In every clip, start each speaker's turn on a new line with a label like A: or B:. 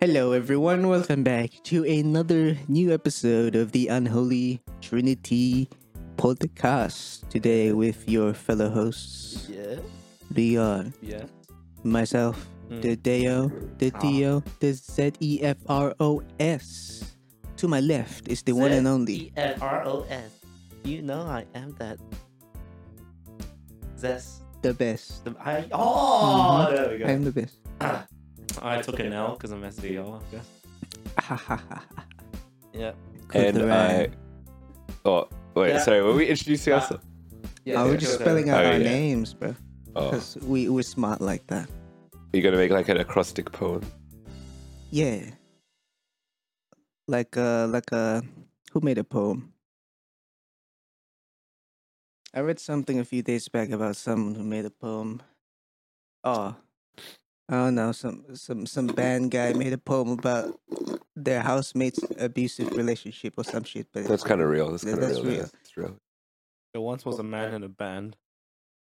A: Hello, everyone. Welcome back to another new episode of the Unholy Trinity podcast. Today, with your fellow hosts,
B: Yeah.
A: Leon,
B: Yeah.
A: myself,
B: Mm.
A: the Deo, the
B: Ah.
A: Dio, the Z E F R O S. To my left is the one and
B: E
A: only.
B: E-F-R-O-S. You know I am that. That's
A: The best.
B: the I. Oh, there we go.
A: Mm-hmm. I'm the best.
B: I took an L because I'm SEO, I guess. Yeah.
C: and I.
A: Correct.
C: Oh wait,
B: Yeah.
C: sorry. Were we introducing
B: Uh,
C: ourselves?
B: yeah
A: oh, we're just spelling out
C: Oh,
A: our
C: yeah.
A: names, bro.
C: Oh,
A: Because we, we're smart like that.
C: you're gonna make like an acrostic poem.
A: Yeah. Like uh like uh who made a poem? I read something a few days back about someone who made a poem. Oh. I don't know, some some some band guy made a poem about their housemate's abusive relationship or some shit, but
C: That's kind of real. That's
A: That-
C: kind of
A: that's
C: real.
A: real.
C: That's It's real.
B: There once was a man in a band.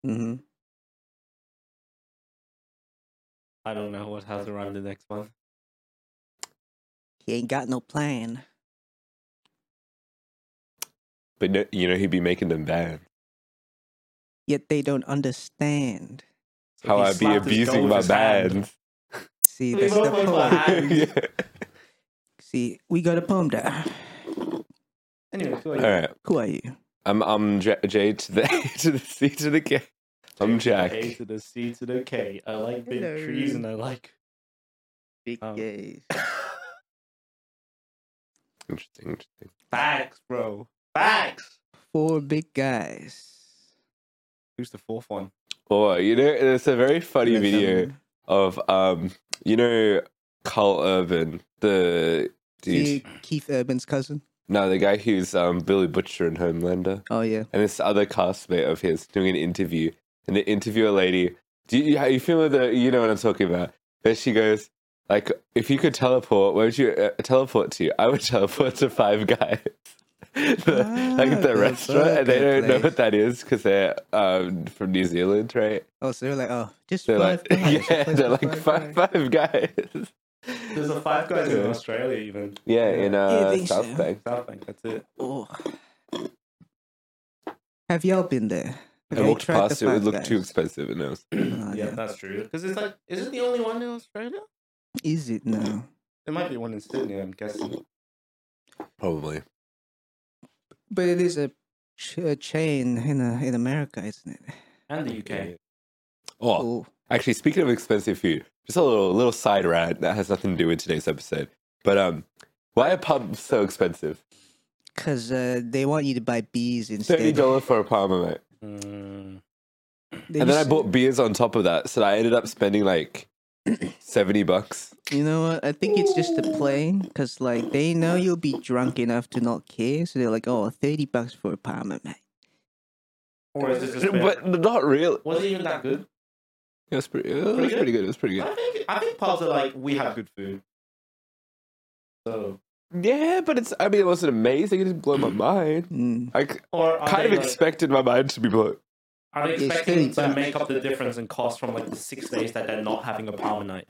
A: mm-hmm.
B: I don't know what has to run the next one.
A: he ain't got no plan.
C: But no, you know, he'd be making them bad.
A: Yet they don't understand.
B: So
C: How
B: he
C: I'd be
B: slapped his girl
C: abusing
B: with
C: my
B: his hand.
C: bands.
A: See,
B: We
A: that's the
B: both went for
A: poem.
B: high. Hands.
C: yeah.
A: See, we got a poem there.
B: Anyway, who are
C: All
B: you?
C: right.
A: Who are you?
C: I'm I'm J, J to the A to the C to the K. I'm Jack.
B: A to the C to the K. I like big
A: Hello.
B: trees and I like.
A: Big
B: Um,
A: gays.
C: Interesting. Interesting.
B: Facts, bro. Facts.
A: Four big guys.
B: Who's the fourth one?
C: Oh, you know, it's a very funny
A: Let
C: video
A: them-
C: of um, you know, Carl Urban, the dude.
A: See, Keith Urban's cousin.
C: No, the guy who's um Billy Butcher in Homelander.
A: Oh yeah.
C: and this other castmate of his doing an interview, and the interviewer lady, do you, how you feel the you know what I'm talking about? And she goes, like, if you could teleport, where would you uh, teleport to? I would teleport to Five Guys, the,
A: Ah,
C: like the
A: the
C: restaurant, and they
A: burger
C: don't know
A: place.
C: what that is because they're um, from New Zealand, right?
A: Oh, so they're like, oh, just
C: They're
A: five
C: like,
A: guys.
C: yeah,
A: Just
C: they're
A: five
C: like five,
A: guys.
C: five guys.
B: There's a five guys in Australia, even.
C: Yeah, in
A: Yeah, I
C: uh,
A: think
C: South
A: so.
C: Bank.
B: South Bank, that's it.
A: Oh. Have y'all been there? Have
C: I
A: you
C: walked
A: tried the
C: past it. It
A: Five
C: looked too
A: Guys?
C: expensive, and I was
A: Oh,
B: yeah,
A: yeah.
B: that's true. Because it's like, is it the only one in Australia?
A: Is it now?
B: There might be one in Sydney, I'm guessing.
C: probably.
A: But it is a, ch- a chain in uh, in America, isn't it?
B: And the UK.
C: Oh,
A: Oh,
C: Actually, speaking of expensive food, just a little little side rant that has nothing to do with today's episode. But um, why are pubs so expensive?
A: because uh, they want you to buy bees
C: Thirty
A: instead.
C: dollars for a palmer, mate.
B: Mm.
A: They
C: And then I
A: just-
C: bought beers on top of that, so I ended up spending like seventy bucks.
A: You know what? I think it's just the playing, because, like, they know you'll be drunk enough to not care, so they're like, oh, 30 bucks for a palmer, mate.
B: Or is it just
C: But not real.
B: Was it even that good?
C: It was pretty. It
B: Pretty
C: was
B: good?
C: pretty good. It was pretty good.
B: I think I think pubs are like we have good food. So
C: Yeah, but it's. I mean, it wasn't amazing. It didn't blow my mind.
A: Mm.
C: I c-
B: or are
C: kind of
B: they, like,
C: expected my mind to be blown.
B: are they
A: It's
B: expecting
A: still-
B: to make up the difference in cost from like the six days that they're not having a palmer night,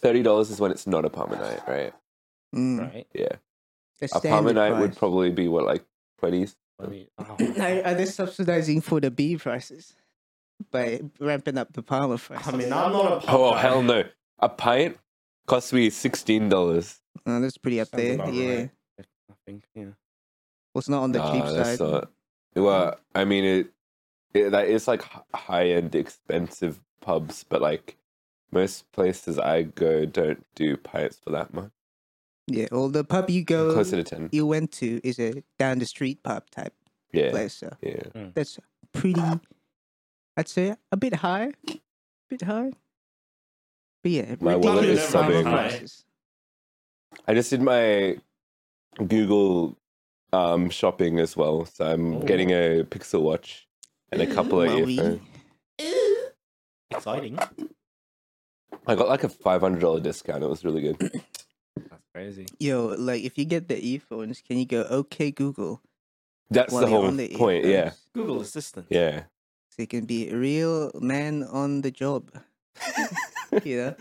C: Thirty dollars is when it's not a palmer night, right? Hmm.
A: Mm.
B: right?
C: Yeah,
A: The
C: a palmer
A: standard
C: night would
A: price.
C: probably be what like twenties.
B: I mean, oh.
A: Are,
C: uh,
A: are they subsidizing for the beer prices by ramping up the palmer prices?
B: I mean, I'm not a pub.
C: Oh
B: guy.
C: hell no! A pint cost me sixteen dollars.
A: Oh, that's pretty up
B: Sounds
A: there.
B: about
A: Yeah,
B: right. I think yeah.
A: well, it's not on the cheap side.
C: that's not. Well, I mean it. it that is like high end, expensive pubs, but like most places I go don't do pints for that much.
A: Yeah, well, the pub you go,
C: Closer to ten.
A: you went to is a down the street pub type
C: Yeah,
A: place. So
C: yeah.
A: that's pretty. I'd say a bit high, bit high. But yeah,
C: My wallet
A: ridiculous
B: is
A: palmer
B: subbing.
A: prices.
C: I just did my Google um shopping as well, so I'm
B: Oh.
C: getting a Pixel Watch and a couple of
A: Maui.
C: earphones.
B: Exciting.
C: I got like a five hundred dollar discount. It was really good.
B: That's crazy.
A: Yo, like if you get the earphones, can you go okay Google?
C: That's
A: while
C: the
A: you're
C: whole
A: on the
C: point. Yeah,
A: earphones?
B: Google Assistant.
C: yeah.
A: So you can be a real man on the job. you know,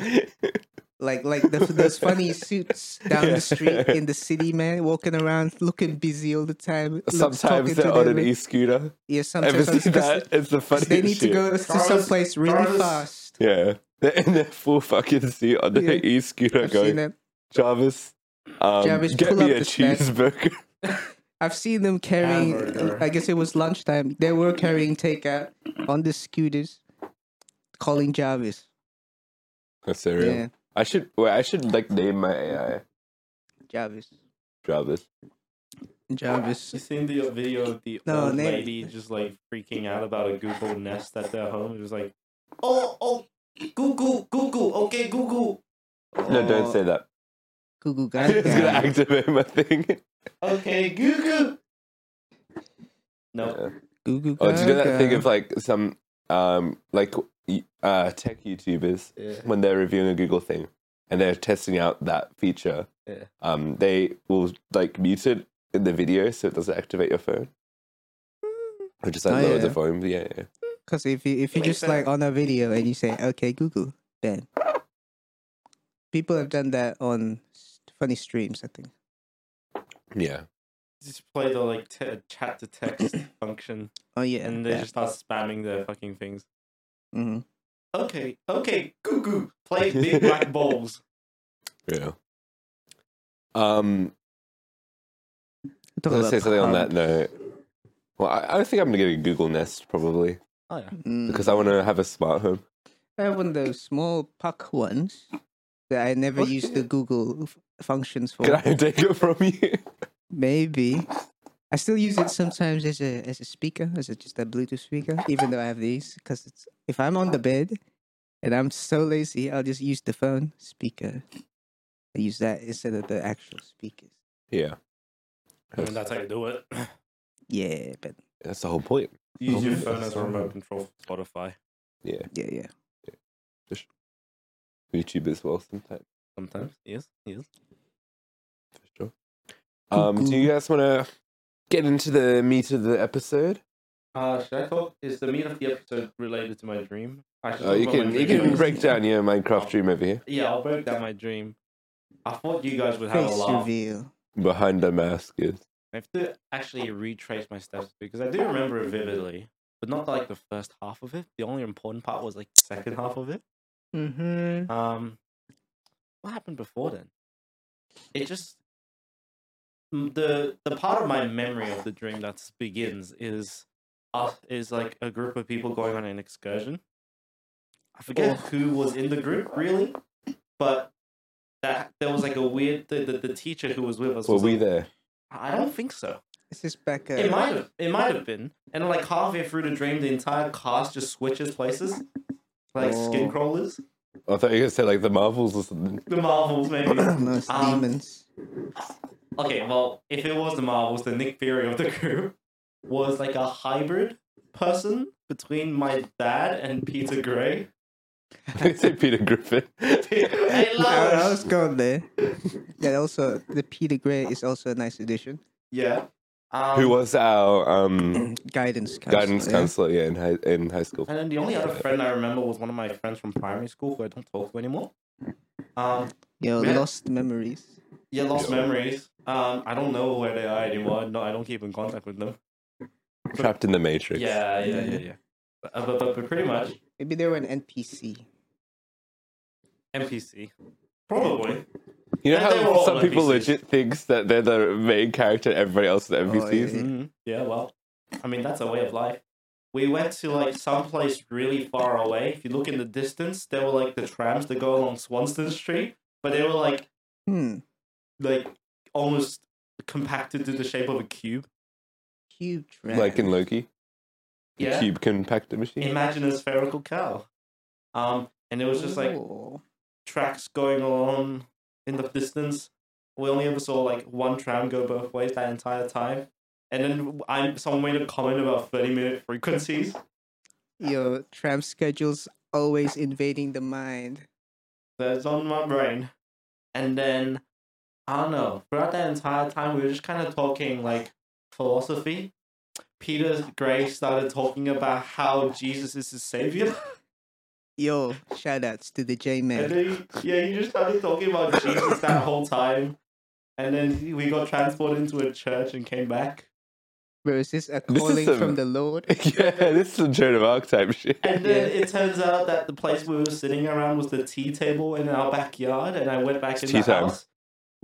A: Like like the, those funny suits down
C: Yeah.
A: the street in the city, man, walking around looking busy all the time. looks-
C: Sometimes
A: talking to
C: they're on
A: them,
C: an
A: and-
C: e scooter.
A: Yeah,
C: Ever
A: sometimes
C: see
A: because
C: that? It's the funniest
A: they need to
C: shit.
A: go to
B: Travis-
A: someplace really
B: Travis-
A: fast.
C: Yeah. They're in their full fucking suit on their
A: Yeah.
C: e scooter
A: I've seen
C: going,
A: them.
C: Jarvis, um,
A: Jarvis,
C: get
A: pull
C: me
A: up
C: a
A: the stack."
C: cheeseburger.
A: I've seen them carrying.
B: Hamburger.
A: I guess it was lunchtime. They were carrying takeout on the scooters, calling Jarvis.
C: That's so real.
A: Yeah,
C: I should, wait, I should like name my AI
A: Jarvis.
C: Jarvis.
A: Jarvis.
B: You seen the video of the
A: No,
B: old
A: name-
B: lady just like freaking out about a Google Nest at their home? It was like, oh, oh, Google, Google, okay, Google.
C: No, don't
A: Oh,
C: say that.
A: Google
C: I
A: guy.
C: was gonna activate my thing.
B: Okay, Google. No,
C: Yeah.
A: Google guy.
C: Oh, do you know that thing of like some um like y- uh tech YouTubers
B: Yeah.
C: when they're reviewing a Google thing and they're testing out that feature?
B: Yeah.
C: Um, they will like mute it in the video so it doesn't activate your phone. Or just like
A: Oh,
C: lower
A: yeah.
C: the volume. Yeah, yeah.
A: Because if you if you
B: Makes
A: just like
B: sense.
A: on a video and you say okay Google, then people have done that on s- funny streams. I think.
C: Yeah.
B: just play the like t- chat to text function,
A: Oh yeah,
B: and they just start spamming their fucking things.
A: hmm
B: Okay, okay, Google, play Big Black Balls.
C: Yeah. Um let's say something on that note. Well, I, I think I'm gonna get a Google Nest probably.
B: Oh yeah,
C: Because I wanna have a smart home.
A: Mm. I have one of those small puck ones that I never use the Google f- functions for.
C: Can I take it from you?
A: Maybe. I still use it sometimes as a as a speaker, as a, just a Bluetooth speaker, even though I have these. Because it's if I'm on the bed and I'm so lazy, I'll just use the phone speaker. I use that instead of the actual speakers.
C: Yeah.
B: and that's how you do it.
A: Yeah, but
C: That's the whole point.
B: Use your phone as a remote control for Spotify
A: yeah, yeah.
C: YouTube as well sometimes,
B: sometimes. Yes, yes.
C: for sure. Um, do you guys want to get into the meat of the episode?
B: Uh, should I talk? Is the meat of the episode related to my dream? I should
C: Oh,
B: talk
C: you
B: about my
C: can you
B: dream.
C: can break down your Minecraft dream over here
B: Yeah, I'll break down my dream. I thought you guys would have a
A: Face
B: laugh.
A: reveal.
C: behind the mask is
B: I have to actually retrace my steps because I do remember it vividly, but not like the first half of it. The only important part was like the second half of it.
A: Mm-hmm.
B: Um, what happened before then? It just m- the the part of my memory of the dream that begins is us is like a group of people going on an excursion. I forget who was in the group really, but that there was like a weird the, the, the teacher who was with us.
C: Were
B: was
C: we
B: like-
C: there?
B: I don't think so.
A: This is back. Uh,
B: It might have. It might have been. And like halfway through the dream, the entire cast just switches places, like skin
A: Oh.
B: crawlers,
C: I thought you were gonna say like the Marvels or something.
B: the Marvels maybe.
A: Those
B: Um,
A: demons.
B: Okay, well, if it was the Marvels, the Nick Fury of the group was like a hybrid person between my dad and Peter Gray.
C: you say Peter Griffin.
B: I
A: I, I
B: love.
A: was going there. Yeah, also the Peter Gray is also a nice addition.
B: Yeah. Um,
C: Who was our um,
A: Guidance counselor.
C: guidance
A: yeah.
C: counselor? Yeah, in high in high school.
B: And then the only other friend I remember was one of my friends from primary school who I don't talk to anymore. Um,
A: Your
B: Man.
A: lost memories.
B: yeah, lost
C: Yeah.
B: memories. Um, I don't know where they are anymore. No, I don't keep in contact with them.
C: Trapped in the Matrix.
B: Yeah, yeah, yeah, yeah. But, uh, but, but, but pretty much
A: Maybe they were an NPC.
B: NPC. Probably.
C: You know
B: And they were
C: how
B: all
C: some people
B: NPCs.
C: legit thinks that they're the main character, everybody else is the
A: Oh,
C: NPCs.
A: yeah.
B: Mhm. Yeah, well, I mean, that's a way of life. We went to like someplace really far away. If you look in the distance, there were like the trams that go along Swanston Street, but they were like
A: Hmm.
B: like almost compacted to the shape of a cube.
A: Cube trap.
C: Like in Loki, the
B: Yeah,
C: cube compactor machine.
B: imagine a spherical cow. Um, and it was just like
A: Oh.
B: tracks going along in the distance. We only ever saw like one tram go both ways that entire time. And then I someone made a comment about thirty minute frequencies.
A: your tram schedules always invading the mind.
B: that's on my brain. And then I don't know. Throughout that entire time, we were just kind of talking like philosophy. Peter Gray started talking about how Jesus is his savior.
A: Yo, shout outs to the J
B: And
A: Man.
B: then, you- yeah, you just started talking about Jesus that whole time. And then we got transported into a church and came back.
A: Bro, is this a
C: is
A: calling
C: some-
A: from the Lord?
C: yeah, this is some Joan of Arc type shit.
B: And then it turns out that the place we were sitting around was the tea table in our backyard. And I went back in
C: tea
B: the
C: time.
B: house.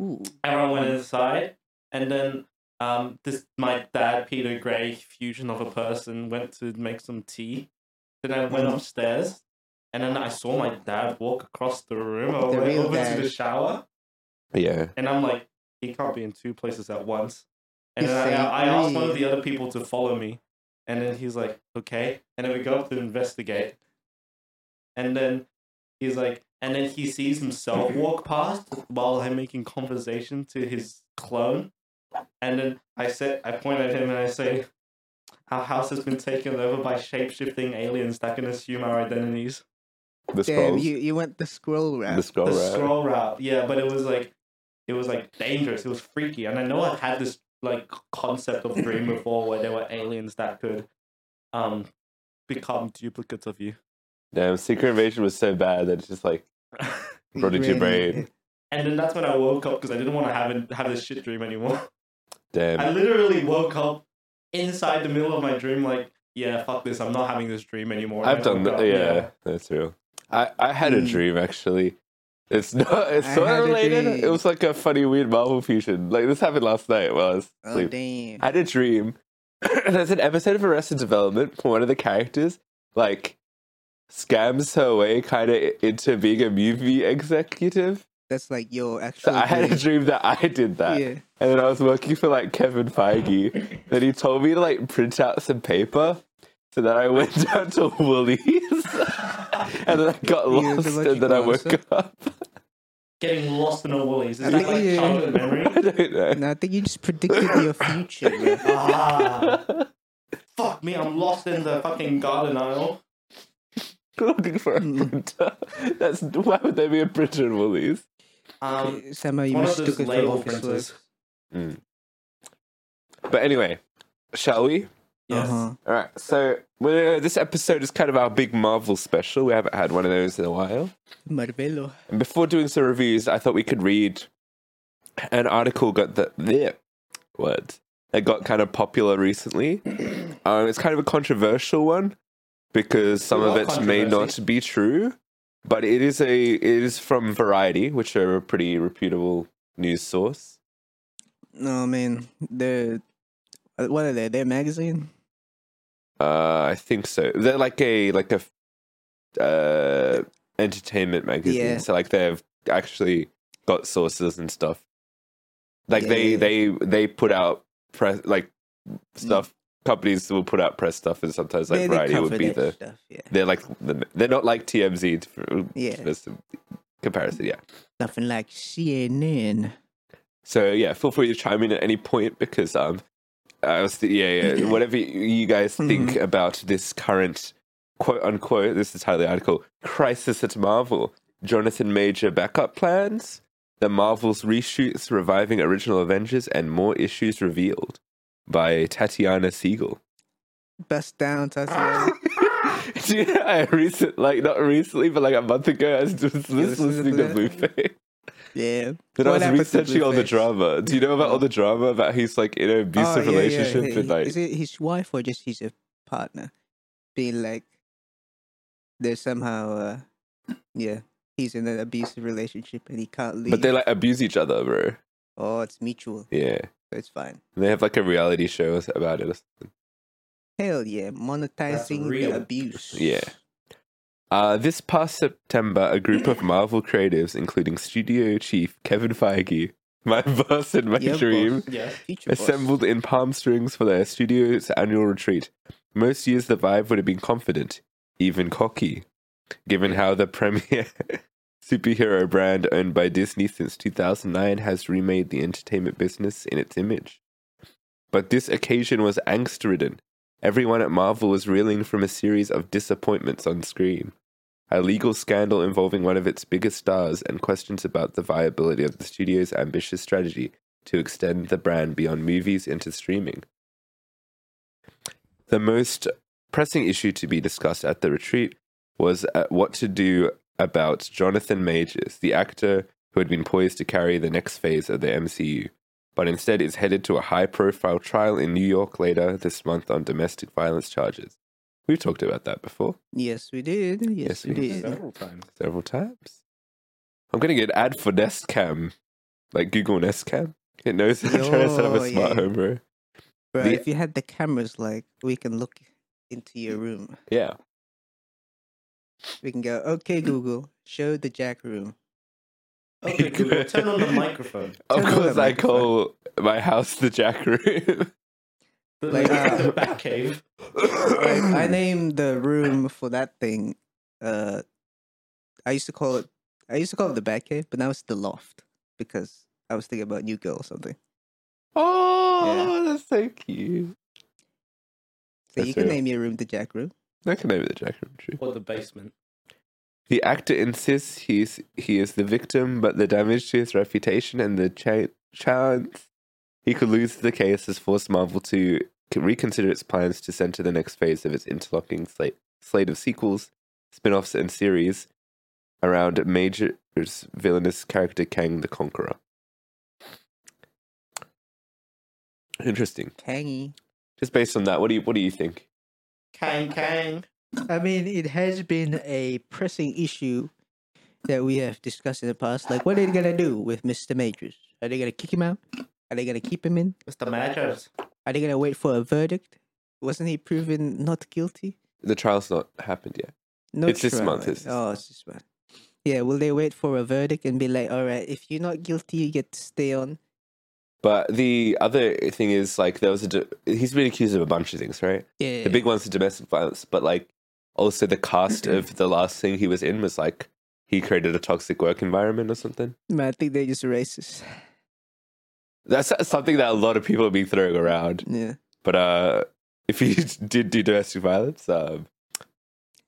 A: Ooh.
B: Everyone went inside. And then um, this my dad, Peter Gray, fusion of a person, went to make some tea. Then I
A: Mm-hmm.
B: went upstairs. And then I saw my dad walk across the room I
A: The
B: went
A: real
B: over to
A: dad.
B: the shower.
C: Yeah.
B: And I'm like, he can't be in two places at once. And
A: He's
B: then
A: saying,
B: I, I asked one of
A: "Hey."
B: the other people to follow me. And then he's like, okay. And then we go up to investigate. And then he's like, and then he sees himself walk past while I'm making conversation to his clone. And then I said, I point at him and I say, our house has been taken over by shape-shifting aliens that can assume our identities.
A: Damn,
C: The scrolls.
A: you, you went the scroll route.
C: the scroll
B: the
C: route.
B: scroll route. Yeah, but it was like it was like dangerous. It was freaky, and I know I had this like concept of dream before where there were aliens that could um become duplicates of you.
C: Damn, Secret Invasion was so bad that it's just like brought it to your
A: Really?
C: brain.
B: And then that's when I woke up because I didn't want to have an- have this shit dream anymore. I
C: Damn.
B: literally woke up inside the middle of my dream, like, yeah, fuck this, I'm not having this dream anymore. And
C: I've
B: I
C: done
B: woke
C: that.
B: up,
C: Yeah, that's real. I, I had a
A: Mm.
C: dream actually. It's not. It's
A: I
C: sort
A: had
C: of
A: a
C: related. It
A: dream.
C: was like a funny, weird Marvel fusion. Like this happened last night while I was
A: Oh,
C: asleep.
A: damn.
C: I had a dream. There's an episode of Arrested Development for one of the characters, like scams her way kind of into being a movie executive.
A: That's like your actual.
C: So I had a
A: dream.
C: dream that I did that.
A: Yeah.
C: And then I was working for like Kevin Feige. then he told me to like print out some paper. So then I went down to Woolies. and then I got
A: You're the
C: lost.
A: lucky
C: And then I woke
A: bastard.
C: up.
B: Getting lost in a Woolies. Is
A: I
B: that
A: think-
B: like
A: yeah.
B: childhood memory?
C: I don't know.
A: No, I think you just predicted your future, bro.
B: ah, fuck me, I'm lost in the fucking garden aisle.
C: Looking for a
A: Mm.
C: printer. That's why would there be a printer in Woolies?
B: Um,
A: Somehow you
B: one of
A: mistook
B: those
A: it for
B: label
A: office work.
B: printers.
C: Mm. But anyway, shall we?
B: Yes.
A: Uh-huh.
C: All right. So well, this episode is kind of our big Marvel special. We haven't had one of those in a while.
A: Marvelo.
C: And before doing some reviews, I thought we could read an article got that there word that got kind of popular recently. Um, it's kind of a controversial one because some of
B: love
C: it may
B: controversy.
C: not be true, but it is a it is from Variety, which are a pretty reputable news source.
A: No, man. They're. uh, What are they? Their magazine?
C: Uh, I think so. They're like a like a uh, entertainment magazine.
A: Yeah.
C: So like they've actually got sources and stuff. Like
A: Yeah,
C: they
A: yeah,
C: they they put out press like stuff. Companies will put out press stuff, and sometimes like
A: they, they
C: Variety
A: cover
C: would be
A: that
C: the
A: Stuff, yeah.
C: they're like the, they're not like TMZ for,
A: Yeah.
C: for some comparison. Yeah.
A: Nothing like CNN.
C: So yeah, feel free to chime in at any point because um, I was th- yeah yeah Mm-hmm. whatever y- you guys think about this current quote unquote this is how the article crisis at Marvel Jonathan Major backup plans the Marvels reshoots reviving original Avengers and more issues revealed by Tatiana Siegel.
A: Bust down, Tatiana.
C: Do you know, I recent like not recently but like a month ago I was just
A: listen to
C: listening to
A: that?
C: Blueface.
A: yeah.
C: Then
A: What
C: I was
A: happened to
C: researching all the
A: Blueface?
C: drama. Do you know about all the drama about he's like in an abusive
A: Oh, yeah, yeah,
C: relationship
A: yeah.
C: with like
A: Is it his wife or just his uh, partner? Being like. They're somehow. Uh, yeah. He's in an abusive relationship and he can't leave.
C: but they like abuse each other, bro.
A: oh, it's mutual.
C: Yeah.
A: So it's fine.
C: And they have like a reality show about it.
A: Hell yeah. Monetizing the
B: real.
A: abuse.
C: Yeah. Uh, this past September, a group of Marvel creatives, including studio chief Kevin Feige, my boss in my
A: Yeah, boss.
C: dream,
B: Yes.
A: Future boss.
C: assembled in Palm Springs for their studio's annual retreat. Most years, the vibe would have been confident, even cocky, given how the premier superhero brand owned by Disney since 2009 has remade the entertainment business in its image. But this occasion was angst ridden. Everyone at Marvel was reeling from a series of disappointments on screen. A legal scandal involving one of its biggest stars and questions about the viability of the studio's ambitious strategy to extend the brand beyond movies into streaming. The most pressing issue to be discussed at the retreat was uh, what to do about Jonathan Majors, the actor who had been poised to carry the next phase of the MCU, but instead is headed to a high profile trial in New York later this month on domestic violence charges. We've talked about that before
A: Yes, we did. Yes,
C: Yes,
A: we
C: we
A: did.
B: several times.
C: several times. I'm going to get an ad for Nest Cam, like Google Nest Cam. It knows I'm trying to set up
A: Yo,
C: a smart
A: yeah.
C: home, bro.
A: Bro,
C: The-
A: if you had the cameras, like we can look into your room.
C: Yeah.
A: We can go, okay, Google, show the Jack room.
B: Okay, Google, turn on the microphone.
C: Of
A: Turn on
C: course,
A: that
C: I call my house the Jack Room.
B: The,
A: Like,
B: the-
A: uh,
B: the back cave.
A: Like, I named the room for that thing. Uh, I used to call it. I used to call it the back cave, but now it's the loft because I was thinking about New Girl or something.
C: Oh, that's so cute.
A: So you
C: That's
A: can
C: real.
A: name your room the Jack room.
C: I can name it the Jack Room true.
B: Or the basement.
C: The actor insists he is, he is the victim, but the damage to his reputation and the cha- chance he could lose the case has forced Marvel to c- reconsider its plans to center the next phase of its interlocking slate, slate of sequels, spin offs, and series around Major's villainous character Kang the Conqueror. Interesting.
A: Kangy.
C: Just based on that, what do you what do you think?
B: Kang Kang.
A: I mean, it has been a pressing issue that we have discussed in the past. Like, what are they gonna do with Mister Majors? Are they gonna kick him out? Are they gonna keep him in?
B: Mr. Majors.
A: Are they gonna wait for a verdict? Wasn't he proven not guilty?
C: The trial's not happened yet.
A: No
C: It's this month,
A: trial.
C: it's this
A: Oh, it's this month. Yeah, will they wait for a verdict and be like, all right, if you're not guilty, you get to stay on?
C: But the other thing is like there was a do- he's been accused of a bunch of things, right?
A: Yeah.
C: The big one's the domestic violence, but like also the cast of the last thing he was in was like he created a toxic work environment or something.
A: Man, I think they're just racist.
C: That's something that a lot of people have been throwing around.
A: Yeah.
C: But uh if he did do domestic violence, um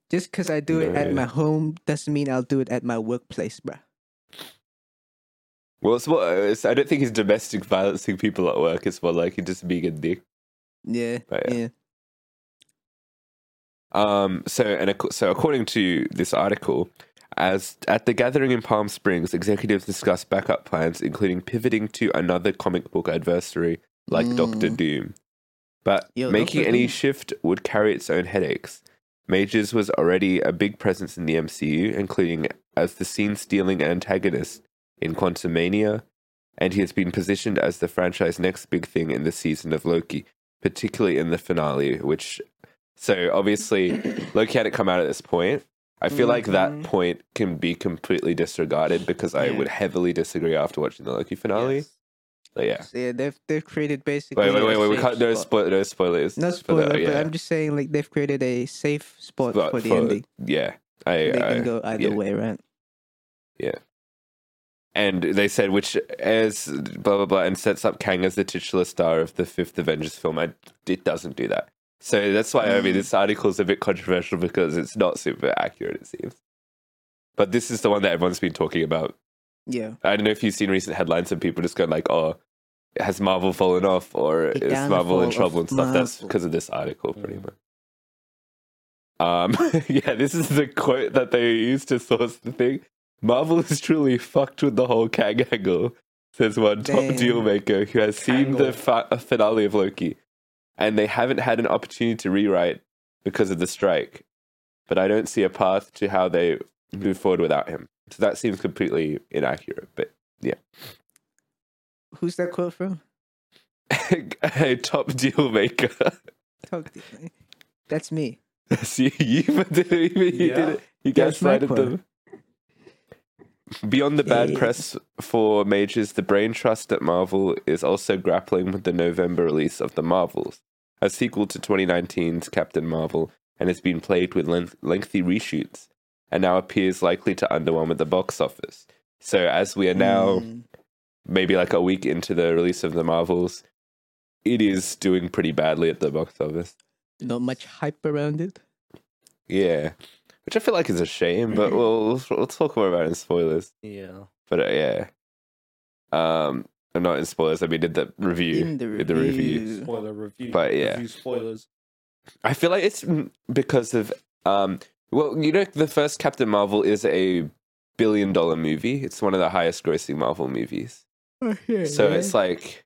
A: Just because I do it at
C: No.
A: my home doesn't mean I'll do it at my workplace, bruh.
C: well, it's more, it's, I don't think he's domestic violencing people at work. It's more like he's just being a dick.
A: Yeah.
C: Right, yeah.
A: yeah.
C: Um, so and ac- so, according to this article, as at the gathering in Palm Springs, executives discussed backup plans, including pivoting to another comic book adversary like Doctor
A: Mm.
C: Doom. But
A: Yo,
C: making
A: Doctor
C: any
A: Doom.
C: shift would carry its own headaches. Majors was already a big presence in the MCU, including as the scene-stealing antagonist in Quantum Mania, and he has been positioned as the franchise's next big thing in the season of Loki, particularly in the finale, which so obviously, Loki hadn't come out at this point. I feel like that
A: Mhm.
C: point can be completely disregarded because I
A: Yeah.
C: would heavily disagree after watching the Loki finale.
B: Yes.
C: But yeah.
A: So, yeah, they've, they've created basically.
C: Wait, wait,
A: a
C: wait, wait. We
A: safe
C: can't. No,
A: spot.
C: spo- no spoilers.
A: No
C: for
A: spoiler,
C: that,
A: but
C: yeah.
A: I'm just saying, like, they've created a safe spot
C: But
A: for the
C: for-
A: ending.
C: Yeah. I,
A: they
C: I-
A: can go either
C: yeah.
A: way, right?
C: and they said which airs blah blah blah and sets up Kang as the titular star of the fifth Avengers film. I, it doesn't do that. So that's why I mean
A: Mm.
C: this article's a bit controversial because it's not super accurate it seems. But this is the one that everyone's been talking about
A: Yeah.
C: I don't know if you've seen recent headlines and people just going like, "Oh, has Marvel fallen off, or
A: The
C: is Marvel
A: downfall
C: in
A: of
C: trouble and stuff?" That's
A: Marvel.
C: because of this article, pretty
B: Mm.
C: much. Um, yeah, this is the quote that they used to source the thing. Marvel is truly fucked with the whole Kang angle, says one top
A: Damn.
C: deal maker who has seen the fa- finale of Loki, and they haven't had an opportunity to rewrite because of the strike. But I don't see a path to how they move forward without him. So that seems completely inaccurate. But
A: Who's that quote from?
C: a top deal maker.
A: Talk to you. That's me.
C: See, you did it. You, did
B: Yeah.
C: it. you
A: That's my
C: gaslighted them. Beyond the bad
A: Yeah.
C: press for Majors, the brain trust at Marvel is also grappling with the November release of The Marvels, a sequel to 2019's Captain Marvel, and has been plagued with length- lengthy reshoots, and now appears likely to underwhelm at the box office. So, as we are now
A: Mm.
C: maybe like a week into the release of The Marvels, it is doing pretty badly at the box office.
A: Not much hype around it.
C: Yeah, which I feel like is a shame, but we'll we'll, we'll talk more about it in spoilers.
B: Yeah.
C: But uh, yeah, um, I'm not in spoilers. I mean, did the review.
A: In the
C: in the review.
A: review.
B: Spoiler review.
C: But, yeah.
B: Review spoilers.
C: I feel like it's mm, because of um, Well, you know, the first Captain Marvel is a billion dollar movie. It's one of the highest grossing Marvel movies.
A: Oh,
C: So it's like,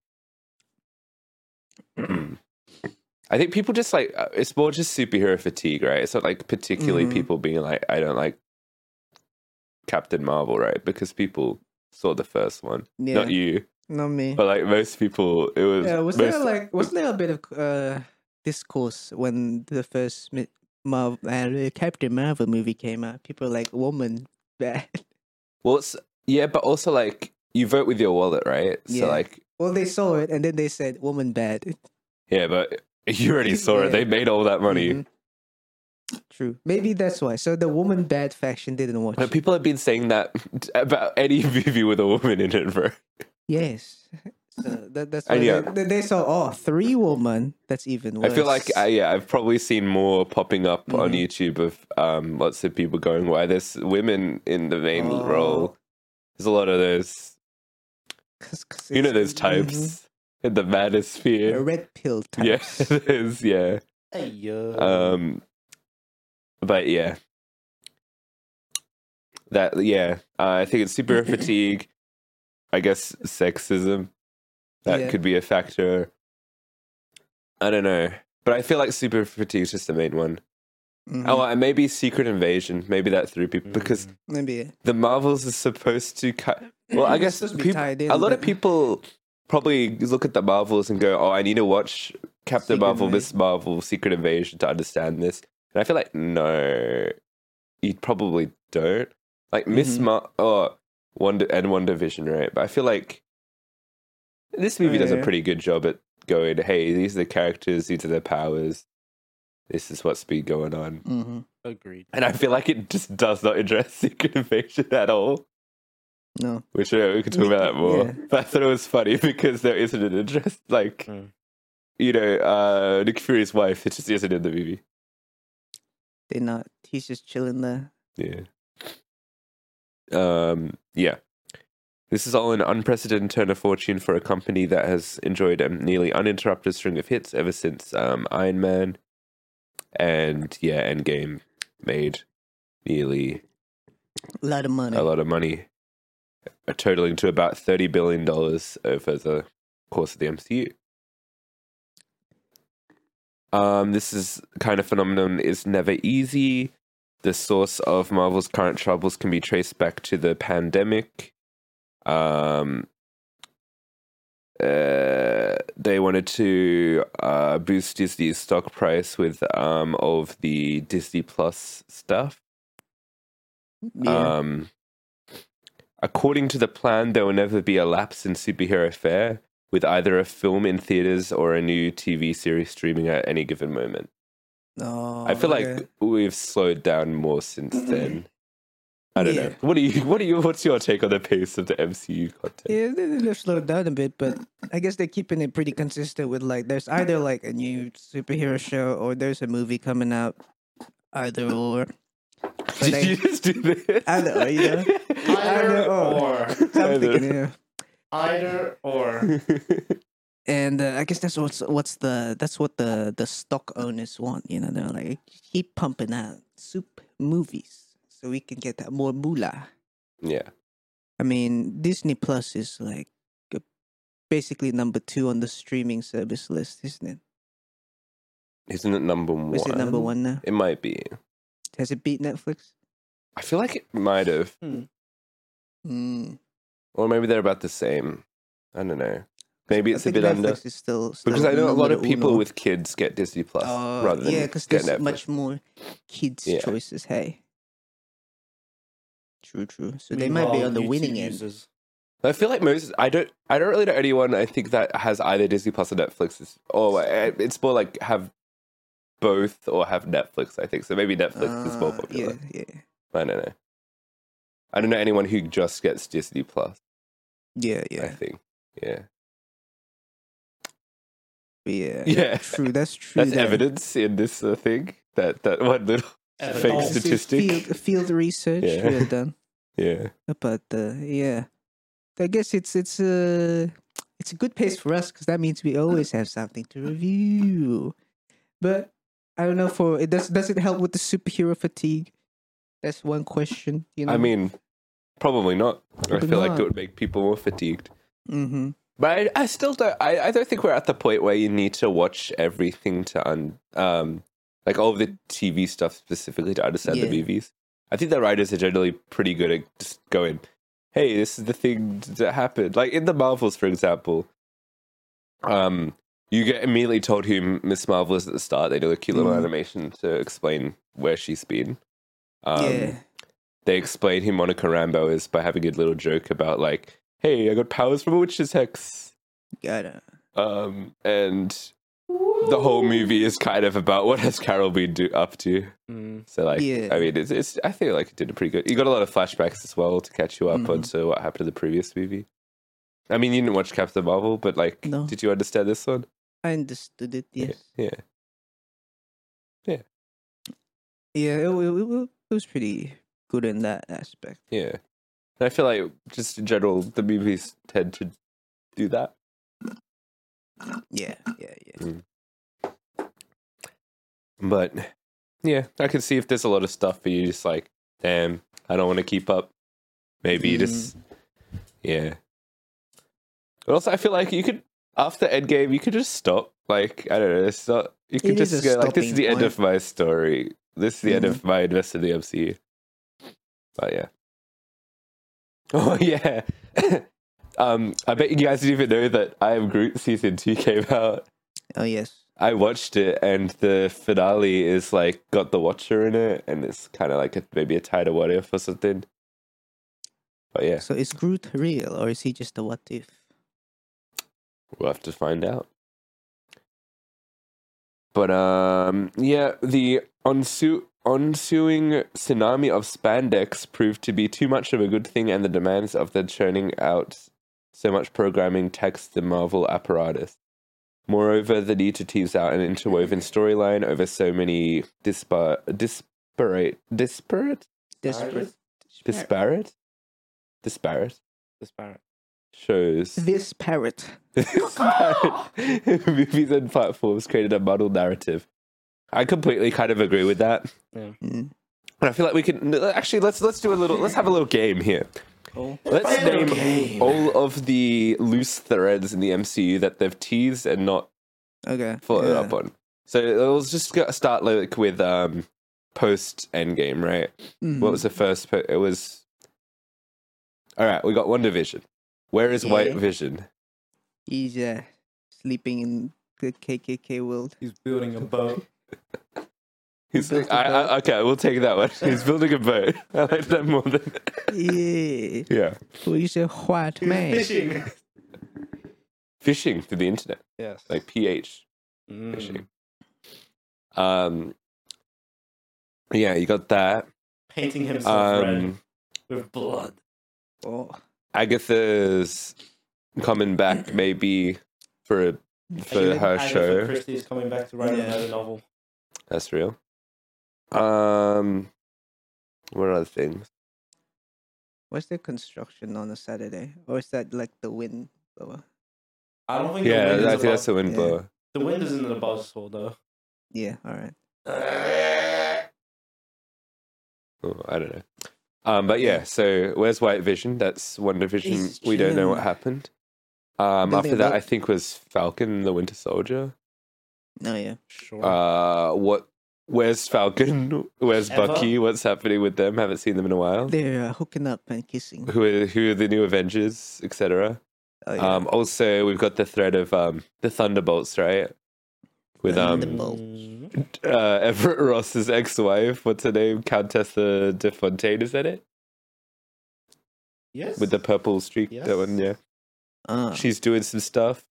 A: Mm-hmm.
C: I think people just like uh, it's more just superhero fatigue, right? It's not like particularly
A: Mhm.
C: people being like, I don't like Captain Marvel, right? Because people saw the first one,
A: yeah,
C: not you,
A: not me.
C: but like most people, it was.
A: Yeah, was
C: most,
A: there like wasn't there a bit of uh, discourse when the first Mi- Marvel uh, Captain Marvel movie came out? People were like, "Woman, bad."
C: well, it's, yeah, but also like you vote with your wallet, right?
A: Yeah.
C: So like,
A: Well, they saw it and then they said, "Woman, bad."
C: yeah, but you already saw
A: Yeah.
C: it. They made all that money.
A: Mhm. Mm-hmm. True. Maybe that's why. So the woman bad faction didn't watch.
C: But
A: it.
C: people have been saying that about any movie with a woman in it, bro.
A: Yes. So that, that's why
C: And yeah.
A: they, they saw oh three woman. That's even worse.
C: I feel like I, yeah, I've probably seen more popping up on
A: Mhm.
C: YouTube of um, lots of people going, "Why there's women in the main
A: Oh.
C: role?" There's a lot of those,
A: 'Cause- 'cause
C: you know,
A: it's-
C: those types
A: mhm.
C: in the
A: The
C: manosphere.
A: red pill
C: Yeah,
A: types.
C: there's, yeah.
B: Hey, yo.
C: Um, but yeah, that yeah, uh, I think it's super fatigue. I guess sexism that
A: Yeah.
C: could be a factor. I don't know, but I feel like super fatigue is just the main one.
A: Mhm.
C: Oh, and maybe Secret Invasion. Maybe that threw people because
B: Mm.
A: maybe.
C: the Marvels is supposed to cut. Well, I
A: It's
C: guess
A: supposed to be
C: people,
A: tied in,
C: a lot of
A: but-
C: people probably look at the Marvels and go, "Oh, I need to watch Captain
A: Secret
C: Marvel,
A: Invasion.
C: Miss Marvel, Secret Invasion to understand this." And I feel like no, you probably don't. Like Miss
A: Mhm.
C: Mar, oh, Wonder and Wonder Vision, right? But I feel like this movie does a
A: Oh, Yeah.
C: pretty good job at going, "Hey, these are the characters, these are their powers, this is what's been going on."
A: hmm
B: Agreed.
C: And I feel like it just does not address Secret Invasion at all.
A: No.
C: Which uh, we could talk about that more.
A: Yeah.
C: But I thought it was funny because there isn't an interest. Like,
B: Mm.
C: you know, uh, Nick Fury's wife, it just isn't in the movie.
A: They're not. He's just chilling there.
C: Yeah. Um, yeah. This is all an unprecedented turn of fortune for a company that has enjoyed a nearly uninterrupted string of hits ever since um, Iron Man and, yeah, Endgame made nearly
A: A lot of money.
C: a lot of money, uh, totaling to about thirty billion dollars over the course of the MCU. Um, this is kind of phenomenon is never easy. The source of Marvel's current troubles can be traced back to the pandemic. Um, uh, they wanted to uh, boost Disney's stock price with um, all of the Disney Plus stuff.
A: yeah.
C: Um, according to the plan, there will never be a lapse in superhero fare, with either a film in theaters or a new TV series streaming at any given moment.
A: Oh,
C: Uh, I feel
A: okay. Mm-hmm.
C: like we've slowed down more since then. I don't
A: Yeah.
C: know. What do you? What do you? What's your take on the pace of the MCU content?
A: Yeah, they- they've slowed down a bit, but I guess they're keeping it pretty consistent with like there's either like a new superhero show or there's a movie coming out. Either or.
C: Did
A: they-
C: you just do this?
A: I don't know, you know?
B: Either or.
C: I
A: So I'm
C: don't-
A: thinking, yeah.
B: Either or.
A: And uh, I guess that's what's what's the that's what the the stock owners want, you know. They're like keep pumping out soup movies so we can get that more moolah.
C: yeah.
A: I mean, Disney Plus is like a- basically number two on the streaming service list, isn't it?
C: Isn't it number one?
A: Or Is it number one now?
C: It might be.
A: Has it beat Netflix?
C: I feel like it might have.
A: Mm.
C: Or maybe they're about the same. I don't know. Maybe
A: I
C: it's a
A: think
C: bit under
A: Netflix is still, still
C: because I know a lot
A: number
C: of people
A: uno.
C: with kids get Disney Plus
A: Uh,
C: rather than
A: yeah, because
C: get
A: there's
C: Netflix.
A: much more kids'
C: Yeah.
A: choices. Hey, true, true. So they might be
B: Meanwhile,
A: on the
B: YouTube
A: winning end.
B: users-
C: I feel like most I don't I don't really know anyone I think that has either Disney Plus or Netflix. It's- Oh, I- it's more like have both or have Netflix. I think so. Maybe Netflix is more
A: Uh,
C: popular.
A: Yeah, yeah,
C: I don't know. I don't know anyone who just gets Disney Plus.
A: yeah,
C: I
A: yeah,
C: think. Yeah,
A: yeah.
C: yeah.
A: True, that's true.
C: That's
A: there.
C: evidence in this uh, thing. That that one little fake
B: Evidence.
A: This is
C: statistic.
A: Field, field research
C: Yeah.
A: we have done.
C: Yeah.
A: But uh, yeah, I guess it's it's a it's a good pace for us because that means we always have something to review. But I don't know for it does does it help with the superhero fatigue? That's one question. You know.
C: I mean, probably not. I
A: Probably
C: feel like
A: not.
C: it would make people more fatigued.
A: Mm-hmm.
C: But I, I still don't. I, I don't think we're at the point where you need to watch everything to un, um, like all of the TV stuff specifically to understand
A: Yeah.
C: the movies. I think the writers are generally pretty good at just going, "Hey, this is the thing that happened." Like in the Marvels, for example, um, you get immediately told who Miss Marvel is at the start. They do a cute little
A: Mhm.
C: animation to explain where she's been. Um,
A: yeah.
C: they explain who Monica Rambo is by having a little joke about like, "Hey, I got powers from a witch's hex,"
A: Gotta.
C: um, and the whole movie is kind of about what has Carol been do- up to.
A: Hmm.
B: Mm.
C: So like,
A: Yeah.
C: I mean, it's, it's I feel like it did a pretty good. You got a lot of flashbacks as well to catch you up
A: Mhm.
C: onto what happened in the previous movie. I mean, you didn't watch Captain Marvel, but like,
A: No.
C: did you understand this one?
A: I understood it.
C: Yeah,
A: Yes.
C: Yeah.
A: Yeah. It, wa- it, wa- it was pretty good in that aspect.
C: Yeah. And I feel like just in general, the movies tend to do that.
A: Yeah. Yeah. Yeah.
C: But yeah, I can see if there's a lot of stuff for you just like, damn, I don't want to keep up. Maybe you
A: Mm.
C: just Yeah. But also I feel like you could after Endgame you could just stop. Like, I don't know, it's not you could
A: It is
C: just
A: a
C: go like this is
A: stopping
C: the end
A: point. Mm-hmm.
C: of my story. This is the end of my investment in the MCU. But yeah. Oh yeah. um I bet you guys didn't even know that I am Groot season two came out.
A: Oh yes.
C: I watched it, and the finale is like got the Watcher in it, and it's kind of like a, maybe a tighter what if or something. But yeah,
A: So is Groot real or is he just a what if?
C: we'll have to find out. But um, yeah, the onsu- ensuing tsunami of spandex proved to be too much of a good thing, and the demands of the churning out so much programming taxed the Marvel apparatus. Moreover, the need to tease out an interwoven storyline over so many dispar- disparate, disparate,
A: Desperate.
C: disparate, disparate
B: Disparate.
C: shows,
A: This parrot.
C: disparate movies and platforms created a muddled narrative. I completely kind of agree with that.
A: Mm.
C: And I feel like we can actually let's let's do a little let's have a little game here.
A: Oh.
C: Let's
B: Play a
C: name
B: little game.
C: all of the loose threads in the MCU that they've teased and not
A: Okay.
C: followed
A: yeah.
C: up on. So let's just go- start like with um, post Endgame, right? What
A: Mhm.
C: was the first? Po- it was. All right, we got one division. Where is White
A: Yeah.
C: Vision?
A: He's uh, sleeping in the KKK world.
B: He's building a boat.
C: He's
A: built a
C: I, I, okay, we'll take that one. He's building a boat. I like that more than
A: yeah.
C: yeah.
A: Well, he's a white man.
B: Fishing.
C: Phishing through the internet,
B: Yes.
C: like ph.
B: Mm.
C: fishing. Um, yeah, you got that.
B: Painting himself
C: Um,
B: red with blood.
A: Oh.
C: Agatha's coming back maybe for a, for
B: Agatha-
C: her
B: Agatha
C: show.
B: Christie's coming back to write
A: Yeah.
B: another novel.
C: That's real. Um, what other things?
A: What's the construction on a Saturday? Or is that like the wind blower?
B: I don't think.
C: Yeah,
B: the wind
C: I
B: is
C: think
B: above,
C: that's the wind
A: yeah.
C: blower.
B: the wind is in the above hole though.
A: Yeah, all right.
C: Oh, I don't know. Um, but yeah, so where's White Vision? That's one division.
A: He's
C: We don't know what
A: chilling.
C: happened. Um,
A: Building
C: after
A: a
C: that,
A: boat.
C: I think was Falcon and the Winter Soldier.
A: Oh, yeah.
B: Sure.
C: Uh, what? Where's Falcon? Where's
B: Eva?
C: Bucky? What's happening with them? Haven't seen them in a while.
A: They're uh, hooking up and kissing.
C: Who are who are the new Avengers, etc.
A: Oh, yeah.
C: Um, also, we've got the thread of um, the Thunderbolts, right? With um,
A: Thunderbolts.
B: Mm.
C: uh, Everett Ross's ex-wife, what's her name? Countessa de Fontaine, is that it?
B: Yes.
C: With the purple streak, that one, yeah.
B: Yes.
A: Ah,
C: She's doing some stuff.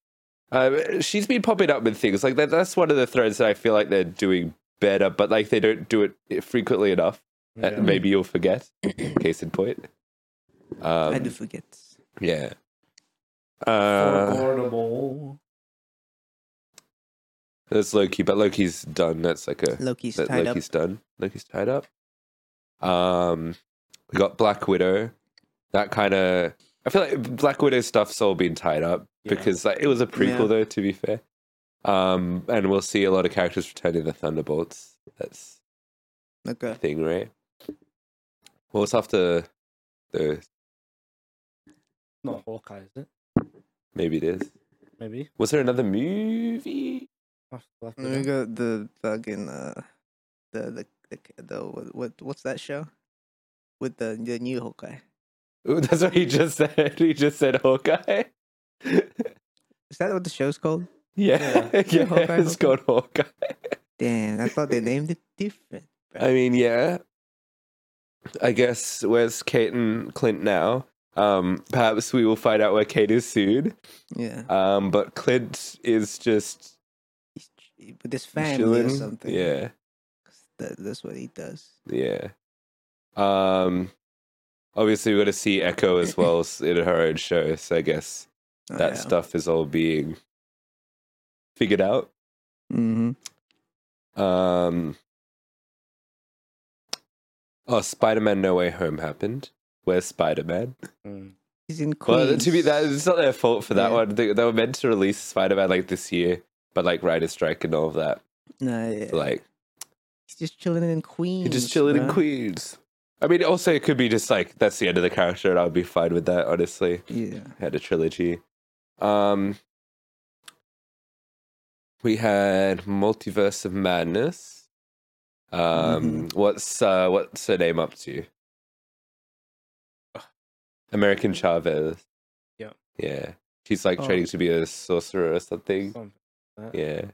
C: Um, she's been popping up with things like that. That's one of the threads that I feel like they're doing better, but like they don't do it frequently enough. Uh,
B: Yeah.
C: maybe you'll forget. Case in point.
A: I
C: Um,
A: do forget.
C: Yeah. Uh,
B: Affordable.
C: That's Loki, but Loki's done. That's like a
A: Loki's
C: that
A: tied
C: Loki's done. Loki's tied up. Um, we got Black Widow. That kind of I feel like Black Widow stuff's all been tied up
B: Yeah.
C: because like, it was a prequel
A: Yeah.
C: though. To be fair, um, and we'll see a lot of characters returning the Thunderbolts. That's
A: up.
C: the
A: Okay.
C: thing, right? Well, it's after those.
B: Not Hawkeye, is it?
C: Maybe it is.
B: Maybe.
C: Was there another movie?
B: I'll have to look
A: And we
B: it up.
A: got the fucking uh, the the the, the what, what what's that show with the the new Hawkeye?
C: Ooh, that's what he just said. He just said Hawkeye. yeah,
A: Is that what the show's called?
C: yeah,
A: Hawkeye,
C: it's called Hawkeye.
A: Damn, I thought they named it different.
C: I mean, yeah. I guess where's Kate and Clint now? Um, perhaps we will find out where Kate is soon.
A: Yeah,
C: Um, but Clint is just
A: He's ch- with his family or
C: chilling.
A: something.
C: Yeah,
A: 'Cause that, that's what he does.
C: yeah. Um, obviously we got to see Echo as well s- in her own show. So I guess
A: Oh,
C: that
A: yeah.
C: stuff is all being figured out.
A: Mhm.
C: Um, oh, Spider Man No Way Home happened. Where's Spider Man?
B: Mm.
A: He's in Queens.
C: Well, uh, to be that it's not their fault for that
A: Yeah.
C: one. They, they were meant to release Spider Man like this year, but like writer strike and all of that.
A: no, yeah.
C: Like
A: he's just chilling in Queens.
C: you're just chilling in
A: bruh.
C: Queens. I mean, also it could be just like that's the end of the character, and I'll be fine with that. Honestly,
A: Yeah,
C: I had a trilogy. Um, we had Multiverse of Madness. Um, what's uh, what's her name up to? American Chavez.
B: Yeah.
C: Yeah. She's like
A: Oh.
C: training to be a sorcerer or something.
B: Something like that.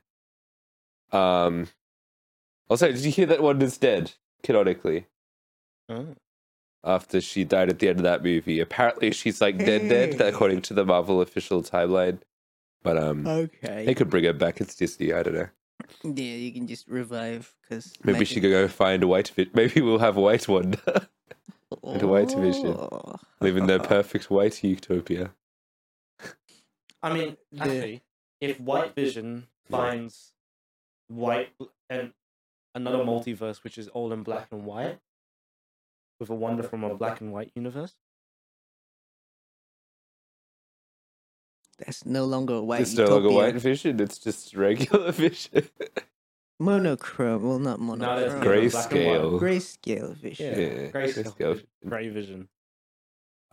C: Yeah. Um. Also, did you hear that one is dead canonically
B: Oh.
C: after she died at the end of that movie? Apparently, she's like dead, dead
A: Hey.
C: according to the Marvel official timeline. But um,
A: Uh, okay.
C: they could bring her back. It's Disney. I don't know.
A: Yeah, you can just revive because
C: Maybe she could go find a white. Vi- Maybe we'll have a white one. into White Division.
A: oh,
C: Live in their perfect white utopia.
B: I mean,
A: The-
B: actually, if White Vision finds white and another multiverse which is all in black and white, with a wonder from a black and white universe,
A: That's no longer a white.
C: it's no longer
A: utopia.
C: white vision. It's just regular vision.
A: Monochrome. Well, not
B: now that's
A: monochrome.
C: Gray
B: given black and white.
C: scale.
A: Grayscale vision.
B: Yeah,
C: Yeah,
B: grayscale
C: grayscale
B: vision, Gray vision.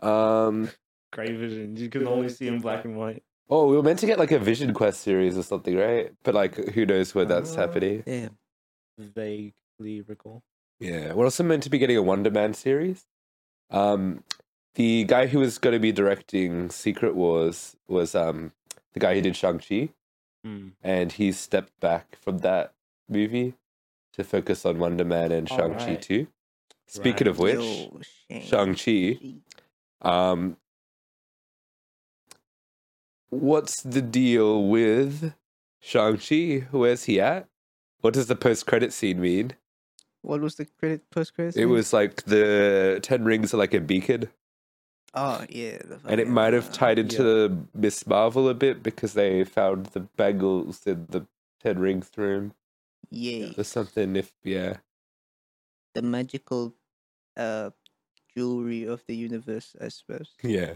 C: um.
B: Gray vision. You can only see in black and white.
C: Oh, we were meant to get like a Vision Quest series or something, right? But like, who knows where
A: Uh,
C: that's
B: Ah.
C: happening?
A: Yeah.
B: Vaguely recall.
C: Yeah, we're also meant to be getting a Wonder Man series. Um, the guy who was going to be directing Secret Wars was um the guy who did Shang Chi,
B: Mm.
C: and he stepped back from that movie to focus on Wonder Man and
B: All
C: Shang Chi
B: right.
C: too. Speaking
B: Right.
C: of which,
A: Yo, Shang-
C: Shang Chi. Um, what's the deal with Shang Chi? Where's he at? What does the post-credit scene mean?
A: What was the credit post credit?
C: It was like the ten rings are like a beacon,
A: Oh yeah. the
C: and it
A: fucking,
C: might have
A: uh,
C: tied into the Miss Marvel a bit because they found the bangles in the ten rings room
A: Yay!
C: or something. If yeah,
A: The magical, uh, jewelry of the universe, I suppose.
C: yeah.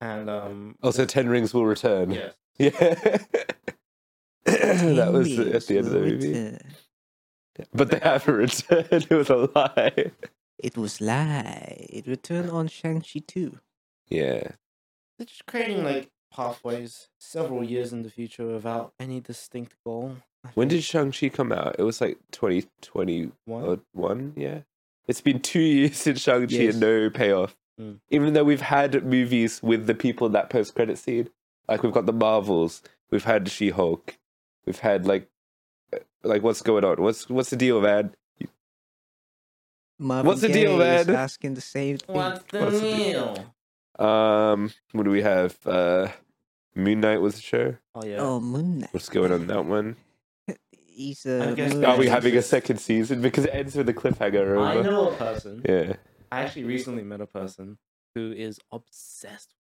B: And um,
C: Also, ten rings will return. Yeah,
B: yes,
C: that was
A: Ten
C: at the end of the
A: rings
C: movie.
A: will return.
C: But they haven't returned. It was a lie.
A: It was lie. It returned on Shang Chi too.
C: Yeah.
B: they're just creating like pathways several years in the future without any distinct goal. I
C: When
B: think.
C: did Oh, Shang-Chi come out? It was like 2021,
B: one?
C: yeah. It's been two years since Shang-Chi
B: Yes.
C: and no payoff.
B: Mm.
C: Even though we've had movies with the people in that post-credit scene. Like we've got the Marvels, we've had She-Hulk, we've had like, uh, like what's going on? What's what's the deal, man?
A: Marvin
C: What's the deal,
A: Gaye is
C: man?
A: Asking the same thing.
B: What's the
C: What's the deal?
B: deal?
C: Um, what do we have? Uh, Moon Knight was a show.
B: Oh yeah.
A: Oh, Moon Knight.
C: What's going on in that one?
A: He's a.
B: I guess-
A: Moon
C: Are we
A: Knight.
C: having a second season? Because it ends with a cliffhanger.
B: Mm. I
C: Remember?
B: know a person.
C: Yeah.
B: I actually recently met a person who is obsessed.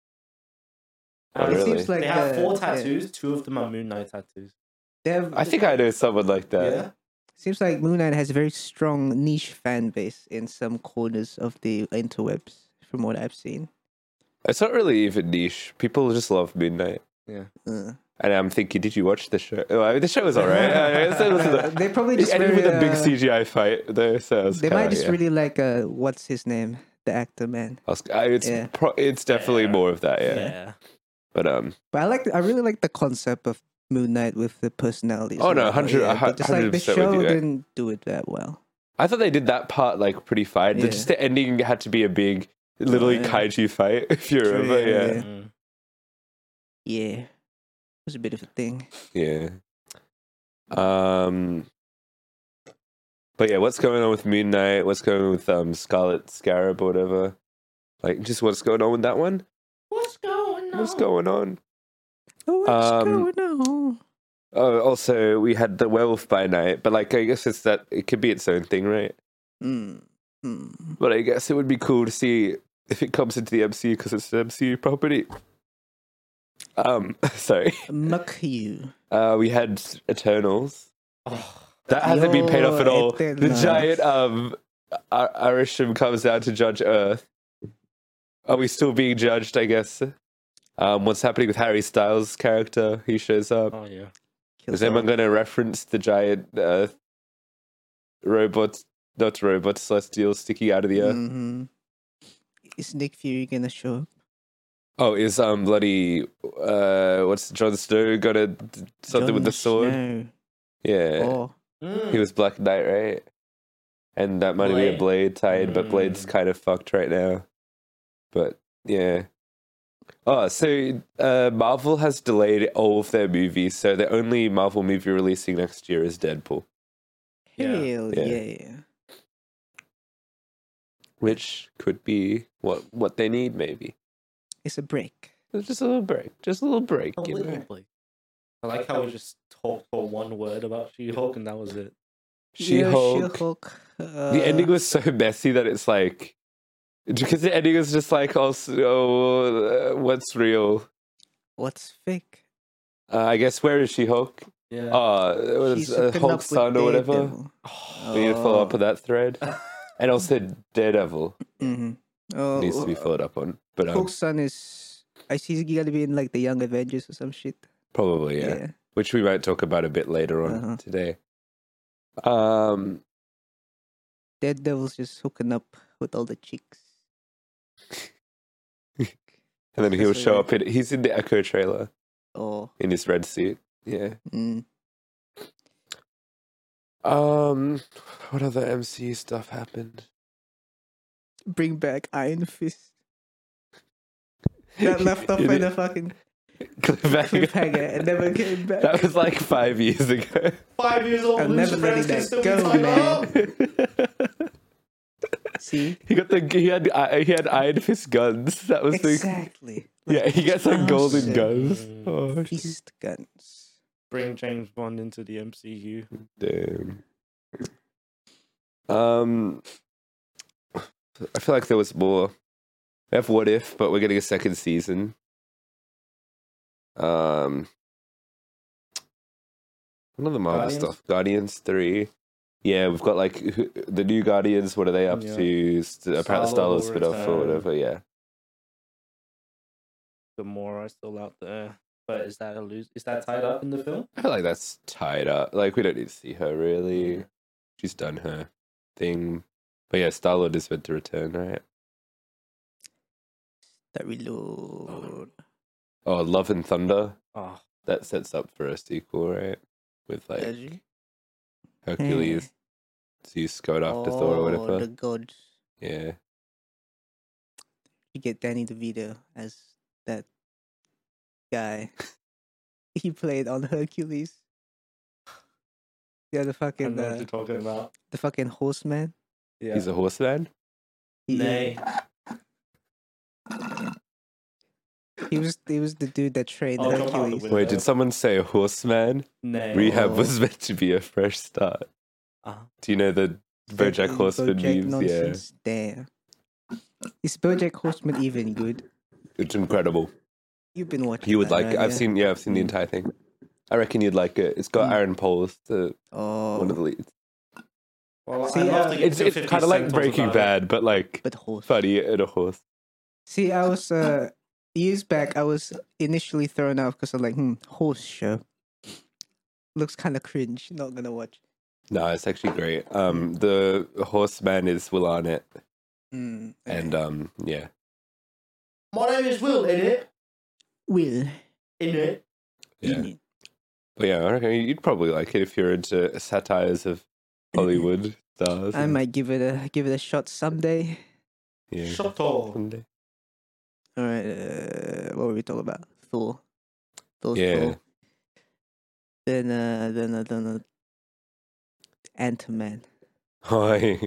C: Oh,
B: Um,
A: It
C: really?
A: seems like
B: they have
A: the-
B: four
A: yeah.
B: tattoos. Two of them are Moon Knight tattoos.
A: They have-
C: I think I know someone like that.
A: Seems like Moon Knight has a very strong niche fan base in some corners of the interwebs, from what I've seen.
C: It's not really even niche. People just love Midnight.
B: Yeah.
A: Uh,
C: And I'm thinking, did you watch the show? Oh, I mean, the show was alright. I mean, it was
A: uh,
C: the-
A: they probably
C: it
A: just
C: ended
A: very,
C: with a big
A: uh,
C: CGI fight, though. So it was
A: They
C: kinda,
A: might just
C: yeah.
A: really like uh, what's his name, the actor man.
C: Oscar. I- It's
A: Yeah.
C: pro- it's definitely
B: Yeah.
C: more of that, yeah.
B: yeah.
C: But um,
A: But I like, I really like the concept of Moon Knight with the personalities.
C: Oh,
A: and
C: no,
A: all that,
C: 100
A: yeah, but just like the
C: 100% with
A: show
C: you, yeah.
A: didn't do it that well.
C: I thought they did that part like pretty fine. The-
A: Yeah.
C: Just the ending had to be a big, literally
A: Yeah.
C: kaiju fight, if you
A: True,
C: remember.
A: yeah,
C: Yeah,
B: Mm.
A: Yeah, it was a bit of a thing.
C: yeah. Um, but yeah, what's going on with Moon Knight? What's going on with um Scarlet Scarab or whatever? Like, just what's going on with that one?
B: What's going on?
C: What's going on?
A: Oh, What's
C: Um,
A: going on?
C: Oh, also we had the Werewolf by Night, but like I guess it's that it could be its own thing, right?
A: Mm, mm.
C: But I guess it would be cool to see if it comes into the MCU because it's an MCU property. Um, sorry.
A: Muck you.
C: Uh, we had Eternals.
B: Oh,
C: That hasn't been paid off at
A: Yo,
C: all.
A: Eternals.
C: The giant um, Ar- Arisham comes down to judge Earth. Are we still being judged? I guess. Um, what's happening with Harry Styles' character? He shows up.
B: oh yeah.
A: Kill
C: Is anyone
A: someone.
C: going to reference the giant uh, robot, not robot, celestial sticking out of the earth?
A: Mhm. Is Nick Fury gonna show up?
C: Oh, is um bloody uh, what's Jon Snow got to something with
A: Jon
C: the sword?
A: Snow.
C: Yeah,
A: Oh,
C: he was Black Knight, right? And that might be a
B: Blade.
C: Blade tie-in, but Blade's
B: Mm.
C: kind of fucked right now. But yeah. Oh, so uh, Marvel has delayed all of their movies, so the only Marvel movie releasing next year is Deadpool.
B: Yeah.
A: hell
C: Yeah.
A: yeah. yeah.
C: which could be what what they need maybe
A: It's a break.
C: It's just a little break just a little break you know?
B: Unbelievably. I like how we just talked for one word about She-Hulk and that was it.
A: Yeah,
C: she-hulk
A: She-Hulk. Uh,
C: the ending was so messy that it's like because the ending was just like also uh, what's real
A: What's fake?
C: uh, i guess where is she-hulk
B: Yeah.
C: uh, it was,
A: She's
C: uh
A: hooking up
C: hulk's
A: with
C: son or whatever
A: Daredevil.
C: we need to follow up with that thread and also daredevil
A: Mhm. Oh,
C: needs to be
A: uh,
C: followed up on but um,
A: Hulk's son is. I see he's gonna be in like the Young Avengers or some shit.
C: probably yeah. which we might talk about a bit later on
A: Uh-huh.
C: today um
A: Daredevil's just hooking up with all the chicks.
C: And then he'll
A: That's
C: show
A: really-
C: up in he's in the Echo trailer
A: Oh,
C: in his red suit. Yeah.
A: mm.
C: Um what other MCU stuff happened?
A: bring back Iron Fist. That left off
C: You
A: by the
C: did-
A: fucking
C: Cliffhanger.
A: cliffhanger and never came back.
C: That was like five years ago.
B: Five years old,
A: I'm
B: Lucius
A: never letting
B: Franz
A: that
B: can still be
A: go,
B: tied
A: man.
B: up.
A: See,
C: he got the he had I- he had Iron Fist guns. That was
A: exactly. Oh,
C: the yeah. He gets like golden
A: Awesome.
C: guns.
B: Mm.
C: Oh shit.
A: Fist guns.
B: Bring James Bond into the MCU.
C: damn. Um, I feel like there was more. We have What If, but we're getting a second season. Um, one of the Marvel
B: Guardians?
C: stuff, Guardians Three. Yeah, we've got like who- the new Guardians. What are they up
B: Yeah.
C: to? S- Apparently, Star
B: Star
C: Wars
B: Lord will
C: spinoff or
B: return.
C: whatever. Yeah,
B: Gamora is still out there, but is that a lose? Is that tied up in the film?
C: I feel like that's tied up. Like we don't need to see her really. She's done her thing. But yeah, Star Lord is meant to return, right?
A: That reload.
C: Oh, Love and Thunder.
B: Oh,
C: That sets up for a sequel, right? With like
A: Does it?
C: Hercules, Zeus going after Thor or
A: Eh. Oh,
C: whatever.
A: the gods.
C: Yeah.
A: You get Danny DeVito as that guy. he played on Hercules. Yeah, the
B: I
A: fucking
B: know what
A: uh,
B: you're talking about.
A: the fucking horseman.
B: Yeah.
C: He's a horseman?
A: He,
B: Nay.
A: he was he was the dude that trained
B: Oh, come out the
A: Hercules.
B: window.
C: Wait, did someone say horseman?
B: Nay.
C: Rehab
A: uh, Oh.
C: was meant to be a fresh start.
B: Uh-huh.
C: Do you know the Bojack
A: Fucking
C: Horseman
A: Bojack
C: memes?
A: nonsense. Damn. Is Bojack Horseman even good?
C: Yeah. It's incredible.
A: You've been watching.
C: You would
A: that,
C: like
A: right?
C: it. I've
A: Yeah.
C: seen yeah, I've seen the entire thing. I reckon you'd like it. It's got
A: Mm.
C: Aaron Paul as the
A: Oh,
C: one of the leads.
B: Well,
A: See,
B: I'd love
A: uh,
B: to get
C: It's
B: two
C: it's
B: 50
C: kinda like
B: cent
C: Breaking
B: about it.
C: Bad, but like
A: but horse.
C: funny and a horse.
A: See, I was uh years back. I was initially thrown off because I'm like, hmm, horse show looks kind of cringe. Not gonna watch.
C: No, it's actually great. Um, the horseman is Will Arnett.
A: Mm, okay.
C: And um, yeah,
B: My name is Will, innit?
A: Will.
B: Innit?
C: yeah.
A: Enid.
C: But yeah, I reckon you'd probably like it if you're into satires of Hollywood stars.
A: Mm-hmm. I
C: and-
A: might give it a give it a shot someday.
C: Yeah.
B: Shut up.
C: Someday.
A: All right, uh, what were we talking about? Thor. Thor's
C: Yeah.
A: Thor. Then, uh, then, uh, then, uh, Ant Man.
C: Hi.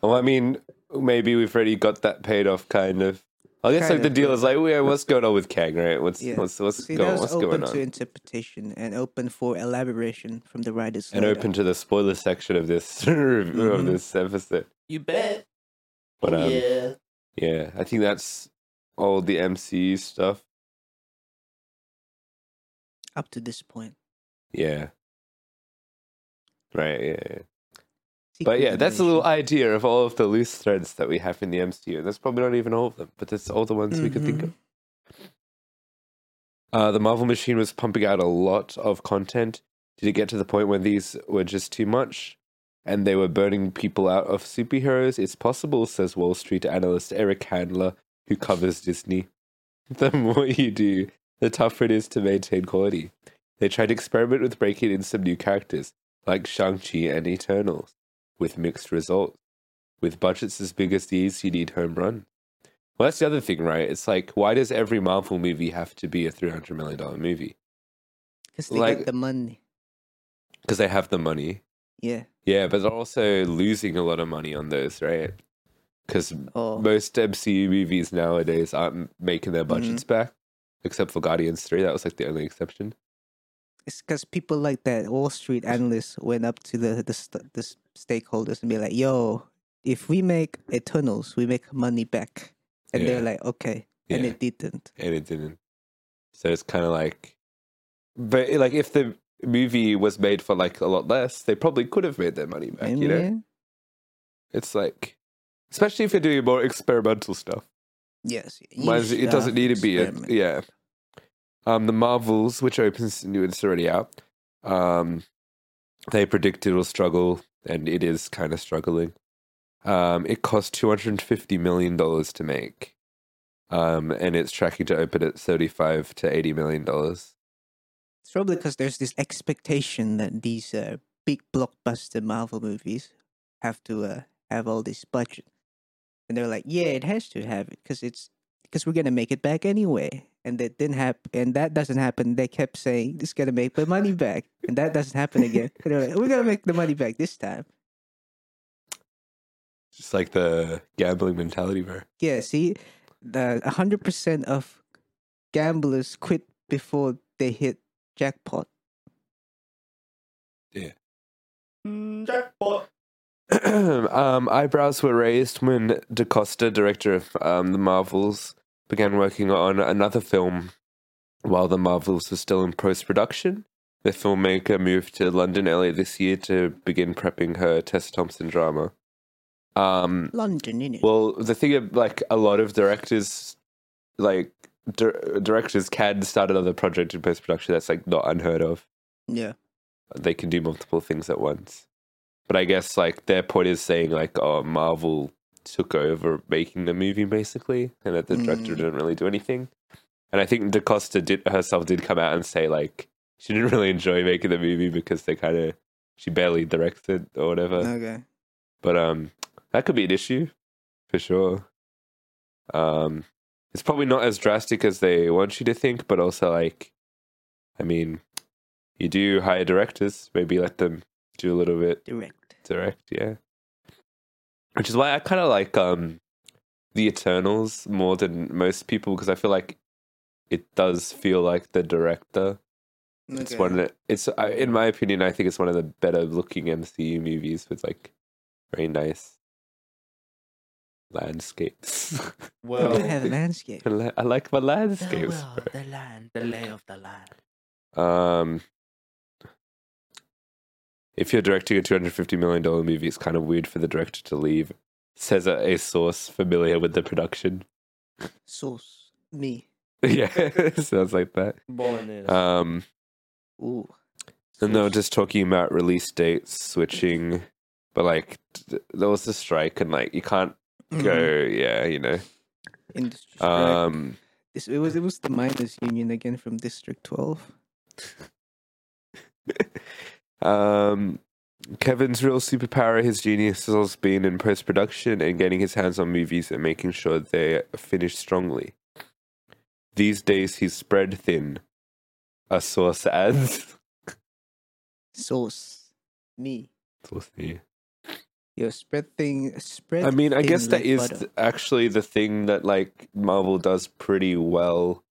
C: Well, I mean, maybe we've already got that paid off, kind of. I guess
A: Kind
C: like the
A: of,
C: deal
A: yeah.
C: is like, oh, yeah, what's going on with Kang, right? What's
A: Yeah.
C: what's what's
A: See,
C: going
A: that was
C: what's
A: open
C: going on?
A: to interpretation and open for elaboration from the writers.
C: and
A: later.
C: open to the spoiler section of this review of
A: Mhm.
C: this episode.
B: You bet.
C: But um, yeah.
B: yeah.
C: I think that's all the MCU stuff.
A: up to this point.
C: Yeah. Right. Yeah. yeah.
A: Secret
C: But yeah, that's a little
A: invasion.
C: idea of all of the loose threads that we have in the MCU. And that's probably not even all of them, but that's all the ones we could think of.
A: Mhm.
C: Uh, the Marvel machine was pumping out a lot of content. Did it get to the point where these were just too much and they were burning people out of superheroes? It's possible, says Wall Street analyst Eric Handler, who covers Disney. The more you do, the tougher it is to maintain quality. They tried to experiment with breaking in some new characters, like Shang-Chi and Eternals, with mixed results. With budgets as big as these, you need home run. Well, that's the other thing, right? It's like, why does every Marvel movie have to be a $300 million movie?
A: 'Cause they
C: like-
A: got the money.
C: Because they have the money.
A: Yeah.
C: Yeah, but they're also losing a lot of money on those, right? Because
A: Oh,
C: most MCU movies nowadays aren't making their budgets back, except for Guardians 3. That was like the only exception.
A: it's because people like that Wall Street analysts went up to the the, st- the s- stakeholders and be like, "Yo, if we make Eternals, we make money back," and they're
C: Yeah.
A: like, "Okay,"
C: Yeah.
A: and it didn't.
C: and it didn't. So it's kind of like, but eh, like if the movie was made for like a lot less, they probably could have made their money back.
A: And
C: You know,
A: yeah,
C: it's like, especially if you're doing more experimental stuff.
A: yes,
C: Whereas it doesn't need to be a yeah. Um, the Marvels, which opens new it's already out. Um, they predict it'll struggle, and it is kind of struggling. Um, it cost two hundred and fifty million dollars to make, um, and it's tracking to open at thirty-five to eighty million dollars.
A: It's probably because there's this expectation that these uh, big blockbuster Marvel movies have to uh, have all this budget, and they're like, "Yeah, it has to have it because it's because we're gonna make it back anyway." And that didn't happen, and that doesn't happen. They kept saying, "This gonna make the money back," and that doesn't happen again. And they're like, "We're gonna make the money back this time."
C: Just like the gambling mentality, bro.
A: Yeah, see, the hundred percent of gamblers quit before they hit jackpot.
B: Mm, jackpot.
C: um, eyebrows were raised when DaCosta, director of um, the Marvels, began working on another film while the Marvels was still in post production. The filmmaker moved to London earlier this year to begin prepping her Tessa Thompson drama. Um,
A: London, innit?
C: well, the thing of like a lot of directors, like dir- directors, can start another project in post production. That's like not unheard of
A: yeah,
C: they can do multiple things at once. But I guess like their point is saying like, oh, Marvel took over making the movie basically, and that the director
A: Mm.
C: didn't really do anything. And I think DaCosta did herself did come out and say like she didn't really enjoy making the movie because they kind of she barely directed or whatever.
A: okay.
C: But um, that could be an issue for sure. Um, it's probably not as drastic as they want you to think, but also like, I mean, you do hire directors, maybe let them do a little bit
A: Direct.
C: direct, yeah. Which is why I kind of like um, the Eternals more than most people because I feel like it does feel like the director. It's one of the, it's I, in my opinion, I think it's one of the better looking MCU movies with like very nice landscapes.
A: You
C: Well,
A: do have landscape.
C: I li- I like my landscapes.
B: well, the land, the lay of the land.
C: bro. Um, if you're directing a two hundred fifty million dollar movie, it's kind of weird for the director to leave. Says a, a source familiar with the production.
A: Sauce. Me.
C: yeah, sounds like that.
B: Born in.
C: Um,
A: Ooh.
C: And they were
A: Sauce.
C: just talking about release dates switching, but like t- there was the strike, and like you can't
A: Mm-hmm.
C: go, yeah, you know.
A: Industry strike.
C: Um,
A: this, it was it was the miners union again from District Twelve.
C: um, Kevin's real superpower, his genius, has always been in post production and getting his hands on movies and making sure they're finished strongly. These days, he's spread thin. A source adds.
A: Source me.
C: Source, yeah.
A: Yo, spread thing spread.
C: I mean, I
A: thin
C: guess
A: like
C: that
A: uh,
C: is
A: butter.
C: th- actually the thing that like Marvel does pretty well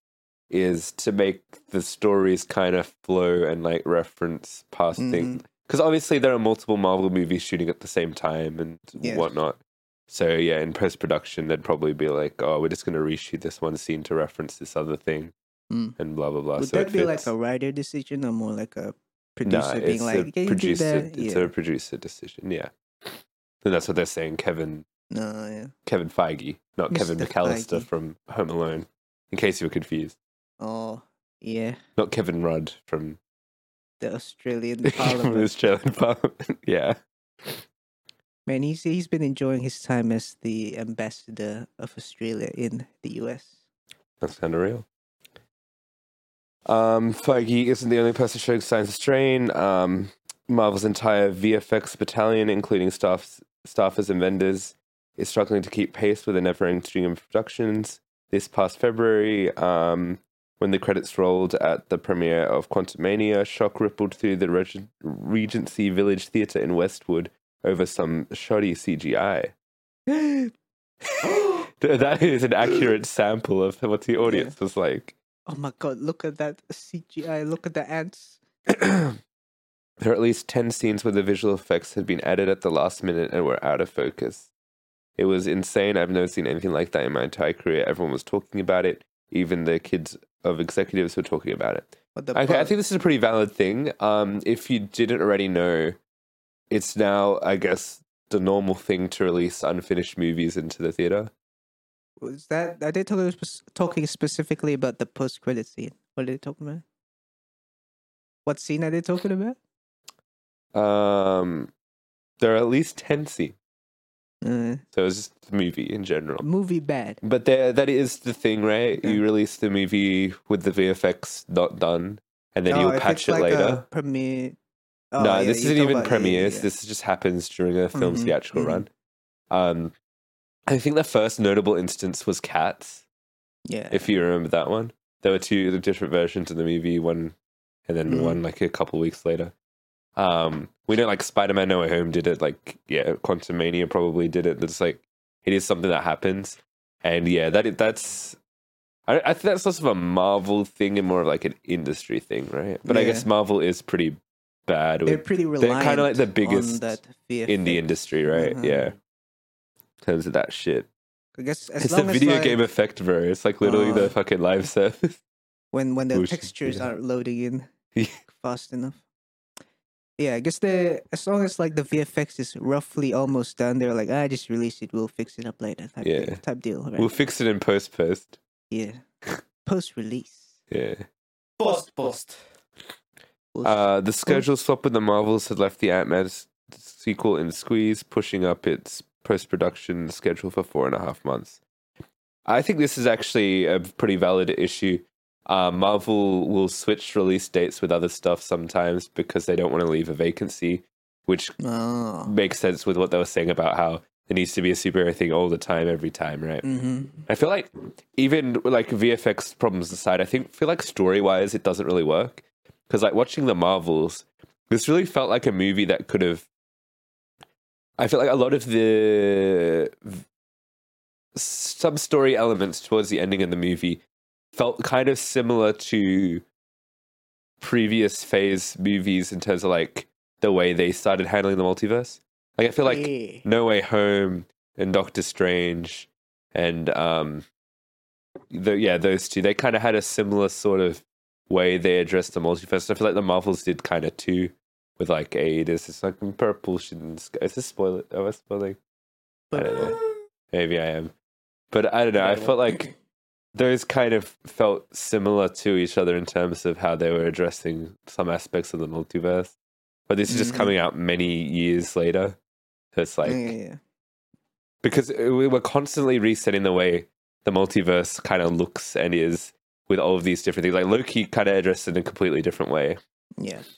C: is to make the stories kind of flow and like reference past
A: Mm-hmm.
C: things because obviously there are multiple Marvel movies shooting at the same time and
A: Yes.
C: whatnot. So yeah, in post production, they'd probably be like, "Oh, we're just going to reshoot this one scene to reference this other thing,"
A: Mm.
C: and blah blah blah.
A: Would
C: oh, so
A: that
C: it
A: be like
C: fits.
A: a writer decision or more like a
C: Nah,
A: producer
C: it's
A: being like,
C: a
A: "Can you do
C: producer.
A: that?"
C: It's
A: yeah.
C: a producer decision. Yeah, and that's what they're saying. Kevin
A: No, yeah.
C: Kevin Feige, not Kevin
A: Mr.
C: McAllister
A: Feige.
C: from Home Alone, in case you were confused.
A: Oh, yeah.
C: Not Kevin Rudd from,
A: The Australian
C: from
A: Parliament.
C: Australian Parliament. yeah.
A: Man, he's he's been enjoying his time as the ambassador of Australia in the US.
C: That's kind of real. Um, Feige isn't the only person showing signs of strain. Um, Marvel's entire VFX battalion, including staffs, staffers and vendors, is struggling to keep pace with the never-ending stream of productions. This past February, um, when the credits rolled at the premiere of Quantumania, shock rippled through the Reg- Regency Village Theatre in Westwood over some shoddy CGI.
A: oh
C: Th- That is an accurate sample of what the audience was like.
A: Oh my god, look at that CGI, look at the ants.
C: There are at least 10 scenes where the visual effects had been added at the last minute and were out of focus. It was insane. I've never seen anything like that in my entire career. Everyone was talking about it. Even the kids of executives were talking about it.
A: What the
C: I, I
A: fuck?
C: think this is a pretty valid thing. Um, if you didn't already know, it's now, I guess, the normal thing to release unfinished movies into the theater.
A: was that are they talking, spec- talking specifically about the post credit scene? What are they talking about? What scene are they talking about?
C: Um, there are at least 10 scenes.
A: Uh,
C: So it's just the movie in general.
A: movie bad.
C: But there, that is the thing, right?
A: Yeah.
C: You release the movie with the VFX not done, and then
A: No,
C: you
A: Oh, if
C: patch
A: it's
C: it
A: like a
C: later.
A: premiere. Oh,
C: no,
A: yeah,
C: this
A: you
C: isn't
A: talk
C: even
A: about- yeah, yeah,
C: premieres.
A: yeah.
C: This just happens during a film's
A: Mhm,
C: theatrical
A: mhm.
C: run. Um, I think the first notable instance was Cats,
A: yeah.
C: if you remember that one. There were two different versions of the movie, one and then
A: Mhm.
C: one like a couple weeks later. Um, we know like Spider Man No Way Home did it, like yeah, Quantum Mania probably did it. It's like it is something that happens, and yeah, that i- that's I, I think that's less of a Marvel thing and more of like an industry thing, right? But I guess
A: Yeah.
C: Marvel is pretty bad
A: they're
C: with,
A: pretty reliant.
C: they're kind of like the
A: on
C: biggest
A: that
C: in the
A: VFX.
C: industry, right?
A: Uh-huh.
C: Yeah, in terms of that shit.
A: I guess as
C: It's the
A: long
C: video
A: as like,
C: game effect, bro. It's like literally
A: Uh,
C: the fucking live service.
A: when when the
C: Bullshit,
A: textures
C: yeah.
A: aren't loading in
C: Yeah.
A: fast enough. Yeah, I guess the as long as like the VFX is roughly almost done, they're like, I just release it, we'll fix it up later. Type
C: Yeah.
A: deal, type deal. Right?
C: We'll fix it in post post.
A: yeah, post release.
C: Yeah.
B: Bust, bust.
C: Uh, the schedule swap with the Marvels had left the Ant Man sequel in squeeze, pushing up its post production schedule for four and a half months. I think this is actually a pretty valid issue. Uh, Marvel will switch release dates with other stuff sometimes because they don't want to leave a vacancy, which
A: oh.
C: makes sense with what they were saying about how there needs to be a superhero thing all the time, every time, right?
A: hmm
C: I feel like even like VFX problems aside, I think feel like story wise it doesn't really work because like watching the Marvels, this really felt like a movie that could have. I feel like a lot of the v- some story elements towards the ending of the movie felt kind of similar to previous phase movies in terms of like the way they started handling the multiverse. Like I feel like
A: yeah.
C: no Way Home and Doctor Strange and um the yeah, those two. They kind of had a similar sort of way they addressed the multiverse. I feel like the Marvels did kind of too with like a there's this like purple shit in the sky. Is this spoiler am I spoiling? I don't know. Maybe I am. But I don't know. I
B: Debatable.
C: felt like those kind of felt similar to each other in terms of how they were addressing some aspects of the multiverse. But this is just
A: Mhm.
C: coming out many years later. So it's like
A: yeah, yeah, yeah.
C: because uh, we were constantly resetting the way the multiverse kind of looks and is with all of these different things. Like Loki kind of addressed it in a completely different way,
A: Yes.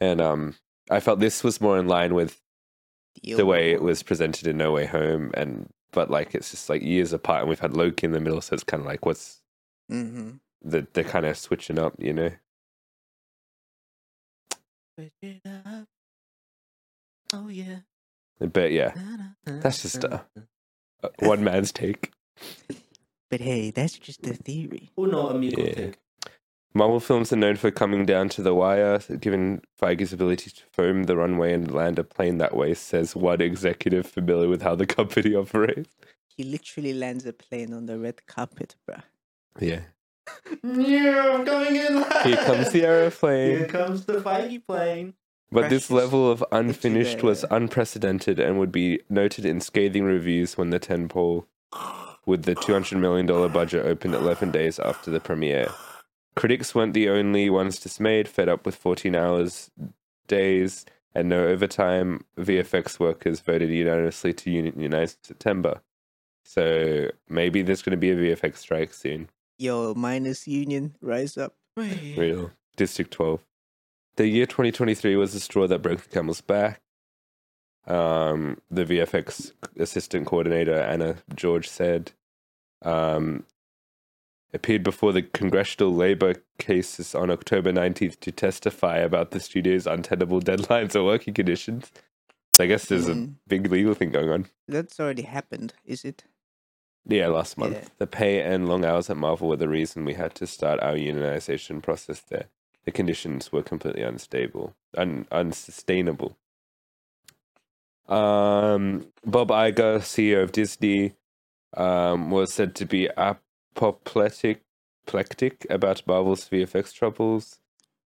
C: and um, I felt this was more in line with the way it was presented in No Way Home, and but like it's just like years apart, and we've had Loki in the middle, so it's kind of like what's
A: Mm-hmm.
C: the they're kind of switching up, you know.
B: Pick it up. Oh yeah.
C: But yeah,
B: That's
C: just, uh, uh, one man's take.
A: But hey, that's just a theory.
B: Uno amigo
C: Yeah.
B: take.
C: Marvel films are known for coming down to the wire, given Feige's ability to foam the runway and land a plane that way, says one executive familiar with how the company operates.
A: He literally lands a plane on the red carpet, bruh.
C: Yeah.
B: Yeah, I'm coming in.
C: Here comes the
B: Here
C: aeroplane.
B: comes the Feige plane.
C: But this
A: Precious.
C: level of unfinished
A: there.
C: was unprecedented and would be noted in scathing reviews when the 10 pole with the $200 million budget opened 11 days after the premiere. Critics weren't the only ones dismayed, fed up with 14 hours, days, and no overtime. VFX workers voted unanimously to unionize in September. So maybe there's going to be a VFX strike soon.
A: Yo, minus union, rise up.
B: Wait.
C: Real. District 12. The year 2023 was the straw that broke the camel's back. Um, the VFX assistant coordinator, Anna George, said, um, appeared before the congressional labor cases on October 19th to testify about the studio's untenable deadlines or working conditions. So I guess there's a
A: Mm.
C: big legal thing going on.
A: That's already happened, is it?
C: Yeah, last month.
A: Yeah.
C: The pay and long hours at Marvel were the reason we had to start our unionization process there. The conditions were completely unstable, un- unsustainable. Um, Bob Iger, CEO of Disney, um, was said to be apoplectic apoplectic about Marvel's VFX troubles.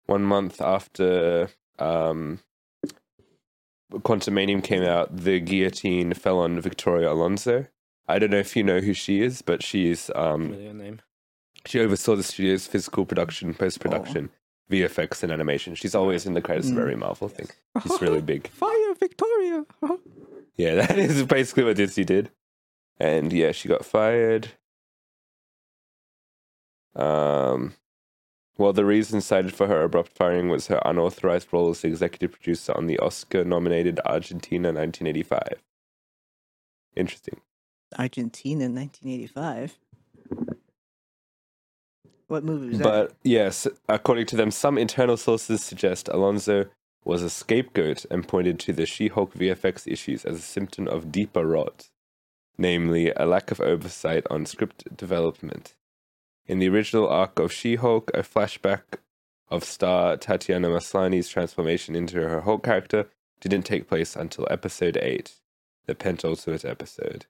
C: One month after um, Quantumanium came out, the guillotine fell on Victoria Alonso. I don't know if you know who she is, but she's um,
B: Familiar name.
C: she oversaw the studio's physical production, post production, VFX, and animation. She's always in the credits of
A: Mm.
C: every Marvel thing. She's really big.
A: Fire Victoria!
C: Yeah, that is basically what Disney did. And yeah, she got fired. Um, well, the reason cited for her abrupt firing was her unauthorized role as executive producer on the Oscar nominated Argentina 1985. Interesting.
A: Argentina, 1985. What movie was that?
C: But yes, according to them, some internal sources suggest Alonso was a scapegoat and pointed to the She Hulk VFX issues as a symptom of deeper rot, namely a lack of oversight on script development. In the original arc of She Hulk, a flashback of star Tatiana Maslany's transformation into her Hulk character didn't take place until episode 8, the penultimate episode.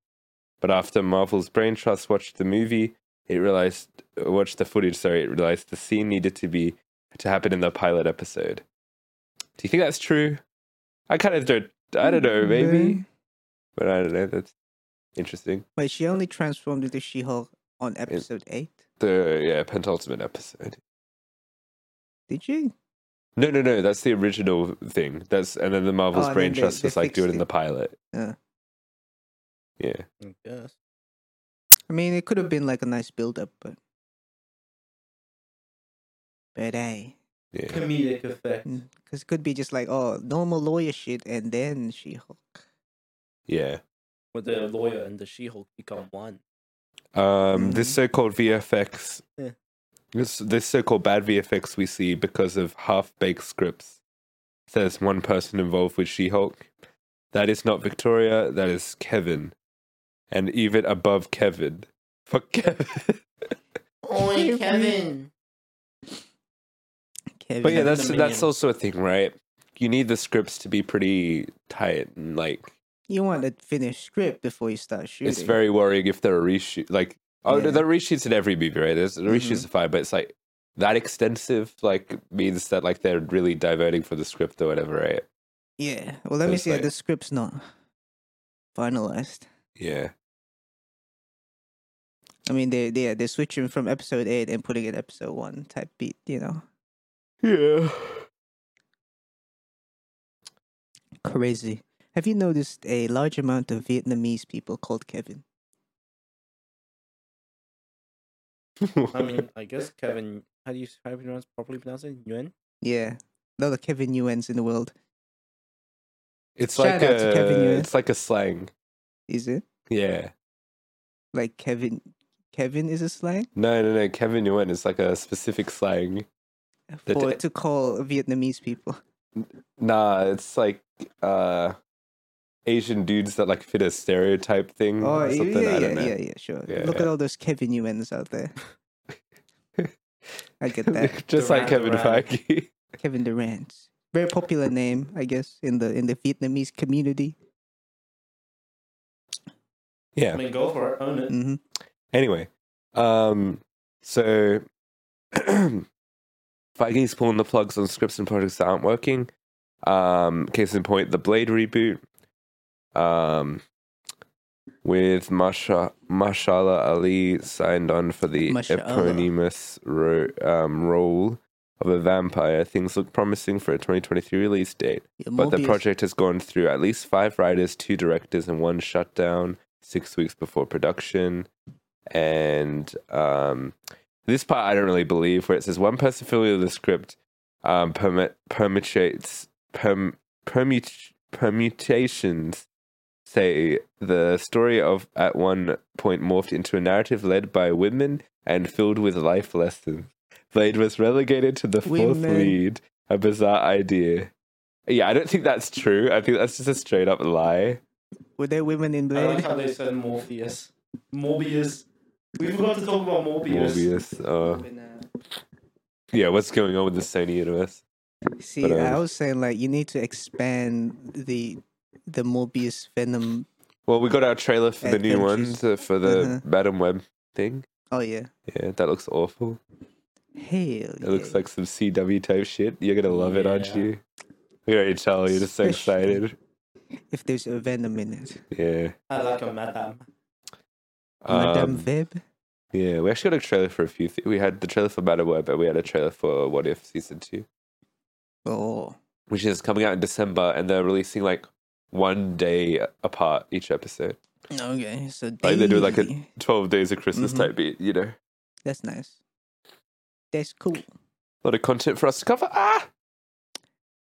C: But after Marvel's brain trust watched the movie, it realized watched the footage, sorry, it realized the scene needed to be to happen in the pilot episode. Do you think that's true? I kind of don't I don't
A: Mm,
C: know, maybe. But I don't know, that's interesting.
A: Wait, she only transformed into She Hulk on episode 8?
C: The yeah, penultimate episode.
A: Did she?
C: No, no, no. That's the original thing. That's and then the Marvel's
A: Oh, and
C: brain
A: then they-
C: trust
A: they
C: was like do it
A: fixed
C: in
A: it.
C: the pilot.
A: Yeah.
C: Yeah.
B: Yes.
A: I mean, it could have been like a nice build up, but. But hey.
C: Yeah.
B: Comedic effect.
A: Because it could be just like, oh, normal lawyer shit, and then She Hulk.
C: Yeah.
B: Where the lawyer and the She-Hulk become one.
C: Um this
A: Mhm.
C: so-called VFX
B: Mm-hmm. Yeah.
C: this this so-called bad VFX we see because of half-baked scripts. Says one person involved with She-Hulk. That is not Victoria, that is Kevin. And even above Kevin. Fuck Kevin.
B: Oi, Kevin.
A: Kevin.
C: But
B: And
C: yeah,
B: then
C: that's
B: the
C: that's
B: minion.
C: also a thing, right? You need the scripts to be pretty tight and like
A: You want a finished script before you start shooting.
C: it's very worrying if there are reshoot like oh no
A: Yeah. Mm-hmm.
C: there are reshoots in every movie right there's reshoots are fine but it's like that extensive like means that like they're really diverting from the script or whatever right
A: Yeah. Well, let me
C: It's
A: see.
C: like-
A: The script's not finalized.
C: yeah
A: I mean, they they they're switching from episode eight and putting it episode one type beat. You know,
C: yeah
A: crazy. Have you noticed a large amount of Vietnamese people called Kevin?
B: I mean, I guess Kevin. How do you how do you pronounce properly pronounce it? Nguyen.
A: Yeah, a lot of Kevin Nguyen's in the world.
C: it's
A: shout
C: like
A: out to
C: a
A: Kevin Ewan.
C: it's like a slang.
A: Is it
C: Yeah.
A: like Kevin? Kevin is a slang
C: No, no, no. Kevin Nguyen is like a specific slang. The
A: for
C: d-
A: to call Vietnamese people.
C: Nah, it's like uh Asian dudes that like fit a stereotype thing
A: Oh,
C: or
A: yeah,
C: something.
A: yeah,
C: I don't
A: yeah,
C: know.
A: yeah, yeah, sure.
C: Yeah,
A: Look
C: yeah.
A: at all those Kevin Nguyen's out there. I get that.
C: Just like Kevin
B: Durant, Durant.
C: Feige.
A: Kevin Durant. Very popular name, I guess, in the in the Vietnamese community.
C: yeah.
B: I mean, go for it, own it.
A: hmm
C: Anyway, um, so Feige's pulling the plugs on scripts and projects that aren't working. Um, case in point, the Blade reboot um, with Masha, Mashallah Ali signed on for the
A: Mashallah.
C: eponymous ro- um, role of a vampire. Things look promising for a 2023 release date. But the project has gone through at least five writers, two directors, and one shutdown six weeks before production. And um, this part I don't really believe, where it says one person familiar with the script um, permit, permutates perm, permut, permutations. Say the story of at one point morphed into a narrative led by women and filled with life lessons. Blade was relegated to the fourth
A: Women.
C: lead, a bizarre idea. Yeah, I don't think that's true. I think that's just a straight up lie.
A: Were there women in
B: I like
A: Blade?
B: how they said Morpheus. Morbius. We forgot to talk about Morbius.
C: Morbius. Uh, yeah, what's going on with the Sony universe?
A: See,
C: But,
A: I
C: um,
A: was saying like you need to expand the the Morbius Venom.
C: Well, we got our trailer for the new
A: Adventures.
C: ones uh, for the
A: Uh-huh.
C: Madam Web thing.
A: Oh yeah,
C: Yeah, that looks awful.
A: hell.
C: It looks like some CW type shit. You're gonna love it, aren't
B: Yeah.
C: you? I can already tell. You're just so
A: Especially-
C: excited.
A: if there's a Venom in it.
C: Yeah.
B: I like a madam.
A: Madame
C: Um,
A: Web.
C: yeah, we actually got a trailer for a few. Th- we had the trailer for Madam Web, and we had a trailer for What If season two.
A: Oh,
C: which is coming out in December, and they're releasing like one day apart each episode.
A: okay. So
C: Like they do like a
A: daily.
C: twelve days of Christmas
A: Mhm.
C: type beat, you know. A
A: That's nice. That's cool.
C: lot of content for us to cover. Ah,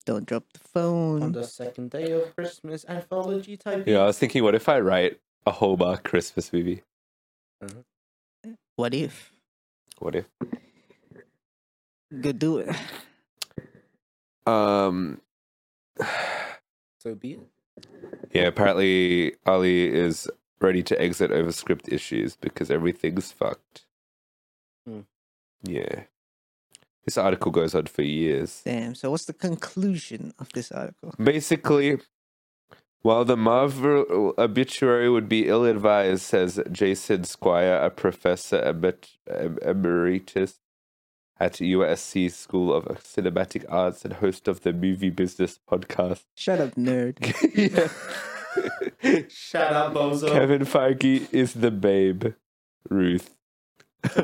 A: Don't drop the
B: On
A: phone.
B: the second day of Christmas anthology type.
C: yeah. I was thinking, what if I write a whole bar Christmas movie?
A: What if?
C: What if?
A: Go do it.
C: Um,
B: So be it.
C: yeah. Apparently, Ali is ready to exit over script issues because everything's fucked.
B: Hmm.
C: Yeah. This article goes on for years.
A: Damn. So what's the conclusion of this article?
C: Basically, while the Marvel obituary would be ill advised, says Jason Squire, a professor emet- em- emeritus at USC School of Cinematic Arts and host of the Movie Business podcast.
A: Shut up, nerd.
C: Yeah.
B: Shout out Bozo.
C: Kevin Feige is the babe, Ruth.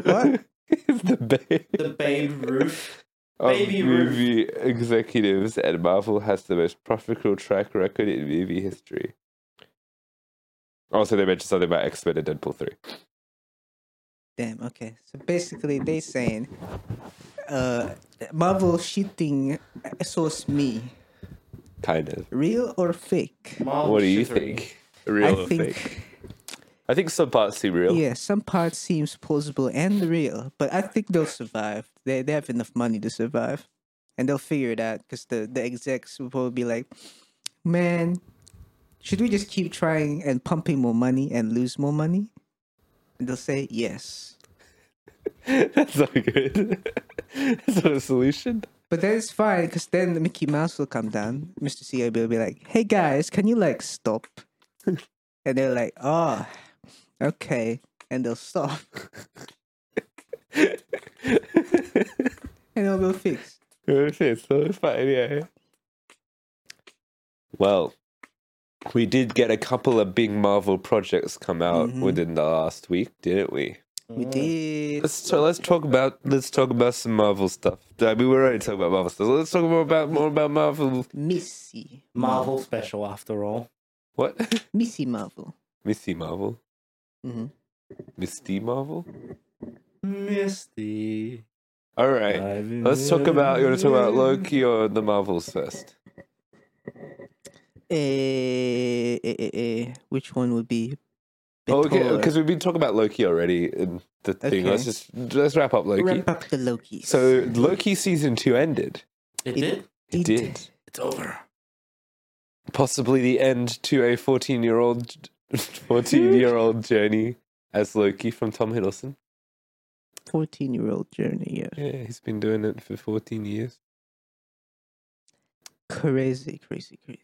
A: What?
C: is the babe
B: The Babe Ruth.
C: of
B: Baby Ruth.
C: movie executives, and Marvel has the most profitable track record in movie history. Also, they mentioned something about X Men and Deadpool 3.
A: Damn. Okay. So basically, they saying, uh, Marvel shitting uh, source me,
C: Kind of.
A: real or fake?
B: Marvel
C: what do you
B: shittery.
C: think? Real
A: I
C: or
A: think.
C: fake? I think some parts seem real.
A: Yeah, some part seems plausible and real, but I think they'll survive. They they have enough money to survive, and they'll figure it out because the the execs will probably be like, "Man, should we just keep trying and pumping more money and lose more money?" And they'll say yes,
C: That's not good. That's not a solution.
A: but that is fine because then the Mickey Mouse will come down. Mr. CIB will be like, "Hey guys, can you like stop?" and they're like, "Oh, okay," and they'll stop, and it'll go fixed.
C: Okay, so it's fine, yeah. Well, we did get a couple of big Marvel projects come out
A: Mhm.
C: Mm-hmm. within the last week, didn't we?
A: We did.
C: Mm. Let's so let's talk about let's talk about some Marvel stuff. I mean, we're already talking about Marvel stuff. Let's talk more about more about Marvel.
A: Missy.
B: Marvel special after all.
C: What?
A: Missy Marvel.
C: Misty Marvel. Mm-hmm.
A: hmm
C: Misty Marvel.
B: Misty.
C: All right. Let's talk about. You want to talk about Loki or the Marvels first?
A: Eh, eh, eh, eh. Which one would be
C: Oh, okay,
A: better?
C: because we've been talking about Loki already and the thing.
A: Okay.
C: Let's just let's wrap up Loki.
A: Wrap up the Loki.
C: So Loki season two ended.
B: It did.
C: It
A: It
C: did.
B: It's over.
C: Possibly the end to a fourteen-year-old, fourteen-year-old journey as Loki from Tom Hiddleston.
A: 14 year old journey. Yeah.
C: Yeah, he's been doing it for fourteen years.
A: Crazy, crazy, crazy.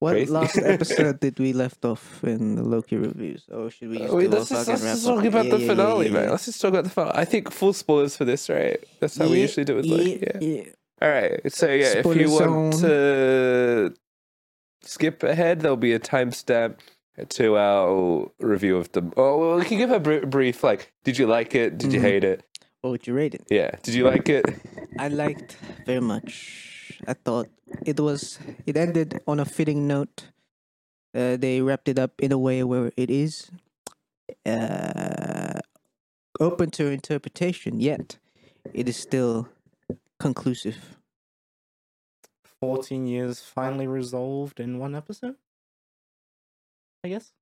A: What
C: Crazy.
A: last episode did we left off in the Loki reviews? Or should we just
C: Oh, wait,
A: do a
C: let's just,
A: fucking
C: let's
A: wrap
C: just
A: up?
C: talk about
A: Yeah,
C: the
A: yeah, yeah,
C: finale,
A: yeah,
C: man.
A: yeah.
C: Let's just talk about the finale. I think full spoilers for this, right? That's how we
A: Yeah,
C: usually do it with Loki. Yeah.
A: yeah.
C: All right. So yeah, if
A: Spoiler
C: you want
A: zone.
C: to skip ahead, there'll be a timestamp to our review of the. Oh, well, we can give a br- brief. Like, did you like it? Did you
A: Mhm.
C: hate it?
A: What would you rate it?
C: Yeah. Did you like it?
A: I liked very much. I thought it was it ended on a fitting note. Uh, they wrapped it up in a way where it is uh, open to interpretation, yet it is still conclusive.
B: 14 years finally resolved in one episode? I guess.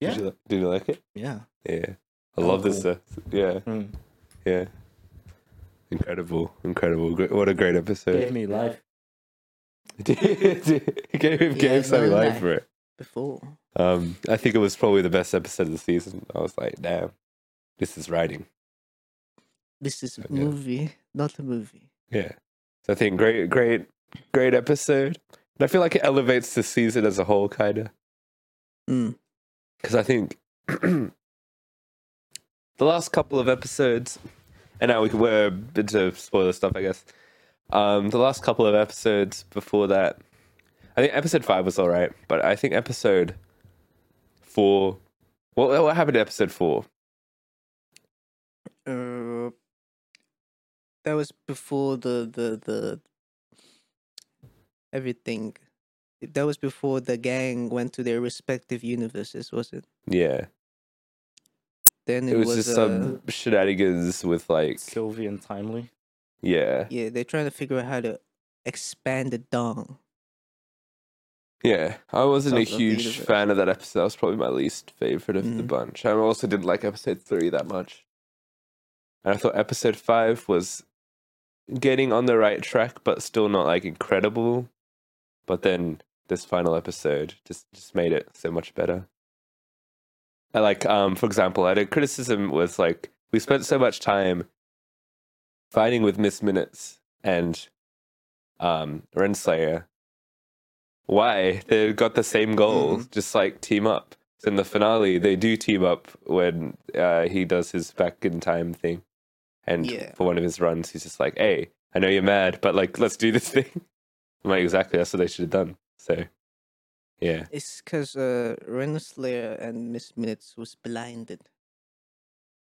B: Yeah.
C: Did, you, li- did you like it?
B: Yeah.
C: Yeah. I love this. Uh, yeah.
B: Mm.
C: Yeah. Incredible. Incredible. Great. What a great
B: Gave
C: episode.
B: me life.
C: gave him
A: Yeah,
C: gave something
A: no,
C: like
A: no.
C: for it.
A: Before
C: Um, I think it was probably the best episode of the season. I was like, damn, this is writing.
A: this is a
C: Yeah.
A: movie, not a movie.
C: Yeah. So I think great, great, great episode. And I feel like it elevates the season as a whole, kind of. Hmm.
A: Mm.
C: Because I think the last couple of episodes, and now we can, we're into spoiler stuff, I guess. Um, the last couple of episodes before that, I think episode five was all right, but I think episode four. What, what happened to episode four?
A: Uh, that was before the the the everything. That was before the gang went to their respective universes, was it?
C: Yeah.
A: Then uh,
C: it, was, uh, just some shenanigans with like
B: Sylvie and Timely.
C: yeah
A: yeah. They're trying to figure out how to expand the dong.
C: yeah i wasn't a
A: Sounds like the
C: huge
A: universe.
C: fan of that episode that was probably my least favorite of the
A: Mhm.
C: bunch i also didn't like episode three that much and i thought episode five was getting on the right track but still not like incredible but then this final episode just just made it so much better i like um for example i had a criticism was like we spent so much time fighting with miss minutes and um renslayer why they've got the same goal just like team up so in the finale they do team up when uh, he does his back in time thing and
A: Yeah.
C: for one of his runs he's just like hey i know you're mad but like let's do this thing I'm like exactly that's what they should have done so yeah
A: It's because uh, Renslayer and Miss Minutes was blinded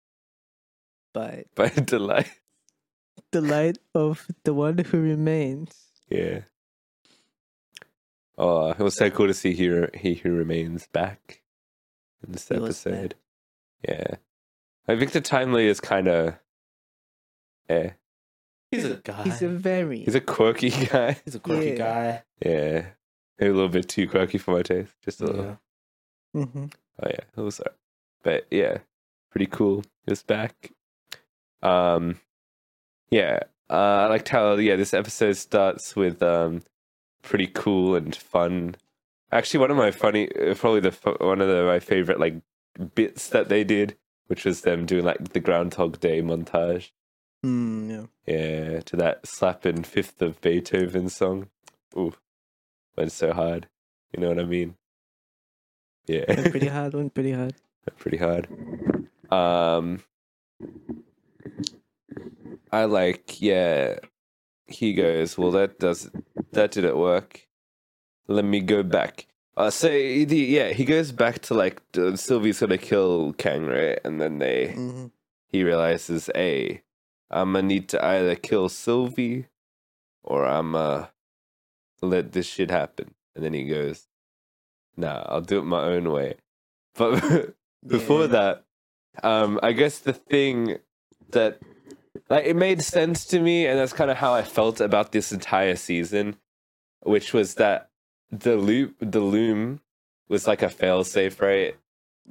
A: by
C: but delight
A: the light of the one who remains.
C: Yeah. Oh, it was so cool to see he, Re- he who remains back in this
A: He was back.
C: episode. Yeah. I Victor Timely is kind of, eh,
B: He's a guy.
A: He's a very
C: he's a quirky guy.
B: He's a quirky
A: Yeah.
B: guy.
C: Yeah. Maybe a little bit too quirky for my taste. Just a little.
B: Yeah.
A: Mhm.
C: Oh yeah, it was. alright. But yeah, pretty cool. It was back. Um, yeah, uh, I liked how yeah this episode starts with um, pretty cool and fun. Actually, one of my funny, uh, probably the fu- one of the, my favorite like bits that they did, which was them doing like the Groundhog Day montage.
A: Mm, yeah.
C: Yeah, to that slapping fifth of Beethoven song. Ooh, went so hard. You know what I mean? Yeah.
A: Went pretty hard, went pretty hard.
C: pretty hard. Um, I like, yeah. He goes, well, that does that didn't work. Let me go back. Uh, so the, yeah, he goes back to like uh, Sylvie's gonna kill Kang, right? And then they
A: Mhm.
C: he realizes, hey, I'm gonna need to either kill Sylvie or I'm gonna let this shit happen. And then he goes, nah, I'll do it my own way. But before
A: Yeah.
C: that, um, I guess the thing that like it made sense to me, and that's kind of how I felt about this entire season, which was that the loop, the loom, was like a failsafe, right?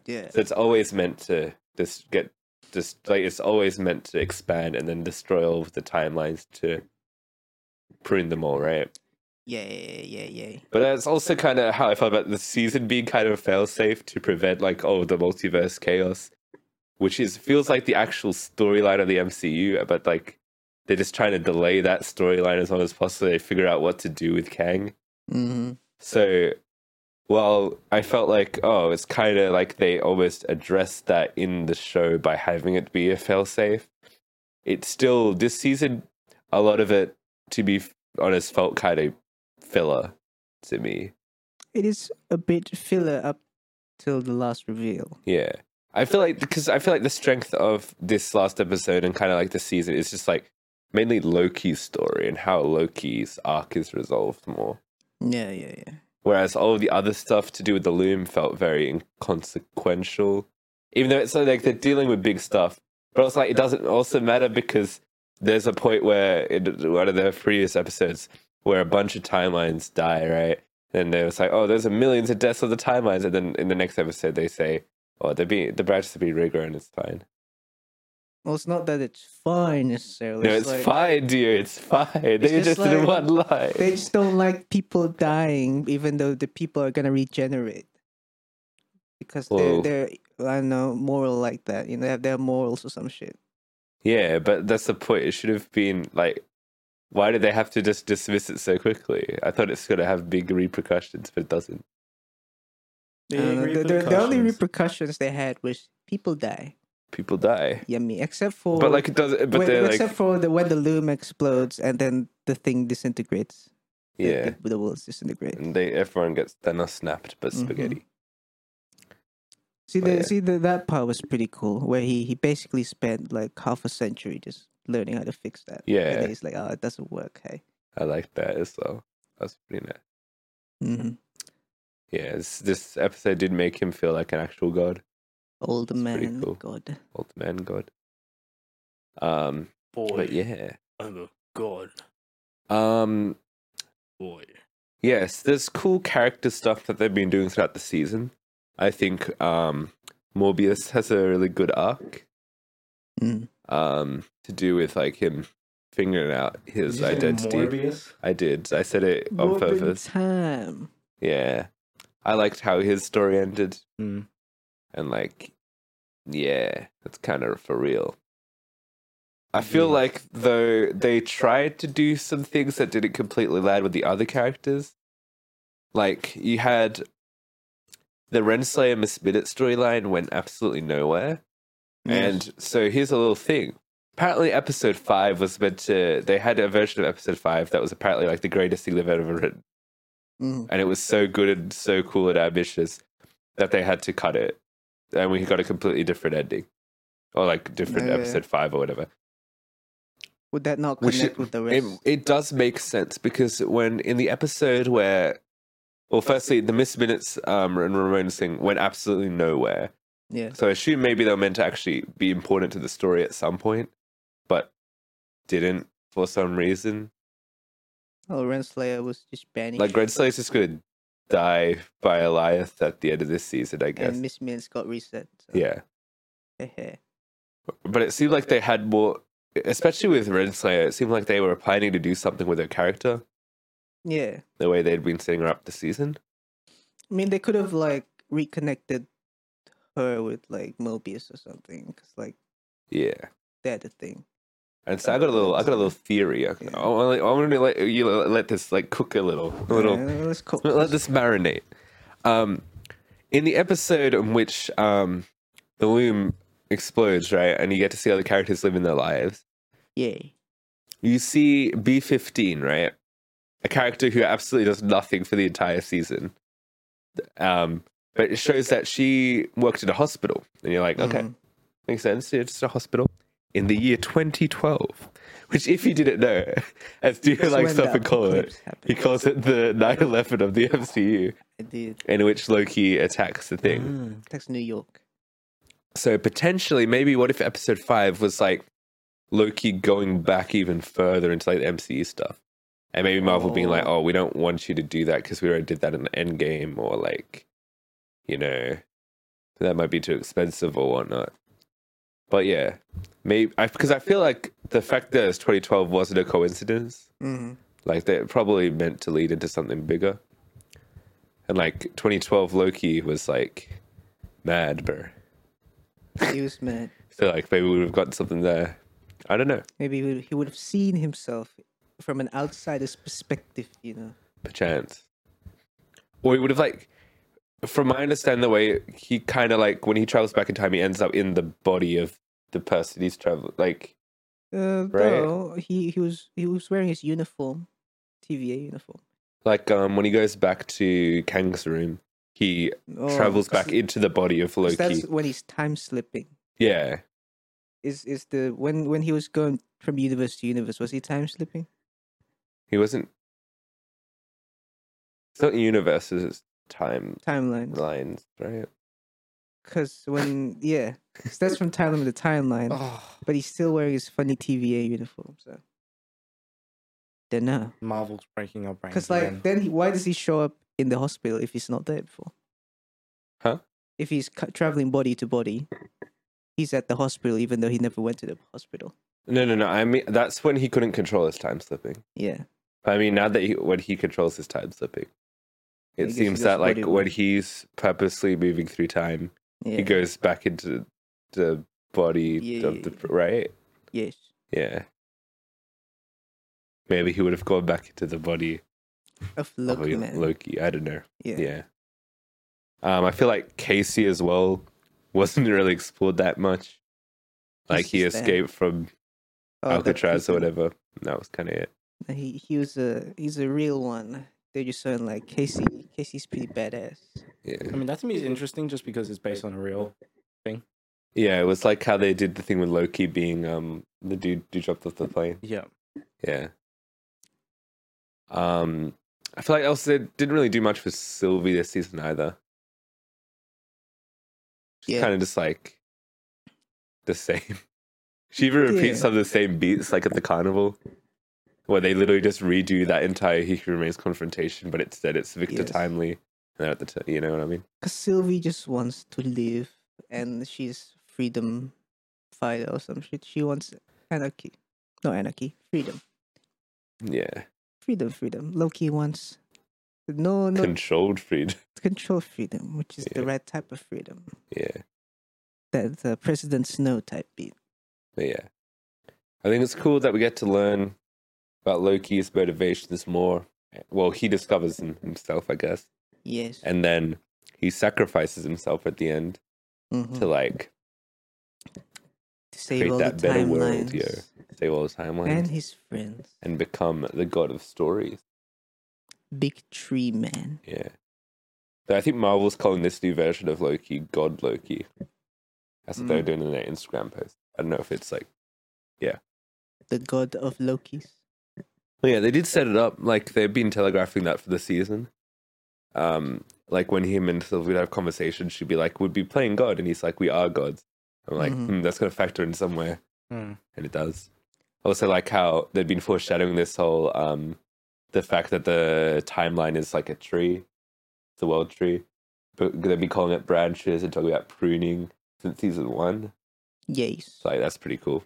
A: yeah,
C: So it's always meant to just get just like it's always meant to expand and then destroy all of the timelines to prune them all, right?
A: yeah, yeah, yeah, yeah, yeah.
C: But that's also kind of how I felt about the season being kind of failsafe to prevent like oh the multiverse chaos, which is feels like the actual storyline of the MCU, but like they're just trying to delay that storyline as long as possible. They figure out what to do with Kang.
A: Mm-hmm.
C: So, well, I felt like, oh, it's kind of like they almost addressed that in the show by having it be a failsafe. It's still, this season, a lot of it, to be f- honest, felt kind of filler to me.
A: It is a bit filler up till the last reveal.
C: Yeah. I feel like, because I feel like the strength of this last episode and kind of like the season is just like mainly Loki's story and how Loki's arc is resolved more.
A: Yeah, yeah, yeah.
C: Whereas all the other stuff to do with the loom felt very inconsequential. Even though it's not like they're dealing with big stuff. But it's like it doesn't also matter because there's a point where in one of the previous episodes where a bunch of timelines die, right? And they was like, oh, there's a millions of deaths on the timelines. And then in the next episode, they say, oh, they're being, the branches are being regrown. It's fine.
A: Well, it's not that it's fine necessarily.
C: No, it's fine, dear. It's fine. They
A: just
C: just did
A: like-
C: one line.
A: They just don't like people dying, even though the people are gonna regenerate because
C: Well-
A: they're they're I don't know moral like that. You know, they have their morals or some shit.
C: Yeah, but that's the point. It should have been like, why did they have to just dismiss it so quickly? I thought it's going to have big repercussions, but it doesn't.
A: I don't know, The, the- the only repercussions they had was people die.
C: People die,
A: Yummy, except for
C: but like it doesn't. But
A: Wait,
C: they're like,
A: except for the when the loom explodes and then the thing disintegrates. The-
C: yeah, Mm,
A: the, the worlds disintegrate.
C: and they everyone gets Thanos snapped, but
A: Mhm.
C: spaghetti.
A: See
C: but
A: the
C: yeah.
A: see the, that part was pretty cool, where he he basically spent like half a century just learning how to fix that. and
C: Yeah,
A: then he's like, oh, it doesn't work. Hey,
C: I like that as well. That's pretty nice.
A: mm-hmm.
C: Yeah, this, this episode did make him feel like an actual god,
A: old
C: It's pretty
A: man,
C: cool.
A: God.
C: old man god. Um,
B: Boy,
C: but yeah,
B: I'm a Oh god
C: um,
B: boy.
C: Yes, there's cool character stuff that they've been doing throughout the season. I think um, Morbius has a really good arc
A: Mm.
C: um, to do with like him figuring out his identity.
B: Morbius.
C: I did. I said it on
A: Warp in
C: purpose.
A: Time.
C: Yeah, I liked how his story ended,
B: Mm.
C: and like, yeah, that's kind of for real. I feel
B: Yeah.
C: like though they tried to do some things that didn't completely land with the other characters. Like you had the Renslayer Miss Minute storyline went absolutely nowhere. And so here's a little thing. Apparently episode five was meant to they had a version of episode five that was apparently like the greatest thing they've ever written.
A: Mm.
C: And it was so good and so cool and ambitious that they had to cut it. And we got a completely different ending. Or like different
A: Yeah, yeah, yeah.
C: episode five or whatever.
A: Would that not
C: We should-
A: connect with the
C: it,
A: rest?
C: it does make sense because when in the episode where well firstly the miss minutes um and ramon thing went absolutely nowhere
A: yeah.
C: so i assume maybe they were meant to actually be important to the story at some point but didn't for some reason
A: Oh, Renslayer was just banning.
C: like red Slayer's just gonna die by eliath at the end of this season i guess
A: and Miss Minutes got reset. So.
C: yeah
A: Hehe.
C: but it seemed like they had more especially with red Slayer, it seemed like they were planning to do something with her character
A: yeah.
C: the way they'd been setting her up this season
A: I mean, they could have like reconnected her with like Mobius or something, because like
C: yeah
A: they're the thing.
C: And so I got a little, I got a little theory. I, I want to, I want to let you let this like cook a little, a little,
A: Yeah, Uh, let's cook.
C: let this marinate. Um, in the episode in which um, the loom explodes, right, and you get to see other characters living their lives,
A: Yeah.
C: you see B fifteen, right, a character who absolutely does nothing for the entire season, Um, but it shows that she worked at a hospital, and you're like,
A: Mm-hmm.
C: okay, makes sense. Yeah, just a hospital in the year 2012, which, if you didn't know, as do
A: That's
C: like
A: when
C: stuff
A: the
C: and call it,
A: apocalypse happened.
C: he calls it the 9/11 of the MCU,
A: I did.
C: in which Loki attacks the thing.
A: That's New York.
C: So potentially, maybe what if episode five was like Loki going back even further into like the MCU stuff, and maybe Marvel being like, "Oh, we don't want you to do that because we already did that in the Endgame," or like, you know, that might be too expensive or whatnot. But yeah, maybe because I feel like the fact that it's 2012 wasn't a coincidence.
A: hmm
C: Like they probably meant to lead into something bigger. And like 2012 Loki was like mad, bro.
A: He was mad.
C: So like maybe we would have gotten something there. I don't know.
A: Maybe he would, he would have seen himself from an outsider's perspective, you know.
C: Perchance. Or he would have like from my understanding the way he kinda like when he travels back in time he ends up in the body of the person he's traveling like
A: Uh,
C: Right.
A: Though he, he was he was wearing his uniform, TVA uniform.
C: like um when he goes back to Kang's room, he
A: Oh,
C: travels back
A: so-
C: into the body of
A: so
C: Loki.
A: That's when he's time slipping.
C: Yeah.
A: Is is the when when he was going from universe to universe? Was he time slipping?
C: He wasn't It's not universes, it's timelines,
A: Timeline.
C: right?
A: Because when yeah, 'cause that's from timeline to timeline.
C: Uh-huh.
B: Oh,
A: But he's still wearing his funny TVA uniform. So don't know.
B: Marvel's breaking up.
A: Because like then he, why does he show up in the hospital if he's not there before?
C: Huh?
A: If he's cu- traveling body to body, he's at the hospital even though he never went to the hospital.
C: No no no, I mean that's when he couldn't control his time slipping.
A: Yeah.
C: I mean, now that he, when he controls his time slipping,
A: I
C: it
A: guess he
C: seems
A: does
C: that
A: what
C: like
A: he
C: when
A: wants.
C: he's purposely moving through time,
A: Yeah.
C: he goes back into the body
A: Yeah,
C: of
A: yeah,
C: the
A: yeah.
C: right.
A: yes.
C: Yeah, maybe he would have gone back into the body
A: Of Loki
C: of
A: man.
C: Loki. I don't know.
A: yeah.
C: Oh, Yeah. Um, I feel like Casey as well wasn't really explored that much. Like he
A: just there.
C: escaped from
A: Oh, that
C: Alcatraz or
A: freaking-
C: whatever. and That was kind of it.
A: He he was a he's a real one. They're just saying like Casey Casey's pretty badass.
C: Yeah.
B: I mean, that to me is interesting just because it's based on a real.
C: Yeah, it was like how they did the thing with Loki being um the dude who dropped off the plane.
B: Yeah.
C: Yeah. Um, I feel like also they didn't really do much for Sylvie this season either. She's
A: Yeah.
C: kind of just like the same. She even repeats
A: Yeah.
C: some of the same beats like at the carnival, where they literally just redo that entire He Who Remains confrontation, but instead it's Victor
A: Yes.
C: Timely. And they're at the t- you know what I mean?
A: Cause Sylvie just wants to live, and she's freedom fighter or some shit. She wants anarchy, no anarchy, freedom,
C: Yeah,
A: freedom, freedom. Loki wants no no
C: controlled freedom.
A: control freedom, which is the
C: Yeah.
A: right type of freedom.
C: Yeah.
A: That the President Snow type beat.
C: But yeah, I think it's cool that we get to learn about Loki's motivations more. Well, he discovers them himself, I guess,
A: Yes.
C: and then he sacrifices himself at the end
A: mhm,
C: to like
A: To save
C: create
A: all the
C: that better world, yeah.
A: timelines
C: save all the timelines
A: and
C: and,
A: his friends.
C: become the god of stories.
A: Big Tree Man.
C: Yeah, Though I think Marvel's calling this new version of Loki God Loki. That's what they're
A: Mm.
C: doing in their Instagram post. I don't know if it's like.
A: the god of Loki's.
C: Well, yeah, they did set it up. Like they've been telegraphing that for the season. Um, like when him and Sylvie would have conversations, she'd be like, "We'd be playing God," and he's like, "We are gods." I'm like,
A: Mhm.
C: hmm, "That's gonna factor in somewhere,"
B: Hmm.
C: and it does. Also, like how they've been foreshadowing this whole um, the fact that the timeline is like a tree, it's a world tree, but they've been calling it branches and talking about pruning since season one.
A: Yes.
C: So like, that's pretty cool.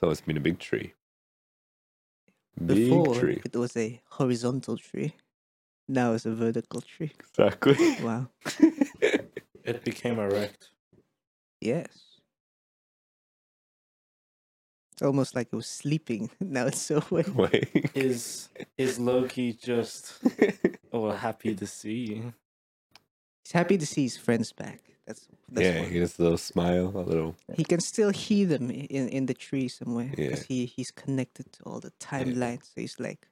C: So it's been a big tree.
A: Before it was a horizontal tree. Now it's a vertical tree.
C: Exactly.
A: Wow.
B: It became erect.
A: Yes. Almost like it was sleeping. Now it's so awake.
C: Wait.
B: Is is Loki just or happy to see you?
A: He's happy to see his friends back. That's, that's
C: yeah,
A: one.
C: he has a little smile, a little.
A: He can still hear them in, in the tree somewhere
C: Yeah.
A: because he, he's connected to all the timelines. So he's like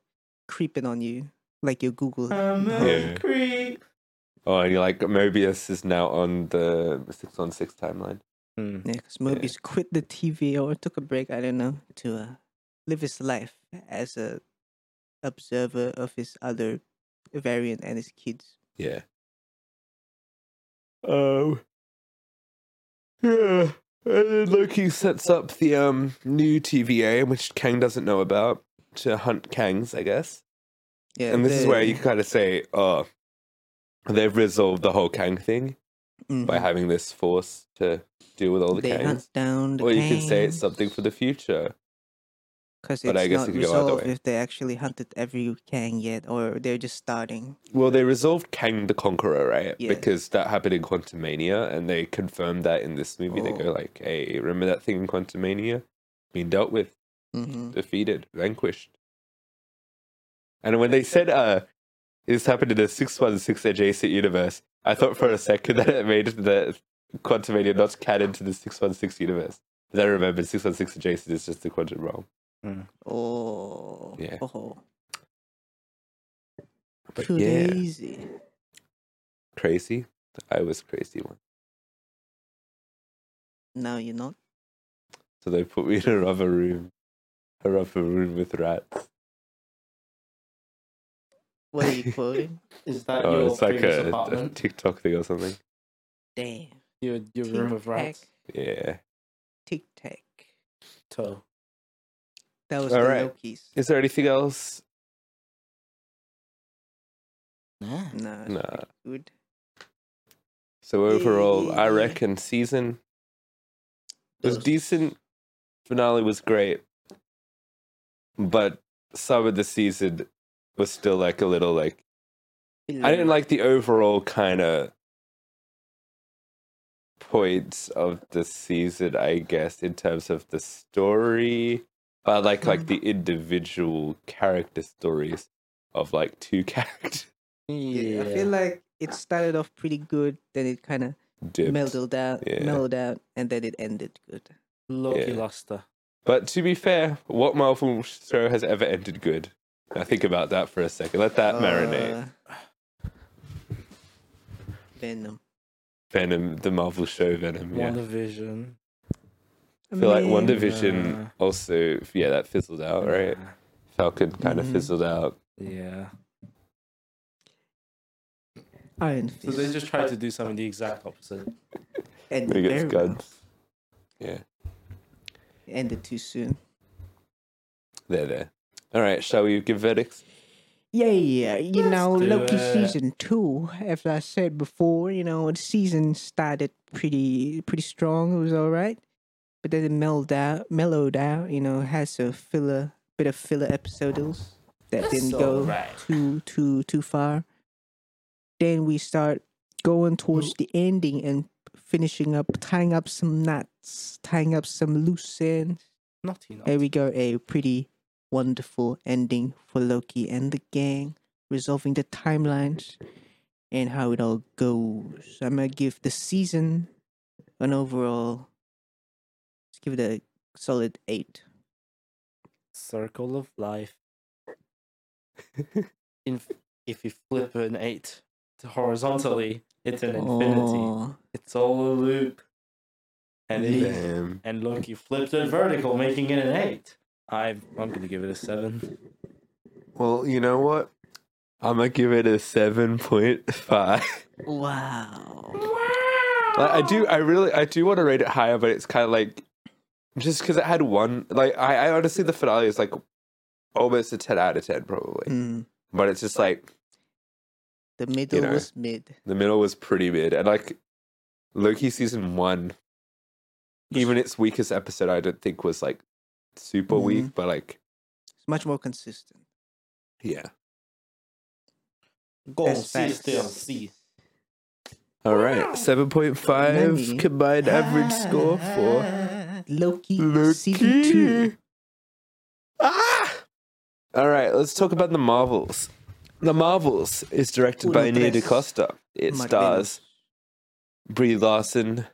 A: creeping on you. like your Google.
B: I'm a
C: Yeah.
B: creep.
C: Oh, and you're like Mobius is now on the six on six timeline. Hmm.
B: Mm.
A: Yeah, because Mobius quit the TV or took a break, I don't know, to uh, live his life as a observer of his other variant and his kids.
C: Yeah. Oh. Yeah. And then Loki sets up the um new TVA, which Kang doesn't know about, to hunt Kangs, I guess.
A: Yeah,
C: And this is where
A: the-
C: you kind of say, oh, they've resolved the whole Kang thing by
A: mhm,
C: having this force to deal with all the
A: they
C: Kangs.
A: hunt down the
C: Or you could say it's something for the future.
A: because it's
C: but I guess
A: not
C: it could go either
A: resolved
C: way.
A: if they actually hunted every Kang yet, or they're just starting.
C: Well, they resolved Kang the Conqueror, right?
A: Yeah.
C: Because that happened in Quantumania, and they confirmed that in this movie. They go
A: Oh.
C: like, "Hey, remember that thing in Quantumania? Being dealt with,
A: hmm
C: defeated, vanquished." And when they said, "Uh, this happened in the six one six adjacent universe," I thought for a second that it made the Quantumania not canon to the six one six universe. Then I remembered six one six adjacent is just the quantum realm.
A: Oh,
C: Yeah.
A: oh,
C: But
A: too
C: yeah,
A: lazy.
C: crazy. I was crazy one.
A: No, you're not.
C: So they put me in a rubber room, a rubber room with rats.
A: What are you quoting?
B: Is that
C: Oh,
B: your
C: it's like
B: previous
C: a, a
B: apartment?
C: TikTok thing or something.
A: Damn.
B: your your room of rats?
C: Yeah.
A: Tic Tac.
B: Toe.
A: That was
C: All
A: the
C: right.
A: Loki's.
C: Is there anything else?
A: No, it's
C: Nah.
A: pretty good.
C: So overall, I
A: Yeah.
C: reckon season was
A: Those-
C: decent. Finale was great, but some of the season was still like a little like I didn't like the overall kind of points of the season, I guess, in terms of the story, but I like like the individual character stories of like two characters.
A: Yeah, I feel like it started off pretty good, then it kind of
C: dipped.
A: mellowed out,
C: Yeah.
A: mellowed out, and then it ended good.
B: Loki
C: yeah.
B: luster.
C: But to be fair, what Marvel show has ever ended good? Now think about that for a second. Let that marinate.
A: Uh, Venom.
C: Venom, the Marvel show Venom. Yeah.
B: Wonder Vision.
A: I
C: I feel like
A: mean,
C: One Division
B: uh,
C: also, yeah, that fizzled out, right? Falcon kind of
A: Mhm.
C: fizzled out.
B: Yeah.
A: Iron
B: So
A: Fist.
B: they just tried to do something the exact opposite.
A: ended
C: He gets
A: very well.
C: guns. Yeah,
A: Ended too soon.
C: they're there. All right, shall we give verdicts?
A: Yeah, yeah, you
B: Let's
A: know,
B: do
A: Loki
B: it.
A: season two. As I said before, you know, the season started pretty, pretty strong. It was all right, but then it mellowed out. Mellowed out, you know, had some filler, bit of filler episodes that didn't go too, too, too far. Then we start going towards the ending and finishing up, tying up some knots, tying up some loose ends.
B: Not enough.
A: Here we go, a pretty wonderful ending for Loki and the gang, resolving the timelines and how it all goes. I'm gonna give the season an overall. Let's give it a solid eight.
B: Circle of life. In, if you flip an eight to horizontally, it's an infinity.
A: Oh,
B: It's all a loop. And
A: Yeah.
B: it,
C: Damn.
B: and Loki flipped it vertical, making it an eight. I've, I'm gonna give it a seven.
C: Well, you know what? I'm gonna give it a seven point five.
A: wow!
C: like, I do, I really, I do want to rate it higher, but it's kind of like just because it had one. Like, I, I honestly, the finale is like almost a ten out of ten, probably.
A: Mm,
C: But it's just like
A: the middle
C: know.
A: was mid.
C: the middle was pretty mid, and like Loki season one, even its weakest episode, I don't think was like super
A: Mm-hmm.
C: weak, but like
A: It's much more consistent.
C: yeah.
B: Go
A: That's
B: see
A: facts.
B: still see.
C: All right, seven point five
A: Many.
C: combined average score for
A: Loki, season two.
C: Loki. Ah! All right, let's talk about the Marvels. The Marvels is directed by
A: Uno,
C: Nia
A: tres.
C: DaCosta. It
A: Marvelous.
C: stars Brie Larson,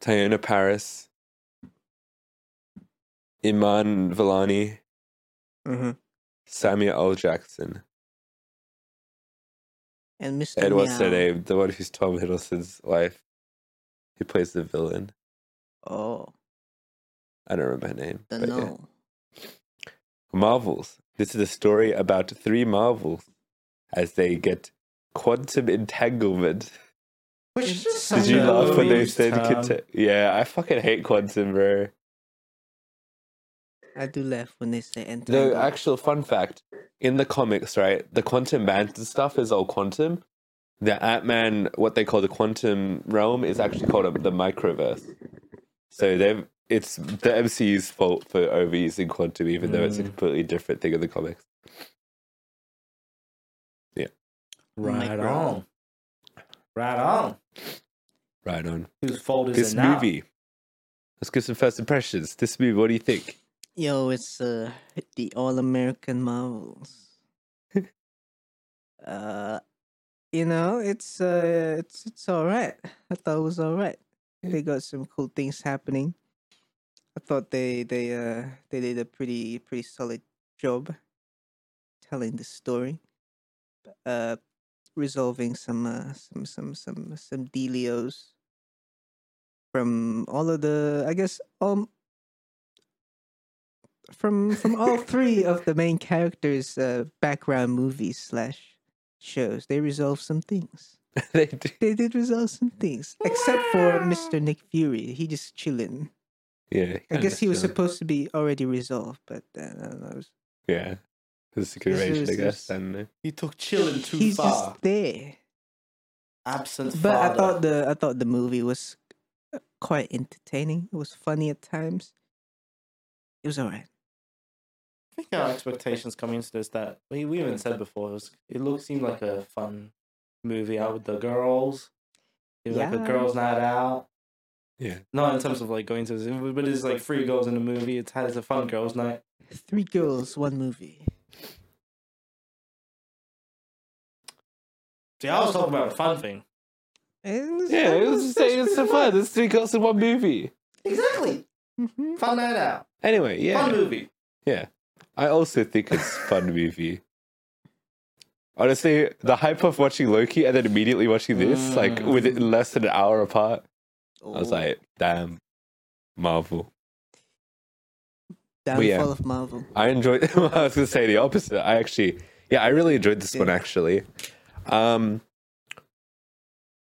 C: Tayona Paris, Iman Vellani,
A: Mhm.
C: Samuel L. Jackson.
A: And Mr.
C: And what's her
A: Meow.
C: name? The one who's Tom Hiddleston's wife. Who plays the villain.
A: Oh,
C: I don't remember her name.
A: the
C: but yeah.
A: no.
C: Marvels. This is a story about three Marvels as they get quantum entanglement.
A: It's
B: Which just
A: Did
C: Did
B: such
C: you
B: a
C: laugh when they
B: loose
C: said
B: term.
C: conta- Yeah, I fucking hate quantum, bro.
A: I do laugh when they say entangled.
C: The actual fun fact in the comics, right? The quantum mansion stuff is all quantum. The Ant Man, what they call the quantum realm, is actually called a, the microverse. So they've it's the MCU's fault for overusing quantum, even though it's a
B: Mm.
C: completely different thing in the comics.
B: Right
A: Micro.
B: on. Right on.
C: Right on.
B: Whose fault is
C: this
B: it now?
C: movie. Let's give some first impressions. This movie, what do you think?
A: Yo, it's uh, the All American Marvels. uh, you know, it's uh, it's it's all right. I thought it was all right. They got some cool things happening. I thought they they uh they did a pretty pretty solid job telling the story, uh, resolving some uh, some some some some delios from all of the I guess um from from all three of the main characters' uh, background movies slash shows, they resolve some things.
C: they do.
A: They did resolve some things, except for Mr. Nick Fury. He just chilling.
C: Yeah.
A: I guess he was
C: kinda
A: supposed to be already resolved, but uh, I don't know.
C: chill. Yeah. This
A: was-
C: consideration, I
A: this
C: guess.
A: was-
C: I don't know.
B: He took chilling too
A: He's
B: far.
A: just there.
B: Absent
A: But
B: father.
A: I thought the I thought the movie was uh, quite entertaining. It was funny at times. It was alright.
B: I think our expectations coming into this that we, we even said before it was it looked seemed like a fun movie out with the girls. It was like a
A: Yeah.
B: girls' night out.
C: Yeah.
B: Not in terms of like going to the but it's like three girls in a movie. It's had it's a fun girls' night.
A: Three girls, one movie.
B: See, I was talking about the fun thing.
A: And it's-
C: Yeah, it was, it was
A: pretty
C: so fun. There's three girls in one movie.
B: Exactly.
A: Mhm.
B: Fun night out.
C: Anyway, yeah.
B: Fun movie.
C: Yeah. I also think it's fun movie. Honestly, the hype of watching Loki and then immediately watching this, like
B: Mm.
C: with it less than an hour apart, I was
A: Oh.
C: like, damn, Marvel.
A: Downfall
C: yeah.
A: of Marvel.
C: I enjoyed. I was gonna say the opposite. I actually, yeah, I really enjoyed this one
A: Yeah.
C: actually. Um,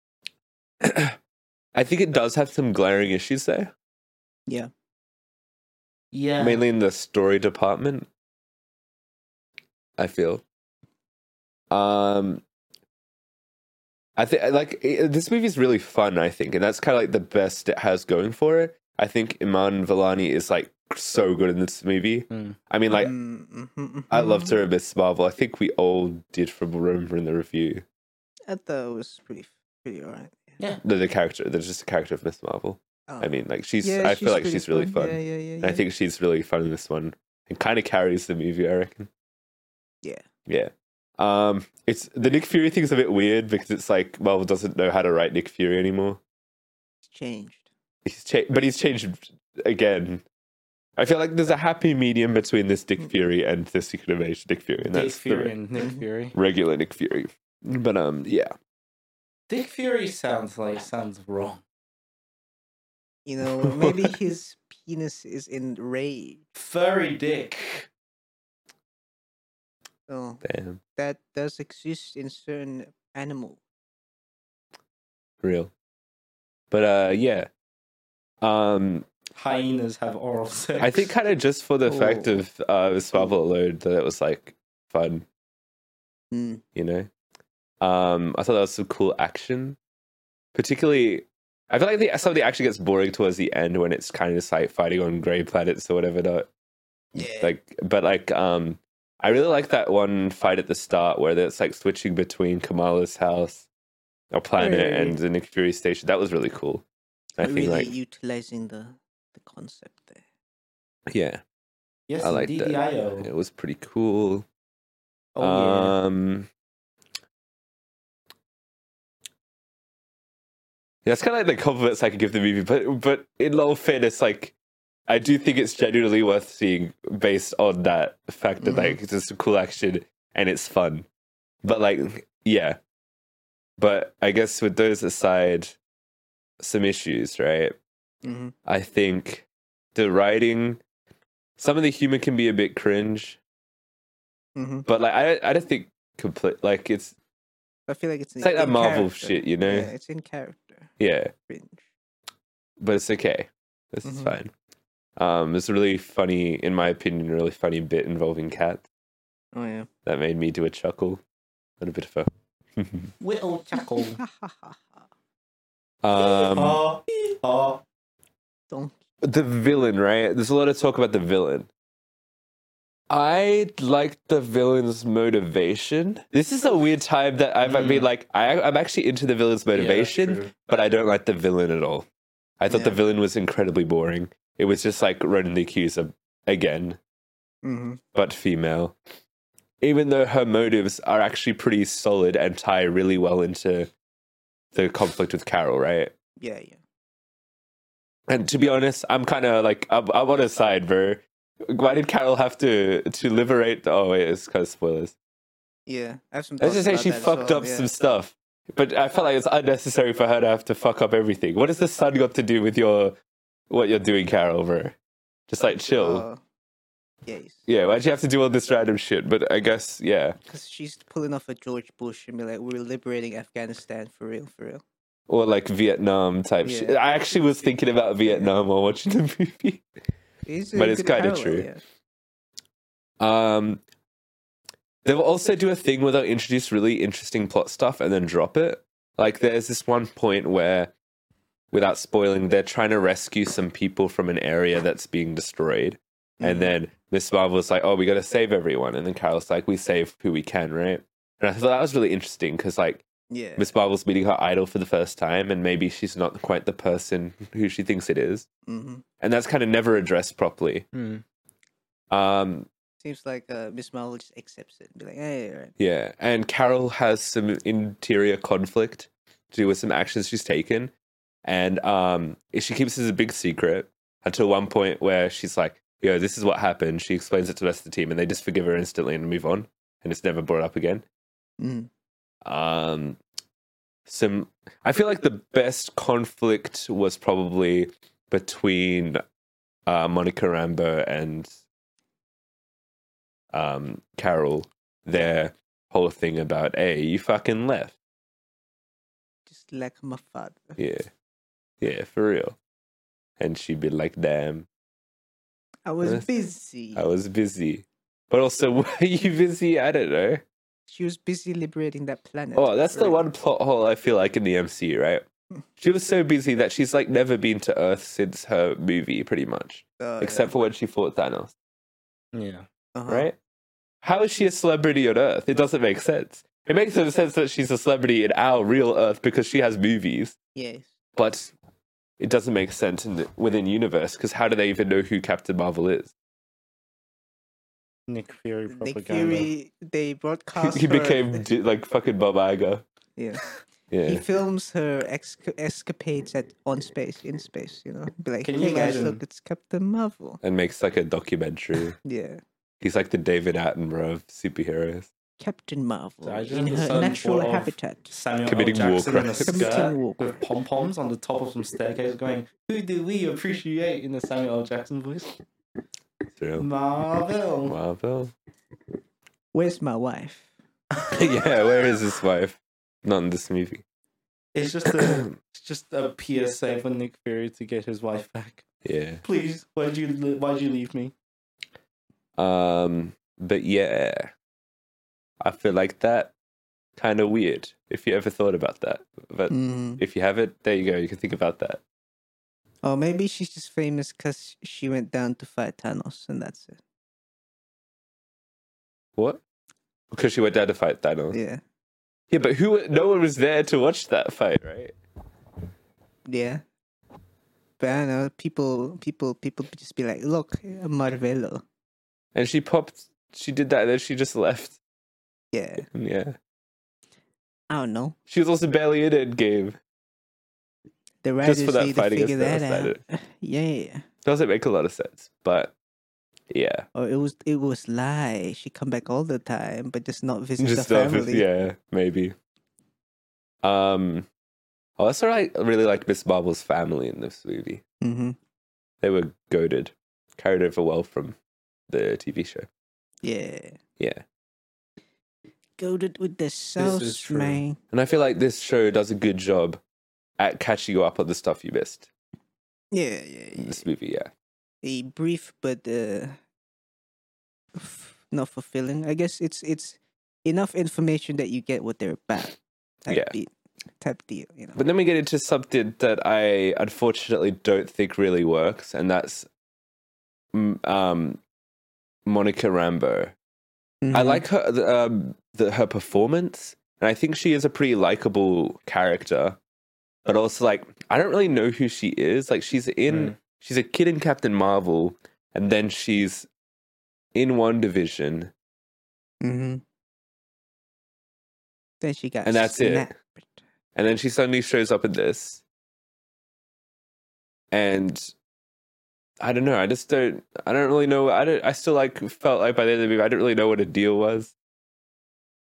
C: I think it does have some glaring issues there,
B: Yeah.
C: mainly in the story department. I feel. Um, I think like it, this movie's really fun. I think, and that's kind of like the best it has going for it. I think Iman Vellani is like so good in this movie.
B: Mm.
C: I mean, like
A: Mm, mhm,
C: I loved
A: mhm.
C: her in Miss Marvel. I think we all did from remember in the review.
A: I thought it was pretty, pretty alright.
C: No, the character, there's just a character of Miss Marvel.
A: Oh.
C: I mean, like she's.
A: Yeah,
C: I feel like
A: pretty
C: she's really fun.
A: Yeah, yeah, yeah.
C: And I
A: yeah.
C: think she's really fun in this one, and kind of carries the movie. I reckon.
A: Yeah.
C: Yeah. Um, it's the Nick Fury thing's a bit weird because it's like Marvel doesn't know how to write Nick Fury anymore.
A: it's changed.
C: He's cha- but he's changed again. I feel like there's a happy medium between this Nick Fury and this Secret Invasion Nick Fury, and
B: Dick
C: that's
B: Fury and Nick Fury.
C: the regular Nick Fury. But um, yeah.
B: Dick Fury sounds like sounds wrong.
A: You know, maybe his penis is enraged.
B: Furry dick.
A: So
C: Damn.
A: that does exist in certain animal.
C: real. But uh yeah. Um
B: Hyenas have oral sex.
C: I think kind of just for the fact
A: Oh.
C: of uh the Marvel alone that it was like fun,
A: Mm.
C: you know. Um I thought that was some cool action. Particularly I feel like the some of the action gets boring towards the end when it's kind of just like fighting on grey planets or whatever not
A: Yeah.
C: like but like um I really like that one fight at the start where it's like switching between Kamala's house or planet
B: Hey.
C: and the Nick Fury station. That was really cool. I think
A: really
C: like
A: utilizing the the concept there.
C: yeah.
B: yes,
C: I like that.
B: DDIO.
C: It was pretty cool.
B: Oh yeah.
C: um, yeah. That's kind of like the compliments I could give the movie, but but in all fairness, like I do think it's genuinely worth seeing based on that fact that
B: Mm-hmm.
A: Mhm.
C: like it's just a cool action and it's fun. But like yeah. But I guess with those aside some issues, right?
A: Mhm.
C: I think the writing some of the humor can be a bit cringe,
A: Mhm.
C: but like I I don't think complete like it's
A: I feel like it's,
C: it's like that
A: in
C: Marvel
A: character.
C: shit, you know?
A: Yeah,
C: Yeah.
A: it's in character. Cringe.
C: But it's okay. This is
A: Mhm.
C: fine. Um there's a really funny, in my opinion, really funny bit involving cats.
A: Oh yeah.
C: That made me do a chuckle and a bit of a.
B: Whittle chuckle.
C: um,
B: Uh, uh,
A: Donkey.
C: the villain, right? There's a lot of talk about the villain. I like the villain's motivation. This is a weird time that I've
B: Mm.
C: been like, I, I'm actually into the villain's motivation, but I don't like the villain at all. I thought the
A: Yeah.
C: villain was incredibly boring. It was just like Ronan the Accuser again.
A: Mm-hmm.
C: but female. Even though her motives are actually pretty solid and tie really well into the conflict with Carol, right?
A: Yeah, yeah.
C: And to be honest, I'm kind of like I'm, I'm on a side, bro. Why did Carol have to to liberate? The, oh wait, it's kind of spoilers.
A: Yeah. I have some thoughts
C: Let's just say
A: about
C: she
A: that as
C: fucked
A: well,
C: up
A: yeah.
C: some stuff, but I felt like it's unnecessary for her to have to fuck up everything. What does the sun got to do with your what you're doing, Carol, bro? Just like chill.
A: Uh, yes.
C: yeah, why'd you have to do all this random shit? But I guess yeah.
A: Because she's pulling off a George Bush and be like, we're liberating Afghanistan for real, for real.
C: or like Vietnam type shit.
A: Yeah.
C: I actually was thinking about Vietnam while watching the movie.
A: It's
C: But
A: a
C: it's
A: good
C: kinda
A: parallel,
C: true.
A: Yeah.
C: Um, they'll also do a thing where they'll introduce really interesting plot stuff and then drop it. Like there's this one point where, without spoiling, they're trying to rescue some people from an area that's being destroyed,
A: Mm-hmm. Mm.
C: and then Miss Marvel's like, "Oh, we got to save everyone," and then Carol's like, "We save who we can, right?" And I thought that was really interesting because like
A: Yeah.
C: Miss Marvel's meeting her idol for the first time, and maybe she's not quite the person who she thinks it is.
A: Mm-hmm.
C: and that's kind of never addressed properly.
B: Hmm.
C: Um,
A: Seems like uh, Miss Marvel just accepts it and be like, hey, all right.
C: yeah, and Carol has some interior conflict to do with some actions she's taken, and um, she keeps this a big secret until one point where she's like, "Yo, this is what happened." She explains it to the rest of the team, and they just forgive her instantly and move on, and it's never brought up again.
A: Mm.
C: um some i feel like the best conflict was probably between uh monica rambo and um carol their whole thing about hey you fucking left
A: Just like my father.
C: yeah yeah for real and she'd be like damn
A: I was
C: That's-
A: busy.
C: i was busy but also were you busy i don't know
A: She was busy liberating that planet.
C: Oh, that's the
A: Right.
C: one plot hole I feel like in the MCU, right? She was so busy that she's like never been to Earth since her movie, pretty much,
A: Oh,
C: except for when she fought Thanos,
B: Yeah.
A: yeah. Uh-huh.
C: right? How is she a celebrity on Earth? It doesn't make sense. It makes no sense that she's a celebrity in our real Earth because she has movies,
A: Yes.
C: but it doesn't make sense in the, within universe because how do they even know who Captain Marvel is?
B: Nick Fury
A: Nick
B: propaganda.
A: Fury, they broadcast.
C: he
A: her-
C: became d- like fucking Bob Iger.
A: Yeah. He
C: Yeah,
A: films her exca- escapades at on space, in space, you know? Be like,
B: Can you
A: hey guys,
B: imagine?
A: look, it's Captain Marvel.
C: and makes like a documentary.
A: Yeah.
C: He's like the David Attenborough of superheroes.
A: Captain Marvel
B: So I just
A: in her
B: understand
A: natural
B: what of-
A: habitat.
B: Samuel
C: Committing
B: L. Jackson
C: war
B: in a
C: crimes.
B: skirt
A: Committing war
B: with pom poms on the top of some staircase, going, "Who do we appreciate?" in the Samuel L. Jackson voice.
C: It's real.
B: Marvel.
C: Marvel.
A: Where's my wife?
C: yeah, where is his wife? Not in this movie.
B: It's just a, it's just a PSA for Nick Fury to get his wife back.
C: Yeah.
B: Please, why'd you li- why'd you leave me?
C: Um. But yeah, I feel like that kind of weird. If you ever thought about that, but
A: Mm.
C: if you haven't, there you go. You can think about that.
A: Or maybe she's just famous because she went down to fight Thanos and that's it.
C: What? Because she went down to fight Thanos. Yeah,
A: Yeah.
C: but who? No one was there to watch that fight, right?
A: Yeah. But I don't know, people, people, people would just be like, look, a Marvelo.
C: And she popped. She did that, and then she just left.
A: Yeah.
C: Yeah.
A: I don't know.
C: She was also barely in Endgame.
A: The
C: Just
A: writers
C: for that
A: need to
C: fighting
A: figure
C: is
A: that
C: devastated.
A: out. Yeah.
C: Doesn't make a lot of sense, but yeah,
A: Oh, it was it was lie. She come back all the time, but just not visit
C: just
A: the
C: not
A: family.
C: with- yeah, maybe. Um, I also like, really liked Miss Marvel's family in this movie.
A: hmm
C: They were goaded, carried over well from the TV show.
A: yeah.
C: Yeah,
A: Goaded with the
B: is
A: sauce,
B: true.
A: man.
C: and I feel like this show does a good job at catching you up on the stuff you missed.
A: Yeah, yeah,
C: in
A: yeah.
C: This movie, yeah.
A: A brief but uh, f- not fulfilling. I guess it's it's enough information that you get what they're about. Type
C: Yeah.
A: Deal, type deal. You know.
C: But then we get into something that I unfortunately don't think really works, and that's mm, um, Monica Rambo. I
A: Mhm.
C: like her the, um, the, her performance, and I think she is a pretty likable character. But also, like, I don't really know who she is. Like, she's in
B: Mm.
C: she's a kid in Captain Marvel, and then she's in one division,
A: Mm-hmm. Then she got
C: And that's it.
A: snapped.
C: and then she suddenly shows up in this. And I don't know. I just don't. I don't really know. I don't. I still like felt like by the end of the movie, I didn't really know what a deal was.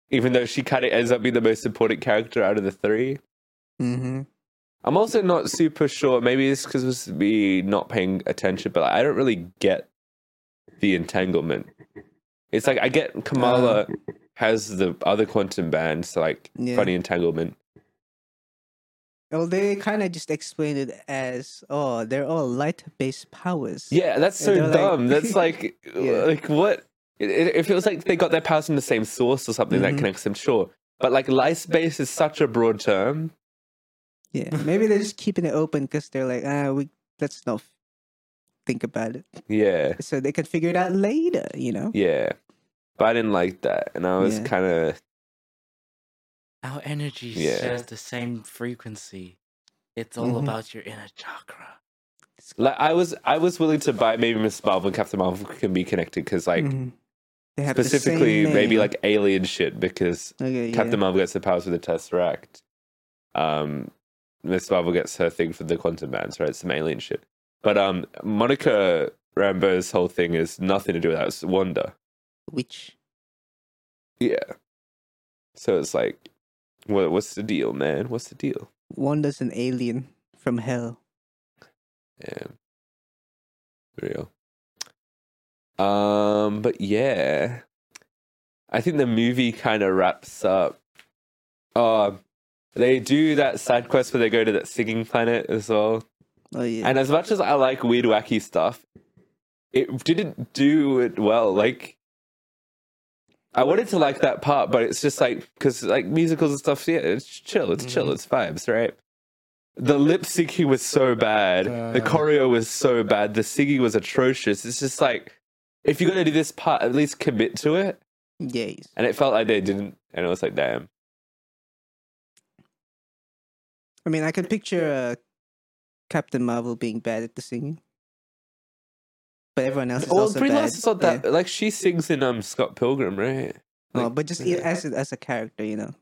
C: Even though she kind of ends up being the most important character out of the three.
A: Mm-hmm.
C: I'm also not super sure. Maybe it's because it's me not paying attention, but I don't really get the entanglement. It's like I get Kamala has the other quantum band, so like
A: Uh. Yeah.
C: funny entanglement.
A: Well, they kind of just explained it as, oh, they're all light-based powers.
C: Yeah, that's so
A: They're like-
C: dumb. That's like
A: Yeah.
C: like what? It, it, it feels like they got their powers from the same source or something that
A: Mhm.
C: connects them. Sure, but like life space is such a broad term.
A: Yeah, maybe they're just keeping it open because they're like, ah, we let's not think about it,
C: Yeah,
A: so they can figure it out later. You know.
C: yeah. But I didn't like that, and I was
A: Yeah.
C: kind of
B: Our energy
C: Yeah.
B: shares the same frequency. It's all
A: Mhm.
B: about your inner chakra.
C: like I was I was willing to buy maybe Miss Marvel and Captain Marvel can be connected because like
A: Mhm. They have the same
C: specifically maybe
A: name.
C: like alien shit because
A: okay, yeah.
C: Captain Marvel gets the powers with the Tesseract. Um, Miss Marvel gets her thing for the quantum bands, right? Some alien shit. But um, Monica Rambo's whole thing is nothing to do with that. It's Wanda.
A: Which
C: Yeah. So it's like, what, what's the deal, man? What's the deal?
A: Wanda's an alien from hell.
C: Yeah. Real. Um, but yeah. I think the movie kind of wraps up. Uh they do that side quest where they go to that singing planet as well.
A: Oh yeah.
C: And as much as I like weird wacky stuff, it didn't do it well. Like I wanted to like that part, but it's just like because like musicals and stuff, yeah, it's chill, it's
A: Mm-hmm.
C: chill, it's vibes, right? The lip syncing was so bad. the
B: Uh.
C: choreo was so bad. The singing was atrocious. It's just like if you're gonna do this part, at least commit to it.
A: yes.
C: And it felt like they didn't. And I was like, damn.
A: I mean, I can picture uh, Captain Marvel being bad at the singing, but everyone else is
C: Well,
A: also
C: Brie
A: bad.
C: Larson's not
A: Yeah.
C: that. Like she sings in um Scott Pilgrim, right?
A: No,
C: Like-
A: but just i- as a- as a character, you know,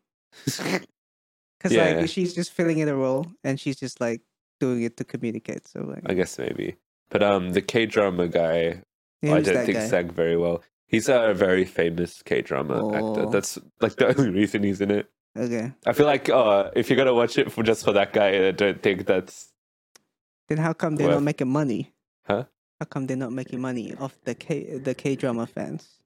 A: because
C: Yeah.
A: like she's just filling in a role, and she's just like doing it to communicate. So like,
C: I guess maybe. But um, the K drama guy,
A: yeah,
C: I
A: who's
C: don't
A: that
C: think
A: guy?
C: sang very well. He's a very famous K drama actor.
A: Oh.
C: That's like the only reason he's in it.
A: Okay,
C: I feel like uh, if you're gonna watch it for just for that guy, I don't think that's
A: then how come they're
C: Worth-
A: not making money?
C: Huh?
A: How come they're not making money off the K the K drama fans?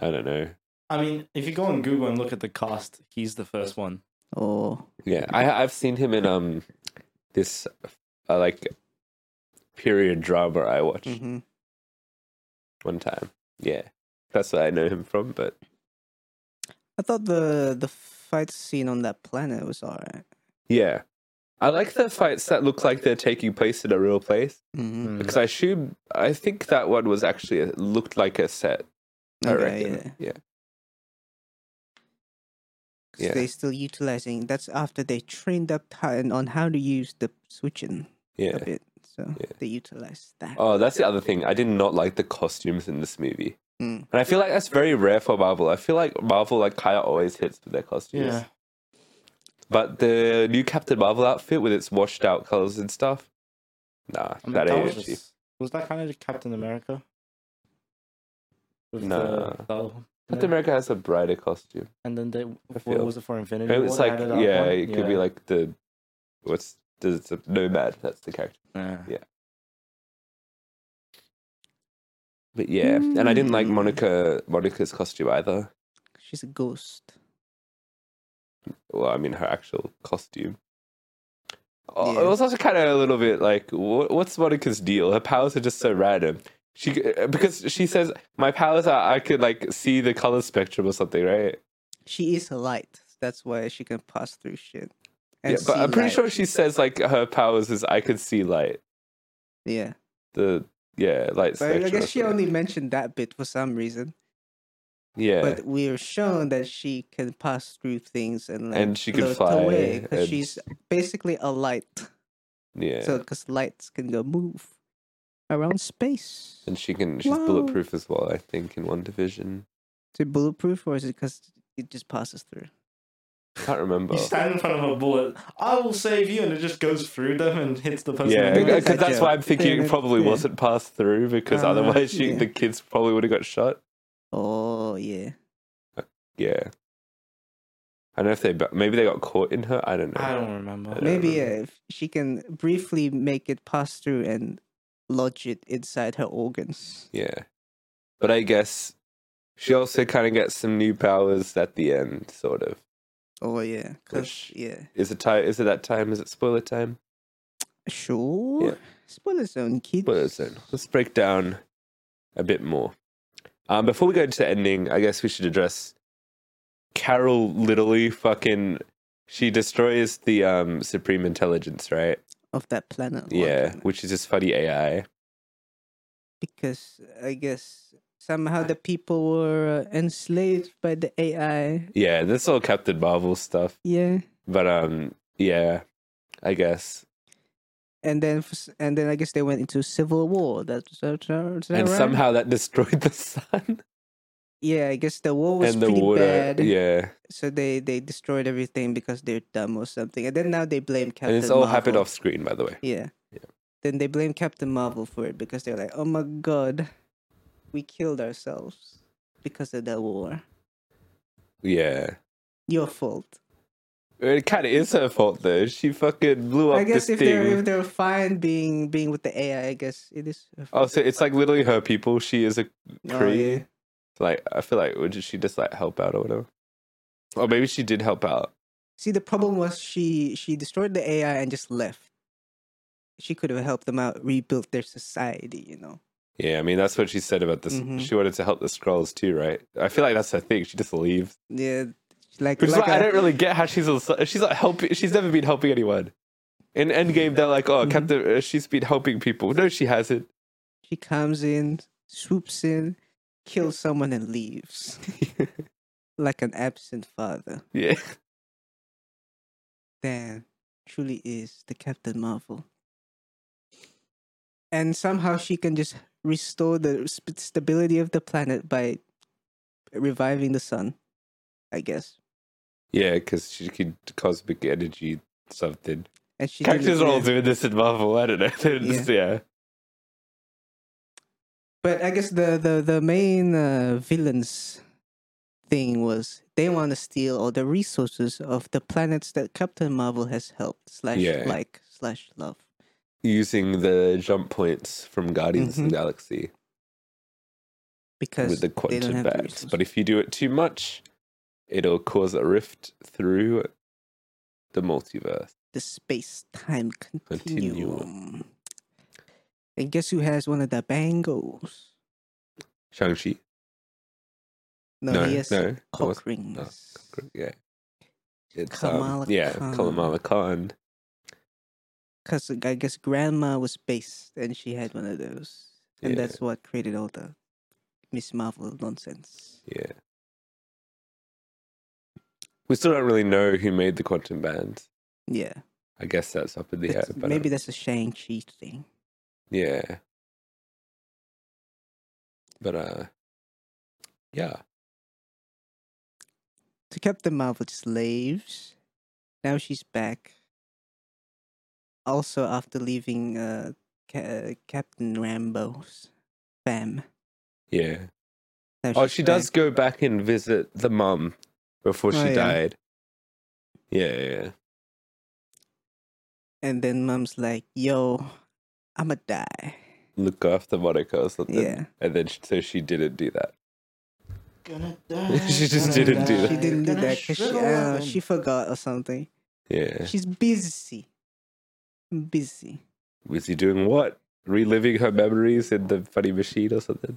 C: I don't know.
B: I mean, if you go on Google and look at the cast, he's the first one.
A: Oh,
C: Yeah, I, I've seen him in um this uh, like period drama I watched
A: hmm
C: one time. Yeah, that's what I know him from. But
A: I thought the the fight scene on that planet was alright.
C: yeah, I like the fights that look like they're taking place in a real place.
A: Mm-hmm.
B: Hmm.
C: Because I assume I think that one was actually a, looked like a set. I
A: Okay, yeah.
C: reckon. Yeah.
A: 'Cause
C: Yeah.
A: They're still utilizing. That's after they trained up Titan on how to use the switching
C: yeah,
A: a bit, so
C: Yeah.
A: they utilize that.
C: Oh, that's the other thing. I did not like the costumes in this movie,
A: Mm.
C: and I feel like that's very rare for Marvel. I feel like Marvel like kind of always hits with their costumes.
B: Yeah.
C: But the new Captain Marvel outfit with its washed out colors and stuff, nah,
B: I mean,
C: that
B: that
C: ain't
B: was
C: it.
B: just Was that kind of Captain America? With
C: Nah.
B: The, the-
C: Captain America has a brighter costume.
B: and then they, what
C: feel-
B: was it for Infinity?
C: It's
B: War they
C: like,
B: added that
C: yeah,
B: one?
C: it could be
B: Yeah.
C: like the what's the, the nomad. That's the character.
B: Yeah.
C: yeah. But yeah, and
B: Hmm.
C: I didn't like
A: Mm.
C: Monica Monica's costume either.
A: She's a ghost.
C: Well, I mean her actual costume. Oh, It
A: Yeah.
C: was also kind of a little bit like, wha- what's Monica's deal? Her powers are just so random. She c- because she says my powers are I could like see the color spectrum or something, right?
A: She is a light. That's why she can pass through shit.
C: Yeah, but
A: see
C: I'm pretty
A: light.
C: sure she says like her powers is I could see light.
A: Yeah,
C: The yeah, light
A: but
C: spectrum.
A: I
C: or
A: guess she
C: something.
A: only mentioned that bit for some reason.
C: yeah.
A: But we are shown that she can pass through things and like
C: And she can
A: float
C: fly,
A: away because
C: and-
A: she's basically a light.
C: yeah.
A: So because lights can go move around space.
C: and she can she's
A: Wow.
C: bulletproof as well, I think, in one division.
A: Is it bulletproof or is it because it just passes through?
C: Can't remember.
B: You stand in front of a bullet. I will save you, and it just goes through them and hits the person.
C: Yeah,
B: in the
A: Yeah,
C: because
B: head.
A: that
C: that's why
A: joke.
C: I'm thinking it
A: Yeah,
C: probably
A: yeah.
C: wasn't passed through because
B: Uh,
C: otherwise she,
A: yeah.
C: the kids probably would have got shot.
A: Oh yeah,
C: Yeah. I don't know if they, but maybe they got caught in her. I don't know.
B: I don't remember.
C: don't
A: maybe
C: remember.
A: yeah, if she can briefly make it pass through and lodge it inside her organs.
C: Yeah. But I guess she also kind of gets some new powers at the end, sort of.
A: Oh yeah, 'cause-
C: Which-
A: yeah,
C: Is it time? Is it that time? Is it spoiler time?
A: sure. Spoiler zone, kids.
C: Spoiler zone. Let's break down a bit more. Um, before we go into the ending, I guess we should address Carol. Literally, fucking, she destroys the um, supreme intelligence, right?
A: of that planet. one
C: Yeah,
A: planet.
C: which is this funny AI.
A: because I guess
C: Uh
A: somehow the people were uh, enslaved by the AI.
C: Yeah, this all Captain Marvel stuff.
A: Yeah,
C: But um, yeah, I guess.
A: and then f- and then I guess they went into civil war. That's that, that
C: and
A: right?
C: somehow that destroyed the sun
A: yeah, I guess the war was
C: and the
A: pretty
C: water.
A: bad.
C: Yeah,
A: so they they destroyed everything because they're dumb or something. And then now they blame Captain.
C: and it's all
A: Marvel.
C: happened off screen, by the way.
A: Yeah. Then they blame Captain Marvel for it because they're like, oh my god, we killed ourselves because of the war.
C: Yeah.
A: Your fault.
C: It kind of is her fault though. She fucking blew up
A: I guess
C: this
A: if
C: thing.
A: they're if they're fine being being with the AI, I guess it is. her
C: Oh,
A: fault.
C: so it's like literally her people. She is a
A: Oh,
C: Cree.
A: yeah.
C: like. I feel like would she just like help out or whatever? Or maybe she did help out.
A: See, the problem was she she destroyed the AI and just left. She could have helped them out, rebuilt their society. You know.
C: Yeah, I mean that's what she said about this.
A: Mhm.
C: She wanted to help the scrolls too, right? I feel like that's her thing. She just leaves,
A: Yeah. Like,
C: which is
A: like
C: why I I
A: a-
C: don't really get how she's also, she's not helping. She's never been helping anyone. In Endgame, they're like, "Oh,
A: Mhm.
C: Captain, uh, she's been helping people." No, she hasn't.
A: she comes in, swoops in, kills someone and leaves. like an absent father.
C: yeah,
A: Damn, truly is the Captain Marvel. And somehow she can just restore the sp- stability of the planet by reviving the sun, I guess.
C: yeah, because she could cosmic energy something.
A: And she did it
C: Characters are all
A: with-
C: doing this in Marvel. I don't know. They're just- yeah.
A: But I guess the the the main uh, villains thing was they want to steal all the resources of the planets that Captain Marvel has helped slash
C: Yeah.
A: like slash love.
C: using the jump points from Guardians of the Galaxy
A: Because
C: with the
A: Mm-hmm. they don't
C: quantum
A: have the
C: bats.
A: resources.
C: But if you do it too much, it'll cause a rift through the multiverse.
A: the space time
C: Continuum.
A: continuum. And guess who has one of the bangles?
C: Shang-Chi?
A: No, he has
C: no. that
A: cock
C: was-
A: rings.
C: yeah. It's,
A: Kamala
C: um, yeah,
A: Khan.
C: Kamala Khan.
A: Because I guess grandma was based and she had one of those. And
C: Yeah.
A: that's what created all the Miss Marvel nonsense.
C: Yeah. We still don't really know who made the quantum band.
A: Yeah.
C: I guess that's up in the air.
A: That's-
C: But
A: maybe
C: um,
A: that's a Shang-Chi thing.
C: yeah. But uh, yeah.
A: So Captain Marvel just leaves. Now she's back. Also, after leaving uh, Ca- Captain Rambo's fam.
C: Yeah.
A: Now
C: Oh,
A: she's
C: she does
A: back.
C: go back and visit the mum before she
A: Oh, yeah.
C: died. Yeah, yeah.
A: And then mom's like, yo, I'ma die.
C: Look after Monica or something.
A: Yeah.
C: And then, she, so she didn't do that.
B: Gonna die.
C: She just
B: gonna
C: didn't do
B: die,
C: that.
A: She didn't do
B: gonna
A: that because she,
B: shrivel
A: uh,
B: up
A: she
B: and-
A: forgot or something.
C: Yeah.
A: She's busy. Busy.
C: Was he doing what? Reliving her memories in the funny machine or something?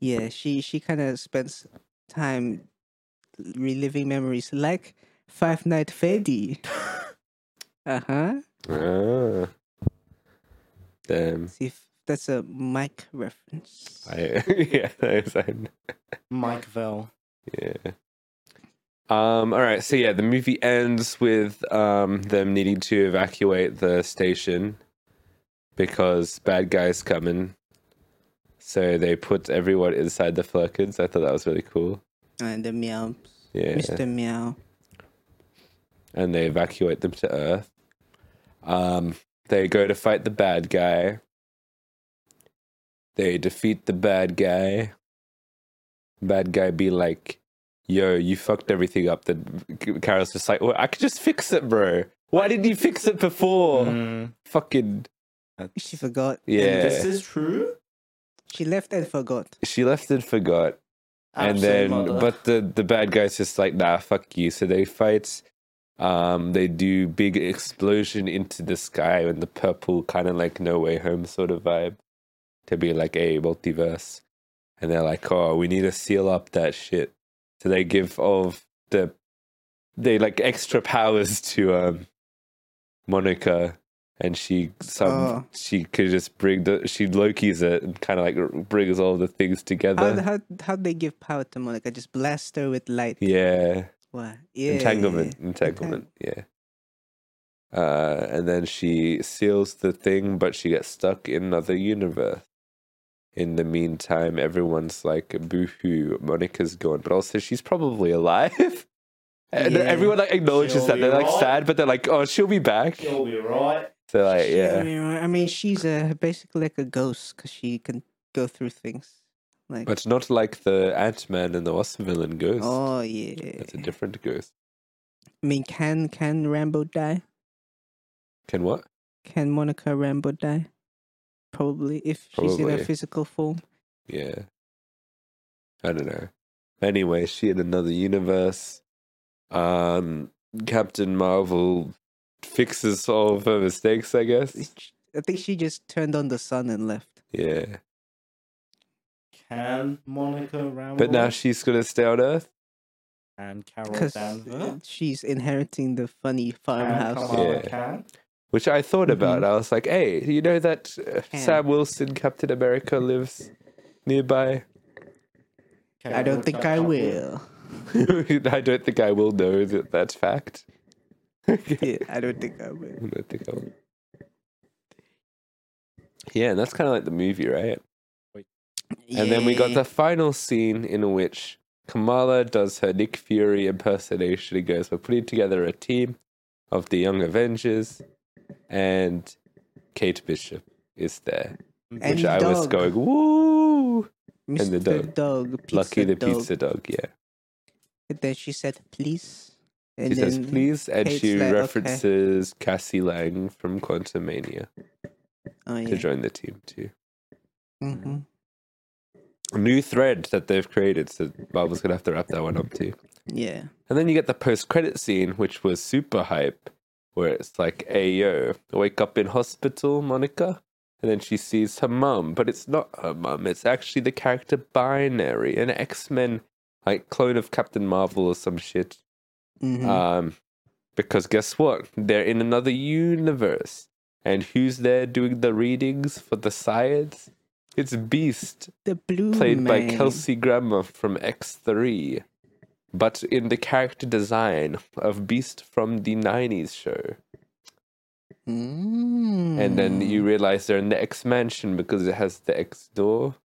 A: Yeah, she she kind of spends time reliving memories like Five Night Freddy. uh huh.
C: Ah. Damn.
A: See if that's a mic reference.
C: I, yeah, that is, I,
B: Mike Vell.
C: yeah. Um, all right, so yeah, the movie ends with um, them needing to evacuate the station because bad guys coming. So they put everyone inside the flurkins. I thought that was really cool.
A: and Uh, the meow,
C: Yeah.
A: Mr. Meow.
C: and they evacuate them to Earth. Um, they go to fight the bad guy. They defeat the bad guy. Bad guy be like, "Yo, you fucked everything up." Then Carol's just like, well, "I could just fix it, bro. Why didn't you fix it before?"
B: Mm.
C: Fucking
A: She forgot. and
C: Yeah.
B: This is true?
A: She left and forgot.
C: she left and forgot. and
B: Absolute
C: then
B: mother.
C: but the the bad guy's just like nah fuck you so they fight um they do big explosion into the sky and the purple kind of like no way home sort of vibe to be like a multiverse and they're like oh we need to seal up that shit so they give of the they like extra powers to um monica and she some
A: Oh.
C: she could just bring the she loki's it and kind of like brings all the things together
A: How how how they give power to Monica? Just blast her with light.
C: yeah
A: Wow. Yeah.
C: entanglement entanglement yeah uh and then she seals the thing but she gets stuck in another universe in the meantime everyone's like boo-hoo monica's gone but also she's probably alive and then
A: Yeah.
C: everyone like acknowledges
B: She'll
C: that they're
B: be
C: like
B: right.
C: sad but they're like oh she'll be back
B: You'll be right.
C: so like
A: I
C: yeah
A: mean, I mean, she's uh, basically like a ghost because she can go through things. Like,
C: but not like the ant-man and the wasp villain ghost
A: oh yeah.
C: that's a different ghost
A: I mean, can can Rambo die?
C: can what
A: Can Monica Rambo die? Probably if she's in
C: Probably.
A: her physical form.
C: Yeah. I don't know. Anyway, she in another universe. Um, Captain Marvel fixes all of her mistakes, I guess.
A: I think she just turned on the sun and left.
C: Yeah.
B: Can Monica Rambo
C: But now she's going to stay on Earth.
B: and Carol
A: Because
B: Danvers?
A: she's inheriting the funny farmhouse.
C: on.
B: Kamala
C: Yeah.
B: Khan?
C: Which I thought about. I was like, hey, you know that uh,
A: Can.
C: Sam Wilson, Captain America, lives nearby?
A: I don't
B: Carol
A: think I
B: Danvers.
A: will.
C: I don't think I will know that that's fact. I
A: Yeah, I don't think I will.
C: don't think I will. Yeah, and that's kind of like the movie, right? And then we got
A: Yeah.
C: the final scene in which Kamala does her Nick Fury impersonation and goes, We're putting together a team of the Young Avengers, and Kate Bishop is there.
A: And
C: which I was
A: dog.
C: going, Woo!
A: Mr.
C: and the dog.
A: pizza
C: Lucky the
A: dog.
C: pizza dog, yeah.
A: And then she said, please. And
C: She
A: then,
C: says, Please, and
A: Kate's
C: she
A: like, "Okay."
C: references Cassie Lang from Quantum Mania
A: Oh,
C: to
A: yeah.
C: join the team too.
A: hmm
C: Mm-hmm. New thread that they've created, so Marvel's gonna have to wrap that one up too.
A: Yeah.
C: And then you get the post credit scene, which was super hype, where it's like, hey, yo, wake up in hospital, Monica. And then she sees her mum, but it's not her mum. It's actually the character Binary, an X Men, like clone of Captain Marvel or some shit.
A: hmm
C: Um, because guess what? They're in another universe. And who's there doing the readings for the science? It's Beast
A: the blue
C: played
A: man.
C: by Kelsey Grammer from X3, but in the character design of Beast from the 90s show.
A: Mm.
C: And then you realize they're in the X Mansion because it has the X door,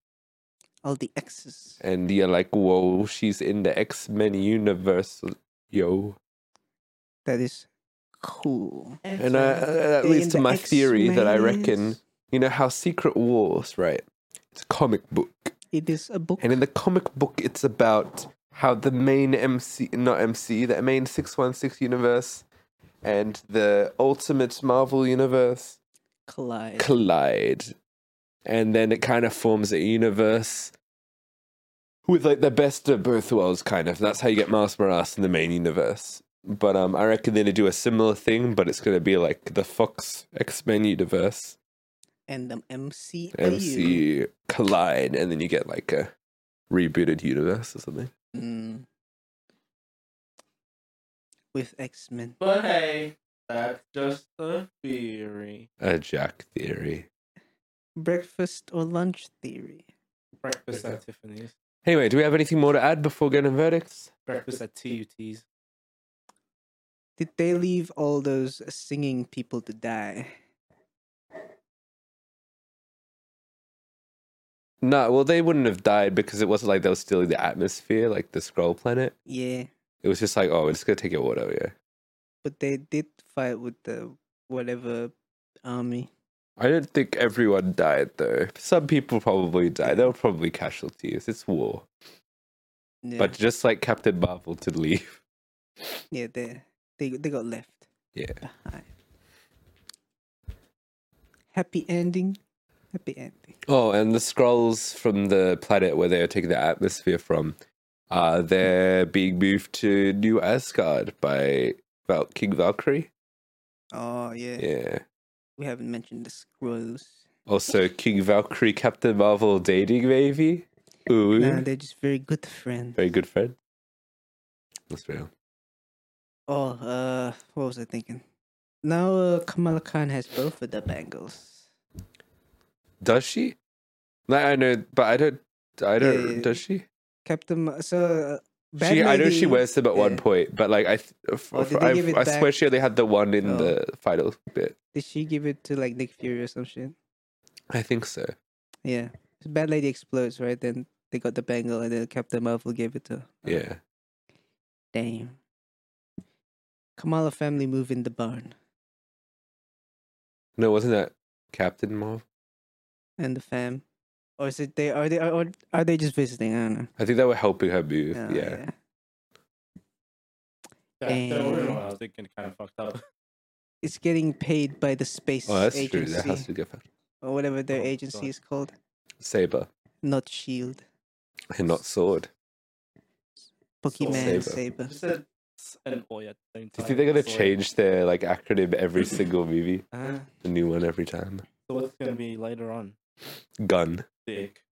A: All the X's.
C: and you're like, whoa, she's in the X Men universe, yo.
A: That is cool.
C: And I, uh, that leads
A: In
C: to
A: the
C: my theory that I
A: X-Men's-
C: reckon you know how Secret Wars, right? It's a comic book.
A: It is a book.
C: And in the comic book, it's about how the main MC, not MC, the main 616 universe and the ultimate Marvel universe
A: Collide.
C: collide. And then it kind of forms a universe with like the best of both worlds, kind of. That's how you get Mars Morales in the main universe. But um, I reckon they're going to do a similar thing, but it's going to be like the Fox X Men universe.
A: and the MCU.
C: MCU collide, and then you get like a rebooted universe or something.
A: Mm. With X Men.
B: But hey, that's just a theory.
C: A Jack theory.
A: Breakfast or lunch theory.
B: Breakfast at Tiffany's.
C: Anyway, do we have anything more to add before getting verdicts?
B: Breakfast at TUT's.
A: Did they leave all those uh, singing people to die?
C: No, well, they wouldn't have died because it wasn't like they were stealing the atmosphere, like the scroll planet.
A: Yeah,
C: It was just like, oh, we're just gonna take your water, yeah.
A: but they did fight with the whatever army.
C: I don't think everyone died though. Some people probably died. There were probably casualties. It's war,
A: Yeah,
C: but just like Captain Marvel to leave.
A: yeah, they they they got left
C: Yeah.
A: behind. Happy ending. Happy ending.
C: Oh, and the scrolls from the planet where they are taking the atmosphere from, uh, they're being moved to New Asgard by Val- King Valkyrie.
A: Oh yeah.
C: Yeah.
A: we haven't mentioned the scrolls.
C: Also, King Valkyrie, Captain Marvel dating maybe. Ooh,
A: Nah, they're just very good friends.
C: very good friend. That's real.
A: Oh, uh, what was I thinking? Now uh, Kamala Khan has both of the bangles.
C: Does she? No, I know, but I don't. I don't.
A: Yeah.
C: Does she?
A: Captain, Ma- so uh, Bad
C: She, I know she
A: Lady-
C: wears them at one
A: yeah.
C: point, but like I, th- f-
A: Oh, did
C: f-
A: they
C: I,
A: give it
C: I swear
A: back?
C: she only had the one in
A: Oh.
C: the final bit.
A: Did she give it to like Nick Fury or some shit?
C: I think so.
A: Oh. Yeah, so Bad Lady explodes right. Then they got the bangle, and then Captain Marvel gave it to. her.
C: Yeah.
A: Damn. Kamala family move in the barn,
C: No, wasn't that Captain Marvel?
A: and the fam, or is it they? Are they? Are, or are they just visiting? I don't know.
C: I think they were helping her move.
A: Oh,
C: yeah.
B: That, that
A: Dang.
B: original I was thinking kind of fucked up.
A: It's getting paid by the space
C: Oh, that's true.
A: agency
C: That has to get
A: or whatever their
B: Oh,
A: agency
B: sorry.
A: is called.
C: saber
A: Not Shield.
C: and not sword.
A: Pokemon
C: Saber.
A: Saber.
B: Just said s- and oh yeah. Do
C: Do you think they're gonna change their like acronym every single movie?
B: Uh,
C: A new one every time.
B: so what's gonna be later on?
C: Gun.
B: Dick.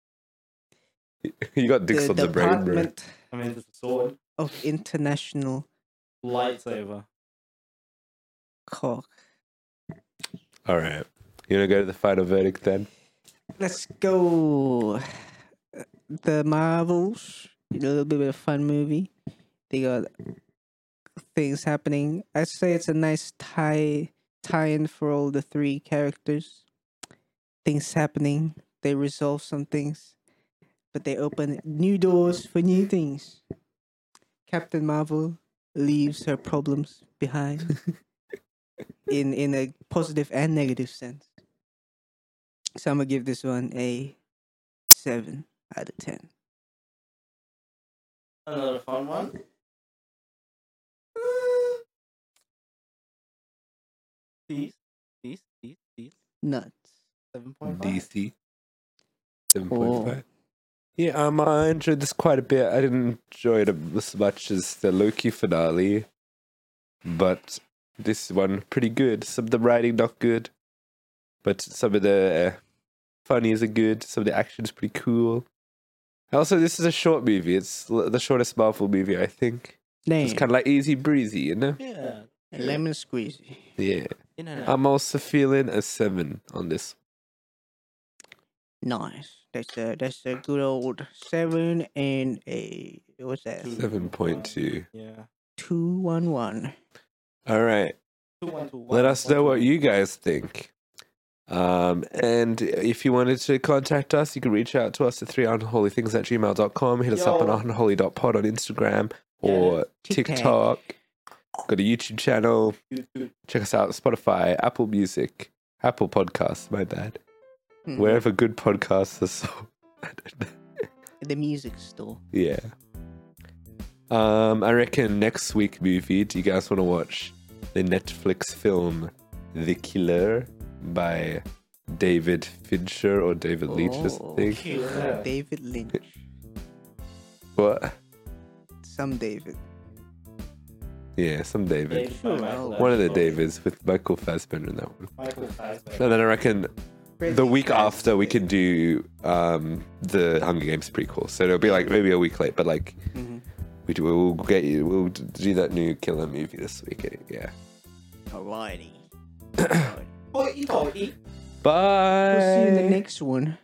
C: You got dicks
A: The
C: on the brain, bro.
A: Department
B: I mean, it's a sword,
A: of International
B: lightsaber.
A: Cock.
C: All right. You wanna go to the final verdict then?
A: Let's go. Uh, The Marvels. A little bit of a fun movie. They got things happening. I'd say it's a nice tie tie in for all the three characters. Things happening. They resolve some things. But they open new doors for new things. Captain Marvel leaves her problems behind. in in a positive and negative sense. So I'm gonna give this one a seven out of ten.
B: Another fun one. These, these, these, these.
A: Nuts.
B: Seven point five.
C: DC. Seven point five. Yeah, um, I enjoyed this quite a bit. I didn't enjoy it as much as the Loki finale, but this one pretty good. Some of the writing not good, but some of the uh, funnies are good. Some of the action is pretty cool. Also, this is a short movie. It's l- the shortest Marvel movie, I think.
A: Damn.
C: It's kind of like easy breezy, you know?
B: Yeah.
A: Lemon squeezy.
C: Yeah.
B: In and out.
C: I'm also feeling a seven on this.
A: Nice. That's a that's a good old seven and a what's that?
B: Two.
C: Seven point two.
B: Yeah.
A: Two one one.
C: All right.
B: Two, one, two, one,
C: let us
B: one,
C: know
B: two,
C: what
B: one.
C: you guys think. Um, and if you wanted to contact us, you can reach out to us at 3 unholythings at gmail.com. Hit us up on
B: Yo.
C: unholy.pod on Instagram or
A: Yeah.
C: TikTok. Got a YouTube channel.
B: You too.
C: Check us out on Spotify, Apple Music, Apple Podcasts, my bad.
A: Mm.
C: wherever good podcasts are sold. I don't know.
A: The music store.
C: Yeah. Um, I reckon next week movie. Do you guys want to watch the Netflix film The Killer by David Fincher or David Leitch or
A: Oh.
C: something?
A: David Lynch.
C: What?
A: Some David.
C: Yeah, some David.
A: David.
C: One of the Davids with Michael Fassbender in that one.
B: Michael Fassbender.
C: And then I reckon the week
A: Freddy
C: after we can do um, the Hunger Games prequel. So it'll be like maybe a week late, but like
A: Mhm.
C: we do, we'll get you. We'll do that new killer movie this week. eh? Yeah.
A: Alrighty.
B: Oh, you know, he-
C: Bye.
A: We'll see you in the next one.